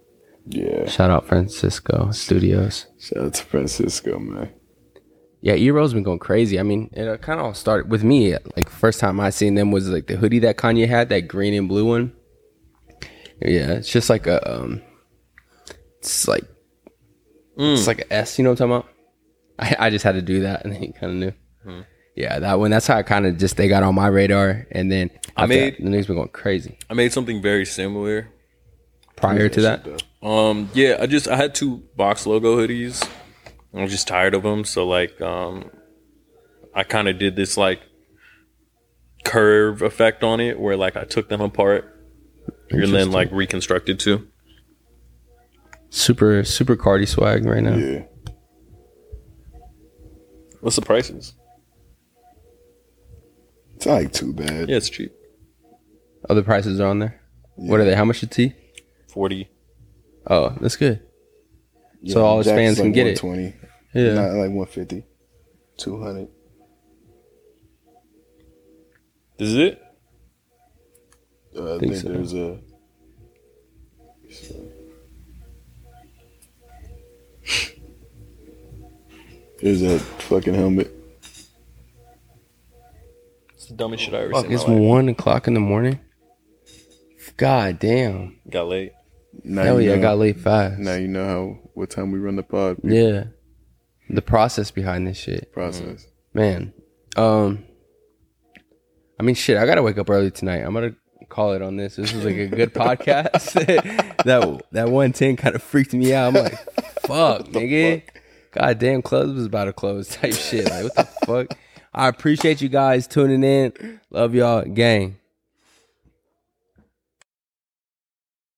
[SPEAKER 3] Yeah,
[SPEAKER 2] Shout out Francisco Studios.
[SPEAKER 3] shout out to Francisco, man.
[SPEAKER 2] Yeah, ERL's been going crazy. I mean, it kind of all started with me. Like first time I seen them was like the hoodie that Kanye had, that green and blue one. Yeah, it's just like a, um, it's like,
[SPEAKER 1] Mm.
[SPEAKER 2] it's like a S. You know what I'm talking about? I, I just had to do that, and then he kind of knew.
[SPEAKER 1] Hmm.
[SPEAKER 2] Yeah, that one. That's how I kind of just they got on my radar, and then
[SPEAKER 1] I
[SPEAKER 2] after
[SPEAKER 1] made-
[SPEAKER 2] that, the niggas been going crazy.
[SPEAKER 1] I made something very similar.
[SPEAKER 2] Prior to that,
[SPEAKER 1] Um, yeah, I just I had two box logo hoodies. I was just tired of them, so like, um, I kind of did this like curve effect on it, where like I took them apart and then like reconstructed too.
[SPEAKER 2] super super Cardi swag right now.
[SPEAKER 3] Yeah,
[SPEAKER 1] What's the prices?
[SPEAKER 3] it's not like too bad.
[SPEAKER 1] Yeah, it's cheap.
[SPEAKER 2] Other prices are on there. What are they? How much a tee?
[SPEAKER 1] Forty.
[SPEAKER 2] Oh, that's good.
[SPEAKER 3] Yeah,
[SPEAKER 2] so all his
[SPEAKER 3] Jack's
[SPEAKER 2] fans
[SPEAKER 3] like
[SPEAKER 2] can get it.
[SPEAKER 3] 120,
[SPEAKER 2] Yeah.
[SPEAKER 3] not like 150, 200.
[SPEAKER 1] This is it.
[SPEAKER 3] Uh, I
[SPEAKER 2] Think
[SPEAKER 3] think,
[SPEAKER 2] so.
[SPEAKER 3] there's a. There's a fucking helmet.
[SPEAKER 1] It's the dumbest shit I ever
[SPEAKER 2] Fuck,
[SPEAKER 1] seen. in
[SPEAKER 2] it's
[SPEAKER 1] my life.
[SPEAKER 2] one o'clock in the morning. God damn.
[SPEAKER 1] Got late.
[SPEAKER 3] Now
[SPEAKER 2] Hell
[SPEAKER 3] you
[SPEAKER 2] yeah, I
[SPEAKER 3] know,
[SPEAKER 2] got Mm-hmm. late fast.
[SPEAKER 3] Now you know how what time we run the pod
[SPEAKER 2] Yeah. The process behind this shit.
[SPEAKER 3] process.
[SPEAKER 2] Man. Um I mean shit, I gotta wake up early tonight. I'm gonna call it on this. This was like a good podcast. that that one ten kind of freaked me out. I'm like, fuck, nigga. God damn clubs was about to close type shit. Like what the fuck? I appreciate you guys tuning in. Love y'all. Gang.